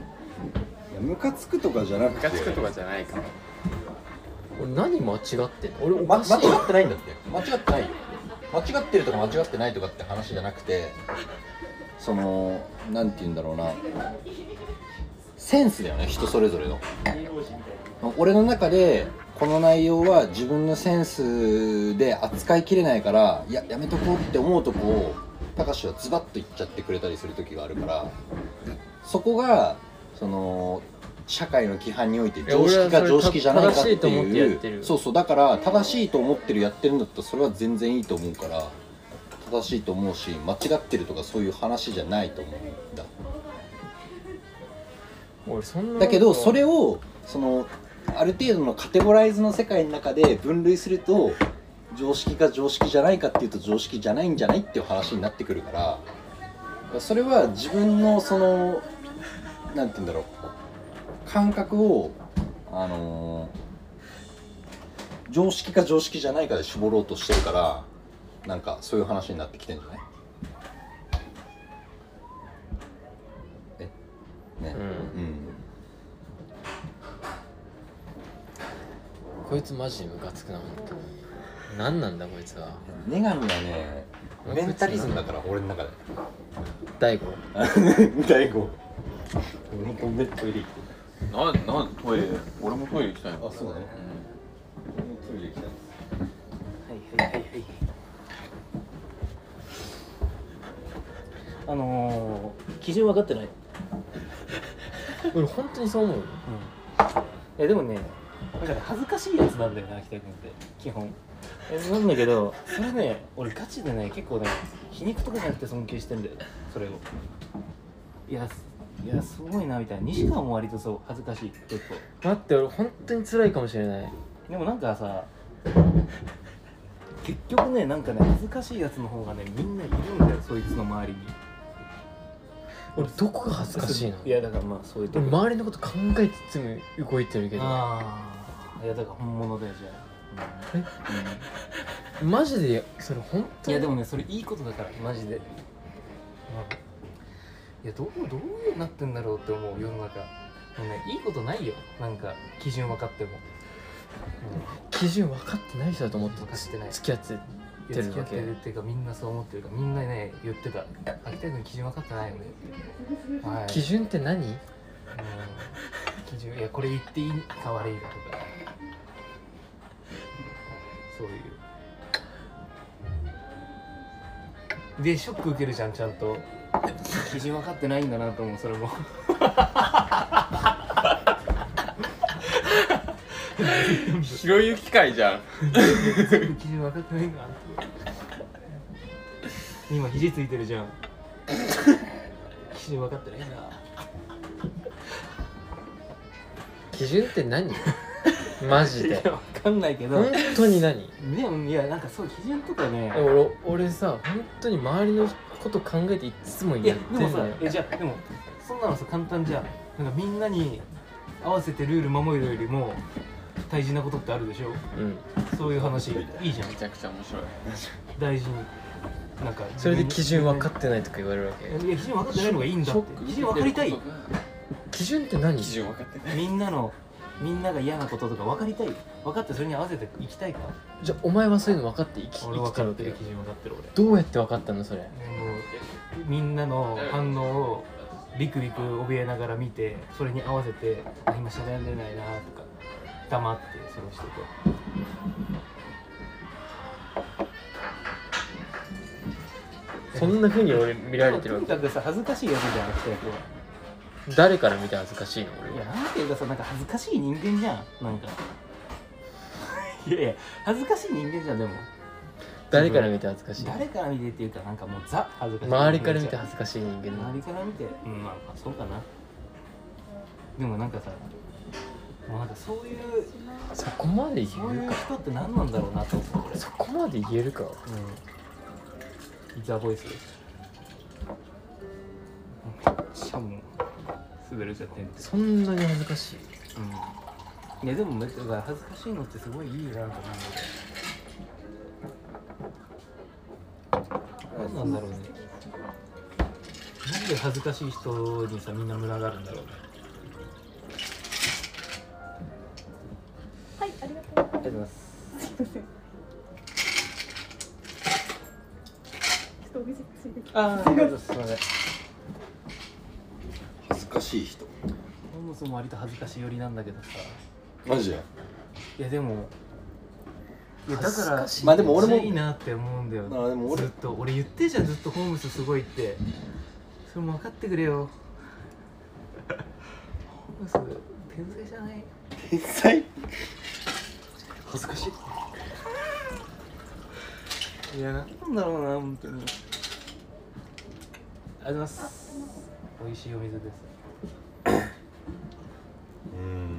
Speaker 11: ムカつくとかじゃな
Speaker 1: ム
Speaker 11: く
Speaker 1: カ
Speaker 11: て
Speaker 1: つくとかじゃないから
Speaker 2: 俺何間違ってんの俺お
Speaker 3: ま
Speaker 2: かしい
Speaker 3: 間違ってないんだって間違ってないよ間違ってるとか間違ってないとかって話じゃなくてそのなんて言うんだろうなセンスだよね人それぞれの俺の中でこの内容は自分のセンスで扱いきれないからいややめとこうって思うとこをたかしはズバッと言っちゃってくれたりする時があるからそこがその社会の規範において常
Speaker 2: い
Speaker 3: 識
Speaker 2: や俺はそ
Speaker 11: か
Speaker 2: れ
Speaker 3: 常識じゃないかって
Speaker 2: 正しいと思ってやって
Speaker 3: い
Speaker 2: る
Speaker 3: うそうそうだから正しいと思ってるやってるんだったらそれは全然いいと思うから正しいと思うし間違ってるとかそういう話じゃないと思うんだ
Speaker 2: 俺そんな
Speaker 3: だけどそれをそのある程度のカテゴライズの世界の中で分類すると常識か常識じゃないかっていうと常識じゃないんじゃないっていう話になってくるからそれは自分のそのなんて言うんだろう感覚をあのー常識か常識じゃないかで絞ろうとしてるからなんかそういう話になってきてんじゃないえね
Speaker 2: うん
Speaker 3: うん
Speaker 2: こいつマジでムカつくな本当に何なんだこいつは
Speaker 3: 女神はねメンタリズムだから俺の 中で
Speaker 2: 大悟
Speaker 3: 大悟俺もごめんトイレ行って
Speaker 1: なんなんトイレ俺もトイレ行きたいの
Speaker 3: あそうだね
Speaker 1: ん
Speaker 3: トイ
Speaker 4: はいはいはいあのー、基準分かってない
Speaker 2: 俺本当にそう思うよ
Speaker 4: いやでもねなんかね恥ずかしいやつなんだよな秋田君って基本えなんだけどそれね俺ガチでね結構ね皮肉とかじゃなくて尊敬してんだよそれをいやすいやすごいなみたいな西川も割とそう恥ずかしい結構
Speaker 2: 待って俺本当に辛いかもしれない
Speaker 4: でもなんかさ結局ねなんかね恥ずかしいやつの方がねみんないるんだよそいつの周りに
Speaker 2: 俺どこが恥ずかしいの
Speaker 4: いやだからまあそういうと
Speaker 2: 俺
Speaker 4: こ
Speaker 2: 周りのこと考えてつも動いてるけど
Speaker 4: ああいやだから本物だよじゃあ、うん
Speaker 2: マジでそれ本当
Speaker 4: いやでもねそれいいことだからマジで、うんいやどうどういうなってんだろうって思う世の中もうねいいことないよなんか基準分かっても、
Speaker 2: 基準分かってない人だと思っ
Speaker 4: うん、
Speaker 2: て
Speaker 4: 分かってない
Speaker 2: 付き合って
Speaker 4: いや
Speaker 2: てる
Speaker 4: 付き合
Speaker 2: わ
Speaker 4: っ
Speaker 2: け
Speaker 4: てるっていうかみんなそう思ってるからみんなね言ってた「秋田君基準分かってないよね」ってはい
Speaker 2: 基準って何
Speaker 4: うん基準いやこれ言っていいか悪いかとかそういうでショック受けるじゃんちゃんと基準分かってないんだなと思うそれも
Speaker 1: ひろゆき会じゃん
Speaker 4: 基準分かってないんだなって今肘ついてるじゃん基準分かってないな
Speaker 2: 基準って何 マジで
Speaker 4: 分かんないけど
Speaker 2: 本当に何
Speaker 4: でもいやなんかそう基準とかね
Speaker 2: え俺俺さ本当に周りのこと考えていっつも
Speaker 4: いや
Speaker 2: やっ
Speaker 4: で
Speaker 2: て
Speaker 4: も
Speaker 2: んだ
Speaker 4: さ
Speaker 2: よ
Speaker 4: えじゃあでもそんなのさ簡単じゃんなんかみんなに合わせてルール守るよりも大事なことってあるでしょ
Speaker 2: うん
Speaker 4: そういう話いいじゃん
Speaker 1: めちゃくちゃ面白い
Speaker 4: 大事になんか
Speaker 2: それで基準分か
Speaker 4: っ
Speaker 2: ってないとか言われるわけ
Speaker 4: いや基準分かってないのがいいんだって基準分かりたい
Speaker 2: 基準って何
Speaker 1: 基準分かってない
Speaker 4: みんなのみんなが嫌なこととか分かりたい分かってそれに合わせていきたいか
Speaker 2: じゃあお前はそういうの分かって生き生
Speaker 4: 俺分
Speaker 2: きて
Speaker 4: か
Speaker 2: る
Speaker 4: っ
Speaker 2: わ
Speaker 4: て
Speaker 2: け
Speaker 4: る
Speaker 2: よ
Speaker 4: 基準分かってる俺
Speaker 2: どうやって分かったのそれ
Speaker 4: でもみんなの反応をビクビク怯えながら見てそれに合わせて「あ今喋んでないな」とか黙ってそれをしてて
Speaker 2: そんな風に俺見られてるわ
Speaker 4: とに
Speaker 2: け
Speaker 4: かくさ恥ずかしいやつじゃんってこ
Speaker 2: 誰から見て恥ずかしいの俺
Speaker 4: ういや
Speaker 2: は
Speaker 4: なんていうかさなんか恥ずかしい人間じゃんなんかいやいや恥ずかしい人間じゃんでも
Speaker 2: 誰から見て恥ずかしい
Speaker 4: 誰から見てっていうかなんかもうザ恥ずかしい人間
Speaker 2: 周りから見て
Speaker 4: じゃん
Speaker 2: 恥ずかしい人間なの
Speaker 4: 周りから見てうんまあまあそうかなでもなんかさもうなんかそういう
Speaker 2: そこまで
Speaker 4: そう
Speaker 2: 言え
Speaker 4: い
Speaker 2: る
Speaker 4: う
Speaker 2: か
Speaker 4: 人って何なんだろうなと思う俺
Speaker 2: そこまで言えるか
Speaker 4: うんザ・ボイスしかも滑れちゃってんです
Speaker 2: そんなに恥ずかしい
Speaker 4: うんいやでもめっちゃ恥ずかしいのってすごいいいなと思うんだよ何なんだろうねなんで恥ずかしい人にさみんな群がるんだろうね
Speaker 6: はい、ありがとう。
Speaker 4: ありがとうございます
Speaker 6: ちょっとお店ついてきて。
Speaker 4: ああありがとうございます
Speaker 3: 恥ずかしい人
Speaker 4: そもそも割と恥ずかしい寄りなんだけどさ
Speaker 3: マジで
Speaker 4: いやでもいやだから
Speaker 3: まあでも俺
Speaker 4: いい
Speaker 3: も
Speaker 4: なって思うんだよ
Speaker 3: あでも俺
Speaker 4: ずっと俺言ってんじゃんずっとホームスすごいってそれも分かってくれよホームス天才じゃない
Speaker 3: 天才
Speaker 4: 恥ずかしいいやなんなんだろうな本当にありがとうございます美味しいお水です
Speaker 7: うん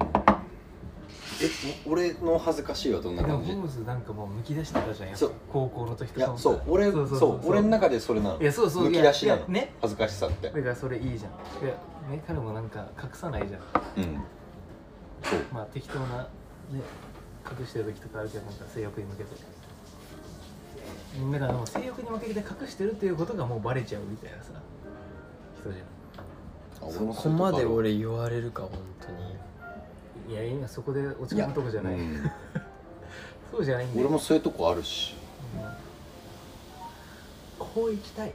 Speaker 3: え俺の恥ずかしいはどん
Speaker 4: で
Speaker 3: な
Speaker 4: も
Speaker 3: 感
Speaker 4: ホ
Speaker 3: じ
Speaker 4: ームスなんかもうむき出してたじゃんやっぱ
Speaker 3: そう
Speaker 4: 高校の時
Speaker 3: い
Speaker 4: とか
Speaker 3: や
Speaker 4: もさ
Speaker 3: そう俺そう俺の中でそれなの
Speaker 4: いやそうそう
Speaker 3: むき出しなの
Speaker 4: いやいやね
Speaker 3: 恥ずかしさって
Speaker 4: だからそれいいじゃんいやね彼もなんか隠さないじゃん
Speaker 3: うんそう
Speaker 4: まあ適当なね隠してる時とかあるけどなんか性欲に向けてだからもう性欲に向けて隠してるっていうことがもうバレちゃうみたいなさ人じゃ
Speaker 3: あ俺
Speaker 2: そ
Speaker 3: も
Speaker 2: こ
Speaker 3: ういうと
Speaker 2: ま
Speaker 3: こあ
Speaker 2: で
Speaker 3: るわ
Speaker 2: 俺言われるか本当に
Speaker 4: んいや今そこで落ち込むとこじゃない
Speaker 3: うん
Speaker 4: そうじゃないんだ
Speaker 3: 俺
Speaker 4: よ
Speaker 3: もそういうとこあるし
Speaker 4: こう行きたい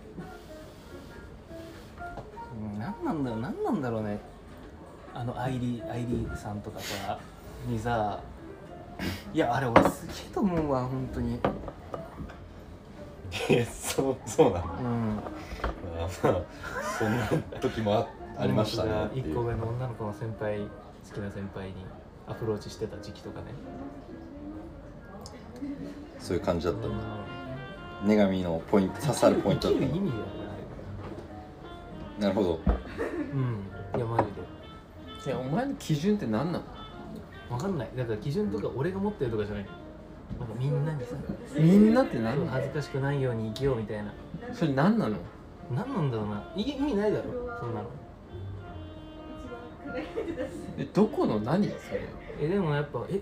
Speaker 4: うん何なんだろう何なんだろうねあのアイリーアイリーさんとかさにさいやあれ俺すげえと思うわ本当に
Speaker 12: えそうそうなの
Speaker 4: うん
Speaker 12: まあまあそんな時もあありましたねってい
Speaker 4: 1個
Speaker 12: う
Speaker 4: 上の女の子の先輩好きな先輩にアプローチしてた時期とかね
Speaker 3: そういう感じだった
Speaker 4: うん
Speaker 3: だ
Speaker 4: ん
Speaker 3: 女神のポイント刺さるポイントだ
Speaker 4: 生
Speaker 3: っ
Speaker 4: き
Speaker 3: た
Speaker 4: る
Speaker 3: ん
Speaker 4: 意
Speaker 3: だ
Speaker 4: 味だよね
Speaker 3: なるほど
Speaker 4: あれうんいやマジで
Speaker 2: いやお前の基準って何なの
Speaker 4: わかんないだから基準とか俺が持ってるとかじゃないなんかみんなにさ
Speaker 2: みんなって何な
Speaker 4: 恥
Speaker 2: の
Speaker 4: ずかしくないように生きようみたいな
Speaker 2: それ何なの
Speaker 4: 何なんだろうない意味ないだろそんなの
Speaker 2: えどこの何それ
Speaker 4: えでもやっぱえ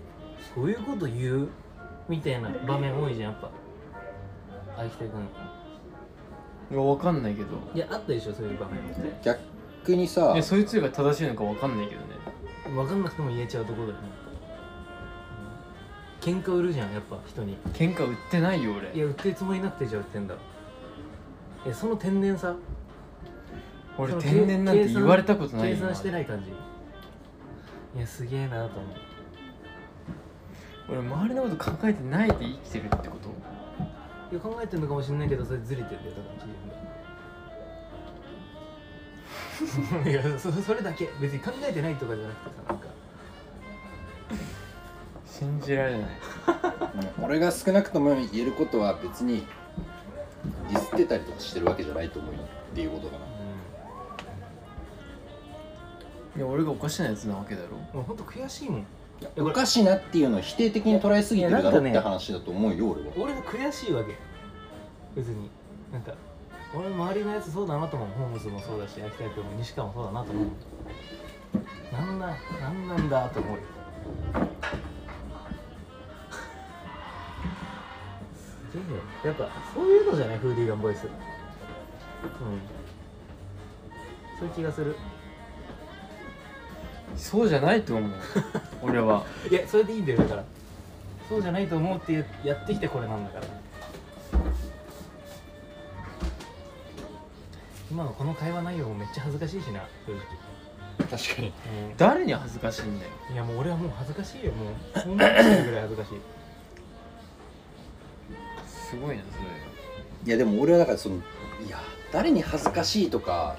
Speaker 4: そういうこと言うみたいな場面多いじゃんやっぱ秋田君
Speaker 2: いやわかんないけど
Speaker 4: いやあったでしょそういう場面って
Speaker 3: 逆にさ
Speaker 2: いやそいつが正しいのかわかんないけどね
Speaker 4: 分かんなくても言えちゃうところだよね、うん喧嘩売るじゃんやっぱ人に
Speaker 2: 喧嘩売ってないよ
Speaker 4: い
Speaker 2: 俺
Speaker 4: や売ってるつもりなくてじゃあ売ってんだえその天然さ
Speaker 2: 俺
Speaker 4: その
Speaker 2: 天然なん
Speaker 4: 計
Speaker 2: て
Speaker 4: 算
Speaker 2: 言われたことないよ
Speaker 4: 計算してないい感じいやすげえなと思う
Speaker 2: 俺周りのこと考えてないで生きてるってこと
Speaker 4: いや考えてるのかもしれないけどそれずれてるんだよだから基準がいやそそれだけ別に考えてないとかじゃなくてさなんか
Speaker 2: 信じられない
Speaker 3: うん俺が少なくとも言えることは別にディスってたりとかしてるわけじゃないと思うよっていうことかな
Speaker 2: いや俺がおかしなやつなわけだろ
Speaker 4: うんもうほんと悔しいもん
Speaker 3: おかしいなっていうのを否定的に捉えすぎてるだろっ
Speaker 4: いや
Speaker 3: て
Speaker 4: なんか
Speaker 3: 話だと思うよ俺は
Speaker 4: 俺が悔しいわけ別になんか俺の周りのやつそうだなと思うホームズもそうだし秋田君も西川もそうだなと思うなんだなんなんだと思うよすげえよやっぱそういうのじゃないフーディーガンボイスうんそういう気がする
Speaker 2: そうじゃないと思う俺はい
Speaker 4: やそれでいいんだよだからそうじゃないと思うってややってきてこれなんだから今のこの会話内容もめっちゃ恥ずかしいしな正直、
Speaker 12: 確かに
Speaker 2: 誰に恥ずかしいんだよ
Speaker 4: いやもう俺はもう恥ずかしいよもう本番してるぐらい恥ずかしい
Speaker 2: すごいなそれ
Speaker 3: いやでも俺はだからそのいや誰に恥ずかしいとか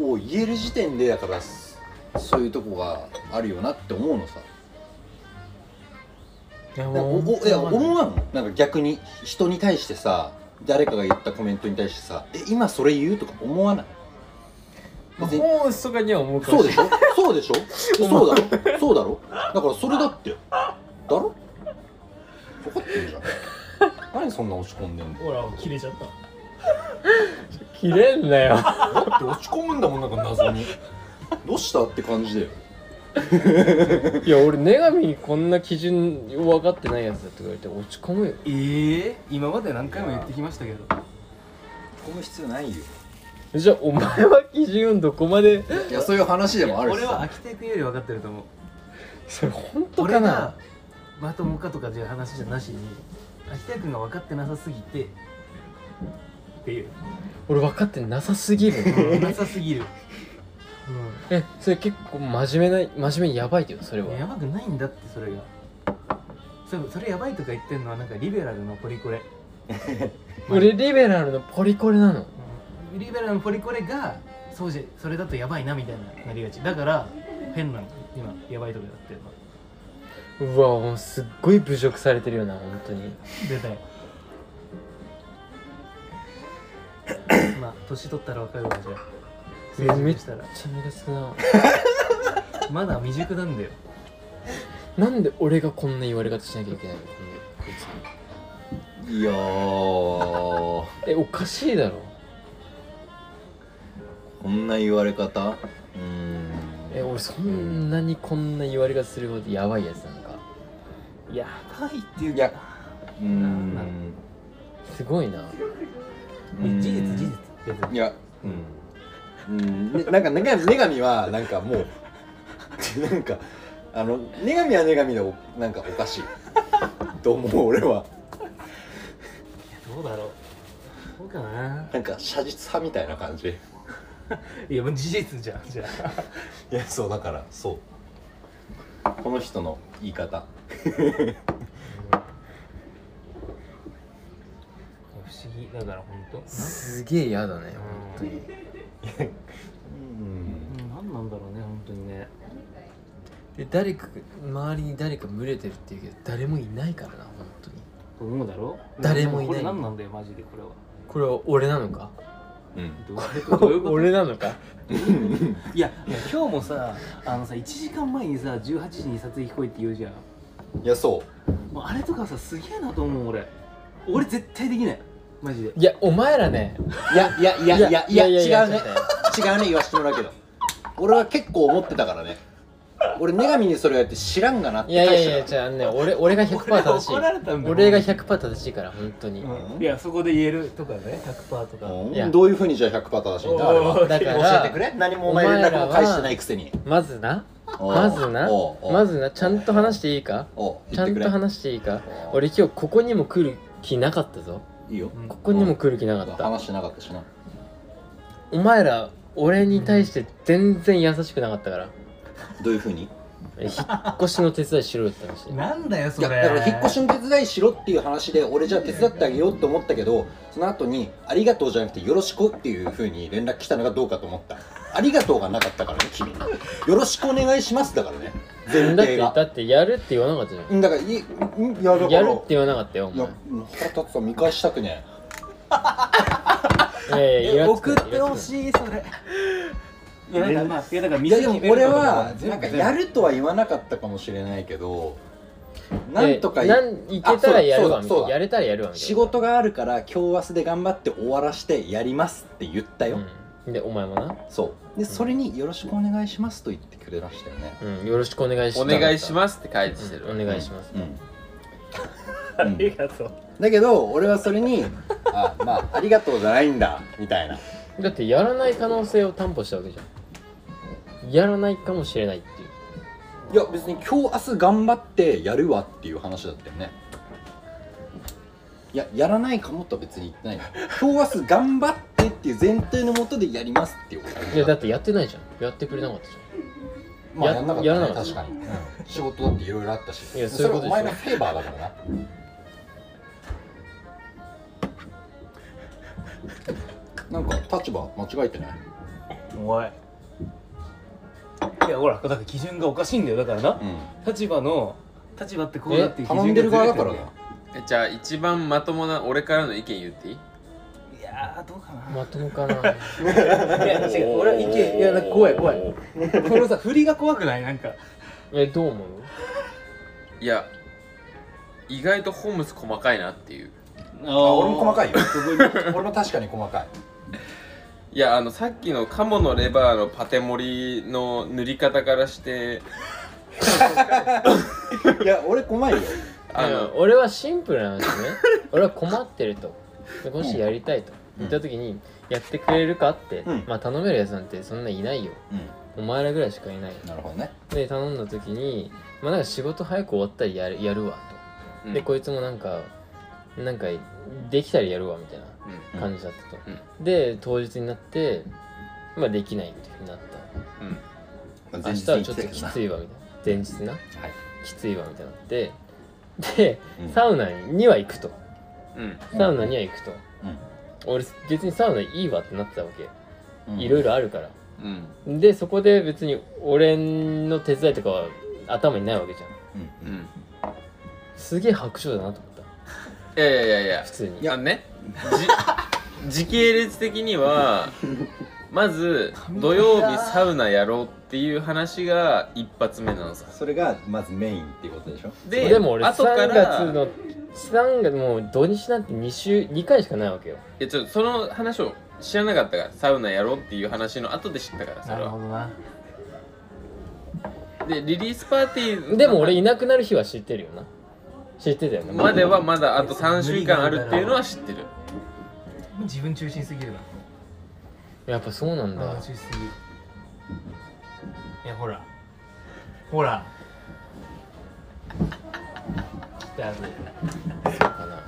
Speaker 3: を言える時点でだからそそういうとこがあるよなって思うのさ
Speaker 2: いや
Speaker 3: なんかおおいや思わんのなんか逆に人に対してさ誰かが言ったコメントに対してさ「え今それ言う?」とか思わない
Speaker 2: まあ、
Speaker 3: 別に
Speaker 2: 本とかには思うかも
Speaker 3: そう
Speaker 2: し
Speaker 3: で
Speaker 2: れ
Speaker 3: しょそうでしょそうだ ろそうだろだからそれだってだろ分かってるじゃん何そんな落ち込んでんの
Speaker 13: ほら、切れちゃった。
Speaker 2: 切れんなよ
Speaker 3: だって落ち込むんだもんなんか謎にどうしたって感じだよ
Speaker 2: いや俺女神にこんな基準分かってないやつだって言われて落ち込むよ
Speaker 4: ええ今まで何回も言ってきましたけど
Speaker 3: 落ち込む必要ないよ
Speaker 2: じゃあお前は基準をどこまで
Speaker 3: いやそういう話でもあるし
Speaker 4: 俺は
Speaker 3: さ
Speaker 4: 秋田君より分かってると思う
Speaker 2: それ本当
Speaker 4: 俺
Speaker 2: か
Speaker 4: が
Speaker 2: な
Speaker 4: まともかとかじゃ話じゃなしに秋田君が分かってなさすぎてっていう
Speaker 2: 俺分かってなさす ぎる
Speaker 4: なさすぎる、
Speaker 2: えそれ結構真面目な真面目にやばいけどそれ
Speaker 4: うん、や
Speaker 2: は
Speaker 4: ばくないんだってそれがそれそれやばいとか言ってんのはなんかリベラルのポリコレ、
Speaker 2: 俺リベラルのポリコレなの
Speaker 4: うんリベラルのポリコレがそうじゃそれだとやばいなみたいななりがちだから変なの今やばいとかやってるの
Speaker 2: うわもうすっごい侮辱されてるよな本当に
Speaker 4: 出 たよまあ年取ったら分かるわじゃあ成
Speaker 2: めっ
Speaker 4: 熟し
Speaker 2: ち
Speaker 4: たら
Speaker 2: ゃムカつくな
Speaker 4: まだ未熟なんだよ
Speaker 2: なんで俺がこんな言われ方しなきゃいけないのこんなこいつに
Speaker 3: いやー
Speaker 2: えおかしいだろ
Speaker 3: こんな言われ方うーん
Speaker 2: え俺そんなにこんな言われ方するほどやばいやつなんか
Speaker 4: やばいっていう
Speaker 3: いやうーん
Speaker 2: すごいな
Speaker 4: 事実事実別に
Speaker 3: いやうん、うんね、なんか女神女神はなんかもう なんかあの女神は女神でおなんかおかしいと思う俺は
Speaker 4: どうだろうそうかな
Speaker 3: なんか写実派みたいな感じ
Speaker 4: いやもう事実じゃんじゃあ
Speaker 3: いやそうだからそうこの人の言い方
Speaker 4: 不思議だから本当。
Speaker 2: すげえ嫌だね本当に
Speaker 4: なんうんなんなんだろうね本当にね。
Speaker 2: で誰か周りに誰か群れてるっていうけど誰もいないからな本当に
Speaker 4: と思うだろ。
Speaker 2: 誰もいない
Speaker 4: これなんなんだよマジでこれは。
Speaker 2: これは俺なのか
Speaker 4: どういう ことどういうこと
Speaker 2: 俺なのか
Speaker 4: いやいや今日もさあのさ1時間前にさ18時に撮影聞こえって言うじゃん
Speaker 3: いやそ
Speaker 4: もうあれとかさすげえなと思う俺俺絶対できないマジで
Speaker 2: いやお前らね
Speaker 3: ういやいやいやいやいや違うね
Speaker 2: ちょっと
Speaker 3: 違うね言わせてもらうけど俺は結構思ってたからね俺女神にそれをやって知らんがなって
Speaker 2: いやいや
Speaker 3: 返し
Speaker 2: い
Speaker 3: たか
Speaker 2: や
Speaker 3: ら
Speaker 2: じゃあのね俺俺が100%正しい
Speaker 4: 俺怒られたんだもん
Speaker 2: 俺が100%正しいから本当に、
Speaker 4: うんいやそこで言えるとかね100%とか
Speaker 3: うん
Speaker 2: いや
Speaker 3: どういうふうにじゃあ100%正しいんだあれは
Speaker 2: だか
Speaker 3: 教えて
Speaker 2: ら
Speaker 3: くれ何もお前連絡も返してないくせに
Speaker 2: まずな
Speaker 3: おう
Speaker 2: まずな
Speaker 3: おうおう
Speaker 2: まずなちゃんと話していいか
Speaker 3: おう
Speaker 2: ち
Speaker 3: 言
Speaker 2: ゃ
Speaker 3: って
Speaker 2: ん
Speaker 3: くれ
Speaker 2: と話していいか俺今日ここにも来る気なかったぞ
Speaker 3: いいよ
Speaker 2: ここにも来る気なかった
Speaker 3: 話してなかったしな
Speaker 2: お前ら俺に対して全然優しくなかったから
Speaker 3: どういうふうに
Speaker 2: え引っ越しの手伝いしろよって話
Speaker 4: なんだよそ
Speaker 3: いやだから引っ越しの手伝いしろっていう話で俺じゃあ手伝ってあげようと思ったけどその後に「ありがとう」じゃなくて「よろしく」っていうふうに連絡来たのがどうかと思ったありがとうがなかったからね君よろしくお願いしますだからね
Speaker 2: だ
Speaker 3: 前
Speaker 2: って
Speaker 3: 提
Speaker 2: だ
Speaker 3: が
Speaker 2: ってやるって言わなかったじ
Speaker 3: うんだからいいうんいやだか
Speaker 2: ゃん
Speaker 3: ら
Speaker 2: やるって言わなかったよお
Speaker 3: いや
Speaker 2: 前
Speaker 3: 腹立つさ見返したくね
Speaker 2: ええや
Speaker 4: 送ってほ
Speaker 2: い
Speaker 4: しいそれいやだからまあいやだか
Speaker 3: え
Speaker 4: ら
Speaker 3: い
Speaker 4: 店
Speaker 3: や
Speaker 4: に
Speaker 3: でも
Speaker 4: 入
Speaker 3: 俺
Speaker 4: れるとか
Speaker 3: は
Speaker 4: 全部
Speaker 3: なんか
Speaker 4: 全部
Speaker 3: やるとは言わなかったかもしれないけどなんとかい
Speaker 2: なんいけたらやるわ
Speaker 3: あ
Speaker 2: み
Speaker 3: そ
Speaker 2: た
Speaker 3: う
Speaker 2: い
Speaker 3: だそうだ
Speaker 2: なやれたらやるわみたいな
Speaker 3: 仕事があるから今日明日で頑張って終わらしてやりますって言ったよ、
Speaker 2: うんでお前もな
Speaker 3: そうでそれに「よろしくお願いします」と言ってくれましたよね
Speaker 2: うんよろしくお願いし
Speaker 1: お
Speaker 2: ます
Speaker 1: 願いしますって返してるわ、
Speaker 2: お願いします
Speaker 3: うん、うん
Speaker 4: ありがとう
Speaker 3: だけど俺はそれに「あまあありがとうじゃないんだ」みたいな
Speaker 2: だってやらない可能性を担保したわけじゃんやらないかもしれないっていう
Speaker 3: いや別に今日明日頑張ってやるわっていう話だったよねいややらないかもとは別に言ってないの今日明日頑張ってっていう前提のもとでやりますっていうこと
Speaker 2: いやだってやってないじゃんやってくれなかったじゃ
Speaker 3: まあ
Speaker 2: や
Speaker 3: やんなかっ
Speaker 2: やら
Speaker 3: た
Speaker 2: なか
Speaker 3: ね
Speaker 2: った
Speaker 3: 確かに、仕事だっていろいろあったし
Speaker 2: いや
Speaker 3: そ
Speaker 2: そういう
Speaker 3: れ
Speaker 2: こと
Speaker 3: は
Speaker 2: で
Speaker 3: お
Speaker 2: しょ
Speaker 3: 前のフェーバーだからななんか立場間違えてない
Speaker 14: おいいやほらだから基準がおかしいんだよだからな
Speaker 3: う
Speaker 14: 立場の
Speaker 4: 立場ってこうだってい
Speaker 3: ん
Speaker 4: う基準
Speaker 3: 頼んでる側だ
Speaker 4: がず
Speaker 3: か
Speaker 4: れ
Speaker 3: ら
Speaker 4: てん
Speaker 1: え
Speaker 3: な
Speaker 1: じゃあ一番まともな俺からの意見言っていい
Speaker 4: だよいやーどうか
Speaker 2: んまともかな
Speaker 4: ないや違う俺はいけいやなんか怖い怖いこのさ振りが怖くないなんか
Speaker 2: えどう思う
Speaker 1: いや意外とホームズ細かいなっていう
Speaker 3: あ俺も細
Speaker 4: い
Speaker 3: かいよ俺も確かに細かい
Speaker 1: いやあのさっきの鴨のレバーのパテ盛りの塗り方からして
Speaker 3: いや俺細いよ
Speaker 1: あ
Speaker 2: いや
Speaker 1: の
Speaker 2: 俺はシンプルなんですね 俺は困ってるとでもしやりたいと言った時にやってくれるかって、
Speaker 3: うん
Speaker 2: まあ頼めるやつなんてそんないないよ
Speaker 3: う
Speaker 2: お前らぐらいしかいない
Speaker 3: んなるほどね
Speaker 2: で頼んだ時にまあなんか仕事早く終わったりやるやるわと、
Speaker 1: う
Speaker 2: で
Speaker 1: ん
Speaker 2: こいつもなんかなんかできたらやるわみたいな
Speaker 1: うん
Speaker 2: 感じだったと、
Speaker 1: うん
Speaker 2: で当日になってまあできないっていうふうになっ
Speaker 1: う
Speaker 2: た
Speaker 1: ん
Speaker 3: 明
Speaker 2: 明日はちょっときついわみたいな前日な、きついわみたいになってで
Speaker 3: うん
Speaker 2: サウナには行くと
Speaker 1: うん
Speaker 2: サウナには行くと、
Speaker 3: うん
Speaker 2: 俺別にサウナいいわってなってたわけいろ
Speaker 3: い
Speaker 2: いろあるから
Speaker 1: うん
Speaker 2: でそこで別に俺の手伝いとかは頭にないわけじゃ
Speaker 1: う
Speaker 2: ん
Speaker 1: ん
Speaker 2: すげえ白書だなと思った
Speaker 1: いやいやいやいや
Speaker 2: 普通に
Speaker 1: いやねじ 時系列的にはまず土曜日サウナやろうっていう話が一発目なのさ
Speaker 3: それがまずメインっていうことでしょ
Speaker 1: で
Speaker 2: でも俺
Speaker 1: 後から
Speaker 2: 3月の3月もう土日なんて2週2回しかないわけよ
Speaker 1: いやちょっとその話を知らなかったからサウナやろうっていう話の後で知ったからそ
Speaker 4: な
Speaker 1: れ
Speaker 4: るほ
Speaker 1: は
Speaker 4: どな
Speaker 1: でリリースパーティー
Speaker 2: でも俺いなくなる日は知ってるよな知ってたよね
Speaker 1: まではまだあと3週間あるっていうのは知ってる
Speaker 4: 自分中心すぎるな
Speaker 2: やっぱそうなん
Speaker 4: あ
Speaker 2: だ
Speaker 4: あ中すぎいやほらほら来たぜ
Speaker 2: かな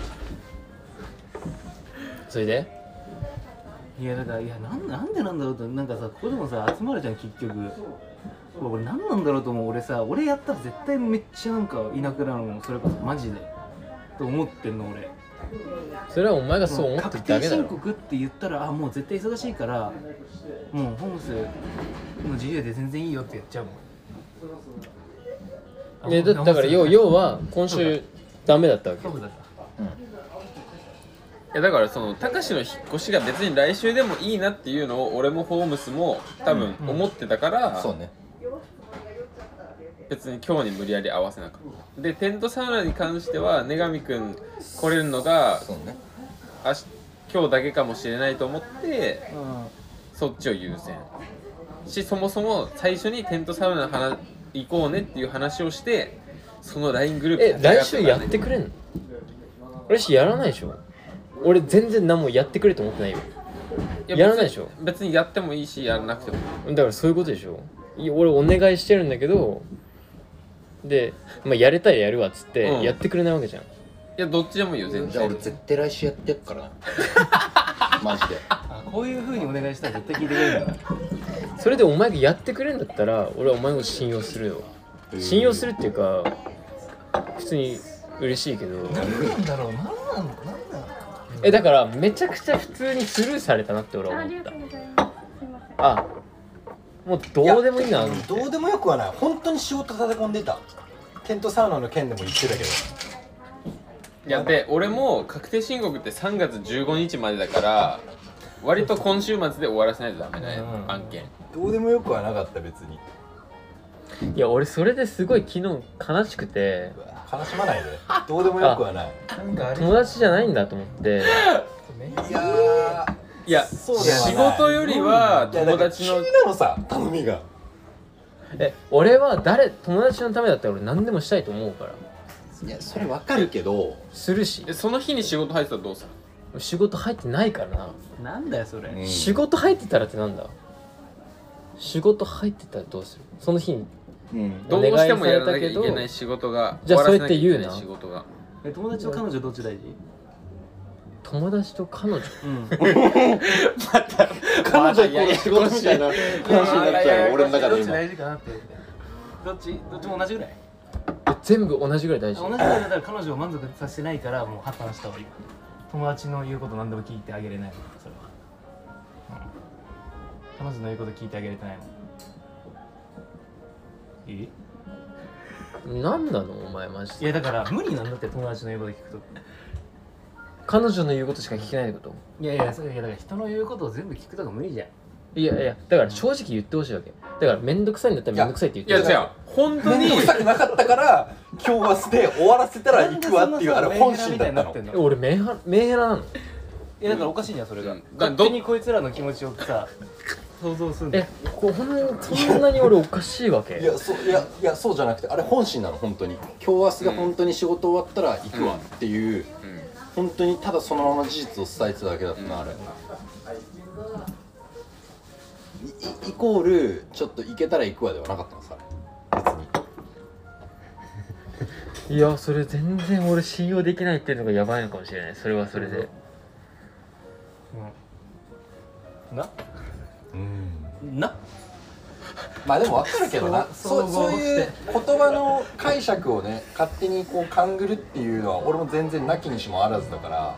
Speaker 2: それで
Speaker 4: いやだからいやなんなんでなんだろうとなんかさここでもさ集まるじゃん結局俺なんなんだろうと思う俺さ俺やったら絶対めっちゃなんかいなくなるもんそれこそマジでと思ってんの俺
Speaker 2: それはお前がそう思って
Speaker 4: 確
Speaker 2: るだ
Speaker 4: 定
Speaker 2: けだ
Speaker 4: 申
Speaker 2: ろ
Speaker 4: 告って言ったらあもう絶対忙しいからもうホームスもう自由で全然いいよってやっちゃうもんあ
Speaker 2: ねだだから要要は今週ダメだったわけ
Speaker 4: そうだった
Speaker 1: いやだからそのたかしの引っ越しが別に来週でもいいなっていうのを俺もホームスも多分思ってたから、
Speaker 15: そうね
Speaker 1: 別に今日に無理やり合わせなかったでテントサウナに関しては根上くん来れるのが
Speaker 15: そうね
Speaker 1: 明日今日だけかもしれないと思って、そっちを優先しそもそも最初にテントサウナの話行こうねっていう話をしてその LINE グループ
Speaker 2: え来週やっ
Speaker 1: ね
Speaker 2: てくれんの俺しやらないでしょ俺全然何もやってくれと思ってないよ
Speaker 1: や
Speaker 2: やらないでしょ
Speaker 1: 別にやってもいいしやらなくても
Speaker 2: だからそういうことでしょいや俺お願いしてるんだけどで、まあ、やれたらやるわっつって
Speaker 1: うん
Speaker 2: やってくれないわけじゃん、
Speaker 1: いやどっちでもいいよ全
Speaker 15: じゃあ
Speaker 1: 然
Speaker 15: 俺絶対来週やってやっからなマジで
Speaker 4: あこういうふうにお願いしたら絶対聞いてくれるんだな
Speaker 2: それでお前がやってくれんだったら俺はお前を信用するよ信用するっていうか普通に嬉しいけど
Speaker 4: 何なんだろう何なんなんだろ
Speaker 2: えだからめちゃくちゃ普通にスルーされたなって俺は
Speaker 6: あり
Speaker 2: 思っ
Speaker 6: が
Speaker 2: た
Speaker 6: とうございます。すいません。
Speaker 2: あもうどうでもいいなと思って
Speaker 7: どうでもよくはない本当に仕事立て込んでたテントサウナの件でも言ってたけど
Speaker 1: いやで俺も確定申告って3月15日までだから割と今週末で終わらせないとダメね、
Speaker 4: うん
Speaker 1: 案件
Speaker 7: どうでもよくはなかった別に
Speaker 2: いや俺それですごい昨日悲しくて
Speaker 7: 悲しまないでどうでもよくはないう
Speaker 4: なんかあれ
Speaker 2: 友達じゃないんだと思って
Speaker 7: いやー
Speaker 1: いや
Speaker 7: そうでは
Speaker 1: 仕
Speaker 7: ない
Speaker 1: 事よりはい
Speaker 7: や
Speaker 1: 友
Speaker 7: なんか
Speaker 1: 達の
Speaker 7: 君なのさ頼みが
Speaker 2: え俺は誰友達のためだったら俺何でもしたいと思うから
Speaker 15: いやそれわかるけど
Speaker 2: するし
Speaker 1: えその日に仕事入ってたらどうする
Speaker 2: 仕事入ってないからな、
Speaker 4: なんだよそれ
Speaker 15: うん
Speaker 2: 仕事入ってたらってなんだ仕事入ってたらどうするその日に
Speaker 15: うん
Speaker 1: どうしてもやらなきゃい
Speaker 2: お
Speaker 1: け
Speaker 2: 願
Speaker 1: ないい仕事が
Speaker 2: じゃあ
Speaker 1: 終わらせきゃいけ
Speaker 2: そうやって言うな
Speaker 1: 仕事が
Speaker 4: え友達と彼女どっち大事
Speaker 2: 友達と彼女
Speaker 4: うん
Speaker 15: 彼女この仕事みたいな話になっちゃうよ俺の中で
Speaker 4: どっち
Speaker 15: 今
Speaker 4: 大事かなってどっちどっちも同じぐらい
Speaker 2: え全部同じぐらい大事
Speaker 4: 同じぐらいだったら彼女を満足させてないからもう破綻した方がいい友達の言うこと何でも聞いてあげれないそれは、うん彼女の言うこと聞いてあげれてないもんえ
Speaker 2: 何なのお前マジ
Speaker 4: い
Speaker 2: で
Speaker 4: やだから無理なんだって友達の言うこと聞くと
Speaker 2: 彼女の言うことしか聞けないってこ
Speaker 4: いやいやそれいやだから人の言うことを全部聞くとか無理じゃん
Speaker 2: といやいやだから正直言ってほしいわけだから面倒くさいんだったら面倒くさいって
Speaker 1: い
Speaker 2: 言
Speaker 1: や
Speaker 2: って
Speaker 1: じゃあ本当
Speaker 7: 面
Speaker 1: に
Speaker 7: 倒くさくなかったから今日は捨て終わらせたら行くわっていうあれ本心だったの
Speaker 2: え俺メンヘラメンヘラなの
Speaker 4: いやだからおかしいじゃんそれが
Speaker 1: うんだから
Speaker 4: 勝
Speaker 1: ど
Speaker 4: 手にこいつらの気持ちをさ想像すんの
Speaker 2: えこほんそんなに俺おかしいわけ
Speaker 7: いやそういやいやそうじゃなくてあれ本心なの本当に
Speaker 15: 今日明日が本当に仕事終わったら行くわっていう、
Speaker 1: うん
Speaker 15: 本当にただそのまま事実を伝えてただけだったな、あれイイコールちょっと行けたら行くわではなかったのさあれ別に
Speaker 2: いやそれ全然俺信用できないっていうのがやばいのかもしれないそれはそれで
Speaker 4: な
Speaker 7: うん
Speaker 4: な
Speaker 15: まあでも分かるけどな
Speaker 4: そ
Speaker 15: そうう
Speaker 4: 総合
Speaker 15: そう
Speaker 4: して
Speaker 15: いう言葉の解釈をね勝手にこう勘ぐるっていうのは俺も全然なきにしもあらずだから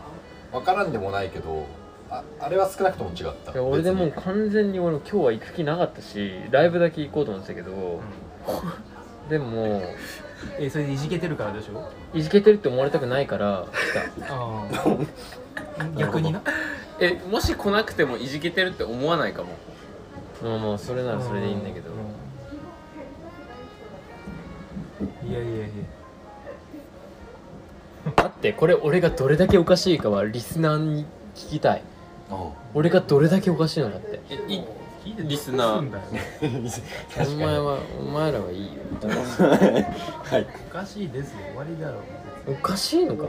Speaker 15: 分からんでもないけどああれは少なくとも違った
Speaker 2: いや俺でもう
Speaker 15: 別に
Speaker 2: 完全に俺今日は行く気なかったしライブだけ行こうと思ってたけど、でも
Speaker 4: えそれでいじけてるからでしょ
Speaker 2: いじけてるって思われたくないから
Speaker 4: ああ逆にな
Speaker 1: えもし来なくてもいじけてるって思わないかも
Speaker 2: 来たまあまあそれならそれでいいんだけど、
Speaker 4: うんいやいやいや
Speaker 2: だってこれ俺がどれだけおかしいかはリスナーに聞きたい
Speaker 15: おう
Speaker 2: 俺がどれだけおかしいのかって
Speaker 1: えいリスナー
Speaker 2: お前はお前らはいいよ
Speaker 4: おかしいですよ終わりだろう
Speaker 2: おかしいのか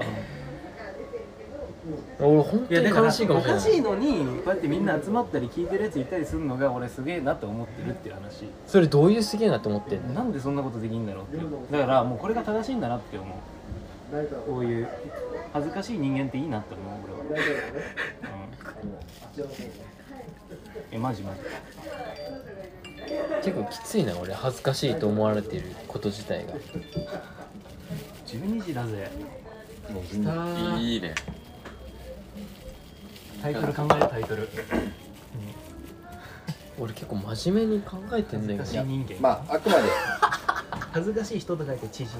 Speaker 2: 俺本
Speaker 4: い
Speaker 2: 当
Speaker 4: や
Speaker 2: に
Speaker 4: だから
Speaker 2: 悲しいかも
Speaker 4: お
Speaker 2: しれ
Speaker 4: か
Speaker 2: な
Speaker 4: し
Speaker 2: い
Speaker 4: いのにこうやってみんな集まったり聞いてるやついたりするのが俺すげえなって思ってるっていう話
Speaker 2: それどういうすげえなと思ってんの
Speaker 4: なんでそんなことできんだろうってだからもうこれが正しいんだなって思うこういう恥ずかしい人間っていいなって思う俺は、
Speaker 16: えマジマジ
Speaker 2: 結構きついな俺恥ずかしいと思われていること自体が
Speaker 16: 12時だぜ
Speaker 1: いいね
Speaker 4: タイトル考えるタイトル
Speaker 2: 俺結構真面目に考えてんだけど
Speaker 4: 恥ずかしい人間、
Speaker 3: まああくまで
Speaker 4: 恥ずかしい人と書いて知人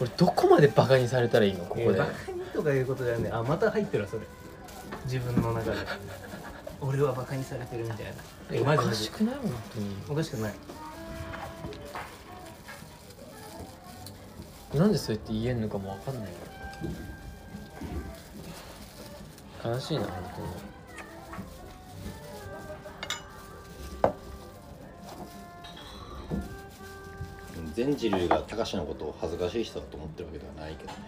Speaker 2: 俺どこまでバカにされたらいいのこ
Speaker 4: え
Speaker 2: こで
Speaker 4: バカにとかいうことだよねあまた入ってるわそれ自分の中で俺はバカにされてるみたいなえ
Speaker 2: えお
Speaker 4: マジ
Speaker 2: か
Speaker 4: マ
Speaker 2: し
Speaker 4: ジ
Speaker 2: くない本当に
Speaker 4: おかしくない
Speaker 2: なんでそうやって言えんのかもわかんないから悲しいな本当に
Speaker 3: 全人類が高志のことを恥ずかしい人だと思ってるわけではないけどね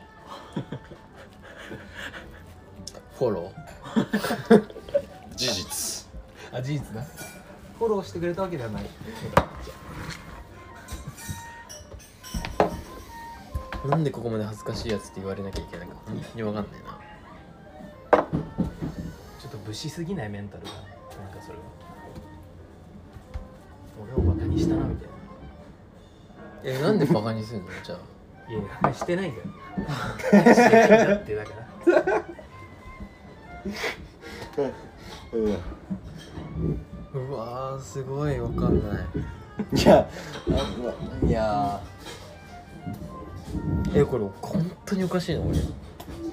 Speaker 2: フォロ
Speaker 3: 事実
Speaker 16: あ事実だ
Speaker 4: フォローしてくれたわけではない
Speaker 2: ーなんでここまで恥ずかしいやつって言われなきゃいけないか本当にわかんないな
Speaker 4: ちょっと武士すぎないメンタルがなんかそれは俺をバカにしたなみたい
Speaker 2: えなんでバカにするのじゃあ
Speaker 4: ないやいやしてないんだよしてないんだってだから
Speaker 2: うわーすごいわかんない
Speaker 3: いやあいや
Speaker 2: えこれ本当におかしいな俺
Speaker 3: い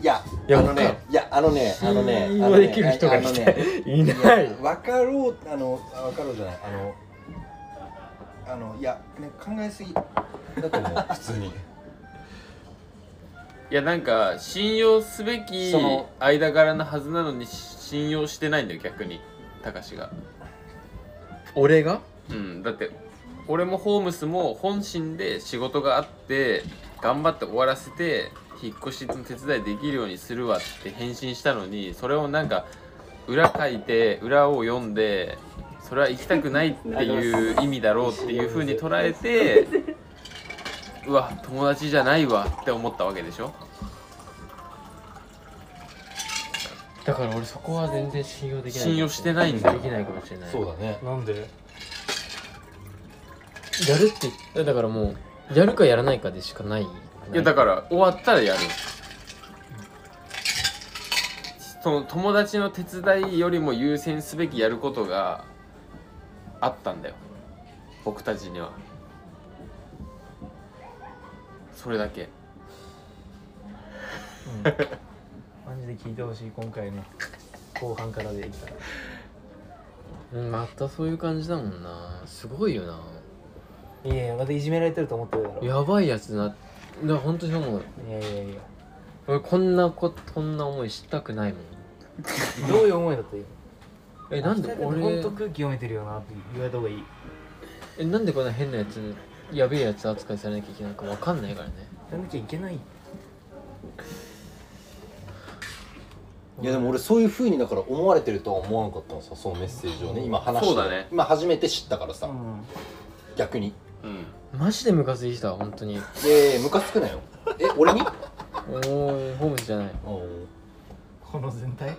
Speaker 3: や
Speaker 2: や
Speaker 3: あの
Speaker 2: わか
Speaker 3: ねいやあのねあのね
Speaker 2: 信
Speaker 3: あ
Speaker 2: 用
Speaker 3: のね
Speaker 2: できる人がい
Speaker 3: あの
Speaker 2: て
Speaker 3: ね
Speaker 2: い
Speaker 3: い
Speaker 2: な
Speaker 3: や
Speaker 2: い
Speaker 3: 分かろうあのあ分かろうじゃないあのあのいや、ね、考えすぎだと思う 普通に
Speaker 1: いやなんか信用すべき
Speaker 3: その
Speaker 1: 間柄なはずなのに信用してないんだよ逆にたかしが
Speaker 2: 俺が
Speaker 1: うんだって俺もホームスも本心で仕事があって頑張って終わらせて引っ越しの手伝いできるようにするわって返信したのにそれをなんか裏書いて裏を読んでそれは行きたくないっていう意味だろうっていうふうに捉え てうわ友達じゃないわって思ったわけでしょ
Speaker 2: だから俺そこは全然信用できない
Speaker 1: 信用してないんだよ
Speaker 2: できないかもしれない
Speaker 3: そうだね
Speaker 4: なんで
Speaker 2: やるって言だからもうやるかやらないかでしかない
Speaker 1: いやだから終わったらやるその友達の手伝いよりも優先すべきやることがあったんだよ僕たちにはそれだけ
Speaker 4: マジで聞いてほしい今回の後半からでいったら
Speaker 2: うんまたそういう感じだもんなすごいよない
Speaker 4: やいやまたいじめられてると思ってるだろいや
Speaker 2: やばいやつなだから本当に思う
Speaker 4: いやいや
Speaker 2: 俺こんなここんな思いしたくないもん
Speaker 4: どういう思いだったよ
Speaker 2: えなんで
Speaker 4: 本
Speaker 2: 俺
Speaker 4: 当空気読めてるよなって言われた方がいい
Speaker 2: えなんでこんな変なやつやべえやつ扱いされなきゃいけないのかわかんないからね
Speaker 4: やんなきゃいけない
Speaker 3: いやでも俺そういうふうにだから思われてるとは思わなかったのさそのメッセージをね今話して
Speaker 1: そうだね
Speaker 3: 今初めて知ったからさ、
Speaker 4: ん
Speaker 3: 逆に
Speaker 1: うん
Speaker 2: マジでムカついてきたわ本当に
Speaker 3: いやいやムカつくなよえ俺 に
Speaker 2: おーホームズじゃない
Speaker 3: うん
Speaker 4: この全体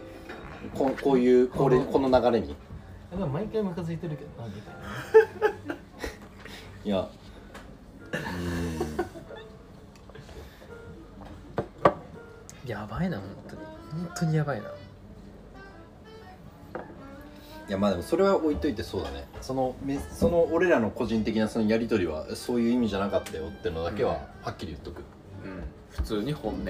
Speaker 3: ここういうこれこの流れに
Speaker 4: でも毎回ムカついてるけどなみたいない
Speaker 3: やうーん
Speaker 2: やばいな本当に本当にやばいない
Speaker 3: やまあでもそれは置いといてそうだねそのめその俺らの個人的なそのやり取りはそういう意味じゃなかったよってのだけははっきり言っとく、
Speaker 1: うん普通に本音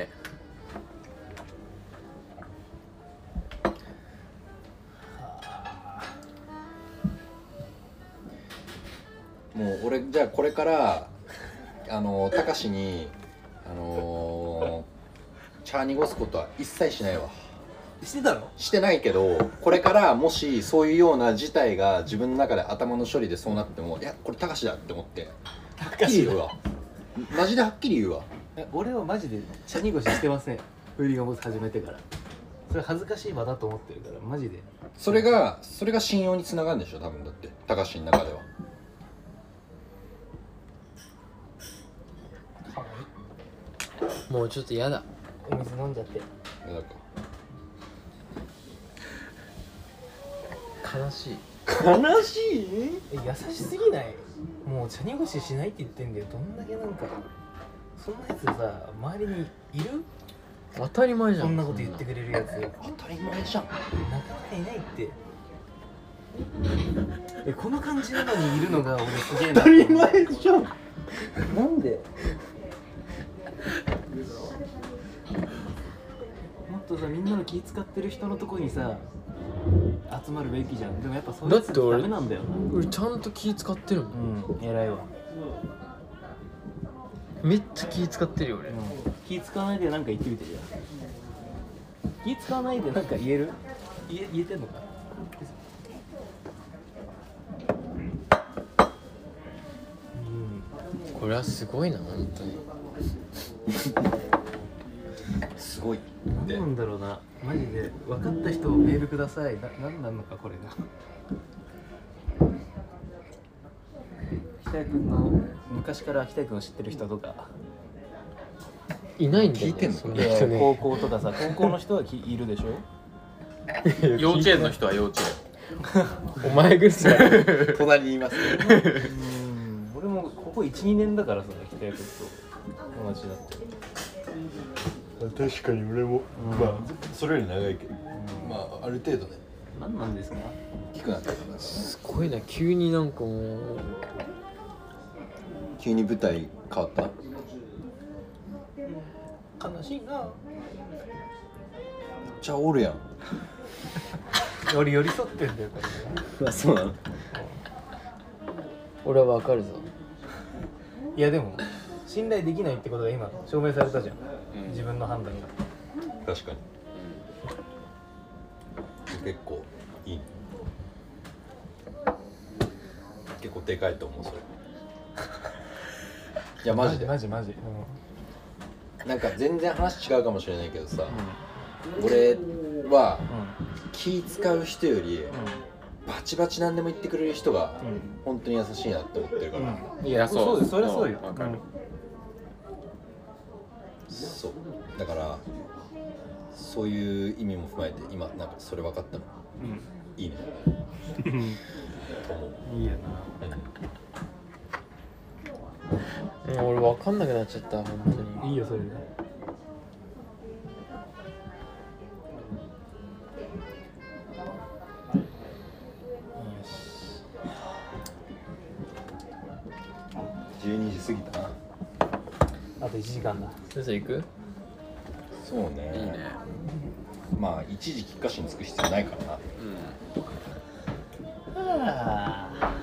Speaker 3: もう俺じゃあこれからあのたかしにあの茶濁すことは一切しないわ
Speaker 4: してたの
Speaker 3: してないけどこれからもしそういうような事態が自分の中で頭の処理でそうなってもいやこれたかしだって思ってはっきり言うわマジではっきり言うわ
Speaker 4: 俺はマジでチャニゴシしてませんフリーガムズ始めてからそれ恥ずかしい場だと思ってるからマジで
Speaker 3: それがそれが信用につながるんでしょ多分だってたかしの中では
Speaker 2: もうちょっとやだ
Speaker 4: お水飲んじゃって
Speaker 3: いやだか
Speaker 2: 悲しい
Speaker 17: 悲しいえ優しすぎないもう茶濁ししないって言ってんだよどんだけなんかそんなやつさ周りにいる
Speaker 2: 当たり前じゃん
Speaker 4: そんなこと言ってくれるやつなか
Speaker 3: 当たり前じゃん
Speaker 4: なかいないってえこの感じなのにいるのが俺すげえな当たり前
Speaker 18: じゃん
Speaker 4: なんでもっとさみんなの気使ってる人のとこにさ集まるべきじゃんでもやっぱそういうやつ
Speaker 2: だっ
Speaker 4: っ
Speaker 2: て
Speaker 4: て
Speaker 2: 俺
Speaker 4: ダメなんだよな
Speaker 2: 俺ちゃんと気使ってるもん
Speaker 4: うん偉いわ、
Speaker 2: めっちゃ気使ってるよ俺
Speaker 4: うん、気使わないでなんか言ってみてじゃあ気使わないでなんか言える言え言えてんのかうん
Speaker 2: これはすごいな本当に
Speaker 3: すごい
Speaker 4: 何なんだろうなマジで分かった人をメールくださいな何なんのかこれが北井君の昔から北井君を知ってる人とか
Speaker 2: いないんだよ、ね、
Speaker 3: 聞いてんの
Speaker 2: そんな人ね
Speaker 4: 高校とかさ高校の人はきいるでしょ
Speaker 1: 幼稚園の人は幼稚園
Speaker 2: お前ぐらいだよ
Speaker 3: 隣にい ます
Speaker 4: うん俺もここ12年だからさ北谷君と友達だって
Speaker 19: 確かに俺も、まあそれより長いけど、まあある程度ね
Speaker 4: 何なんですか
Speaker 3: 大きくなってるから
Speaker 2: すごいな急になんかもう
Speaker 3: 急に舞台変わった
Speaker 4: 悲しいな
Speaker 3: じゃあおるやん
Speaker 4: 俺寄り添ってんだよこれ
Speaker 3: あそうなの
Speaker 2: 俺はわかるぞ
Speaker 4: いやでも信頼できないってことが今証明されたじゃん、
Speaker 1: うん
Speaker 4: 自分の判断が
Speaker 19: 確かに、結構いい結構でかいと思うそれ
Speaker 3: いやマジで
Speaker 4: マジマジ、
Speaker 3: なんか全然話違うかもしれないけどさ、俺は気使う人よりバチバチ何でも言ってくれる人が本当に優しいなって思ってるから、
Speaker 4: いやそう
Speaker 1: そう
Speaker 4: ですそりゃそうよ、
Speaker 1: うんわかる
Speaker 3: そうだからそういう意味も踏まえて今なんかそれ分かったの、いいね
Speaker 4: うんいいよ
Speaker 2: うん俺わかんなくなっちゃった本当に
Speaker 4: ないいよそれで
Speaker 3: 12時過ぎたな
Speaker 4: あと1時間だ
Speaker 2: 先生行く
Speaker 3: そうね
Speaker 1: いいね
Speaker 3: まあ一時菊花市につく必要ないからな
Speaker 1: う
Speaker 4: あ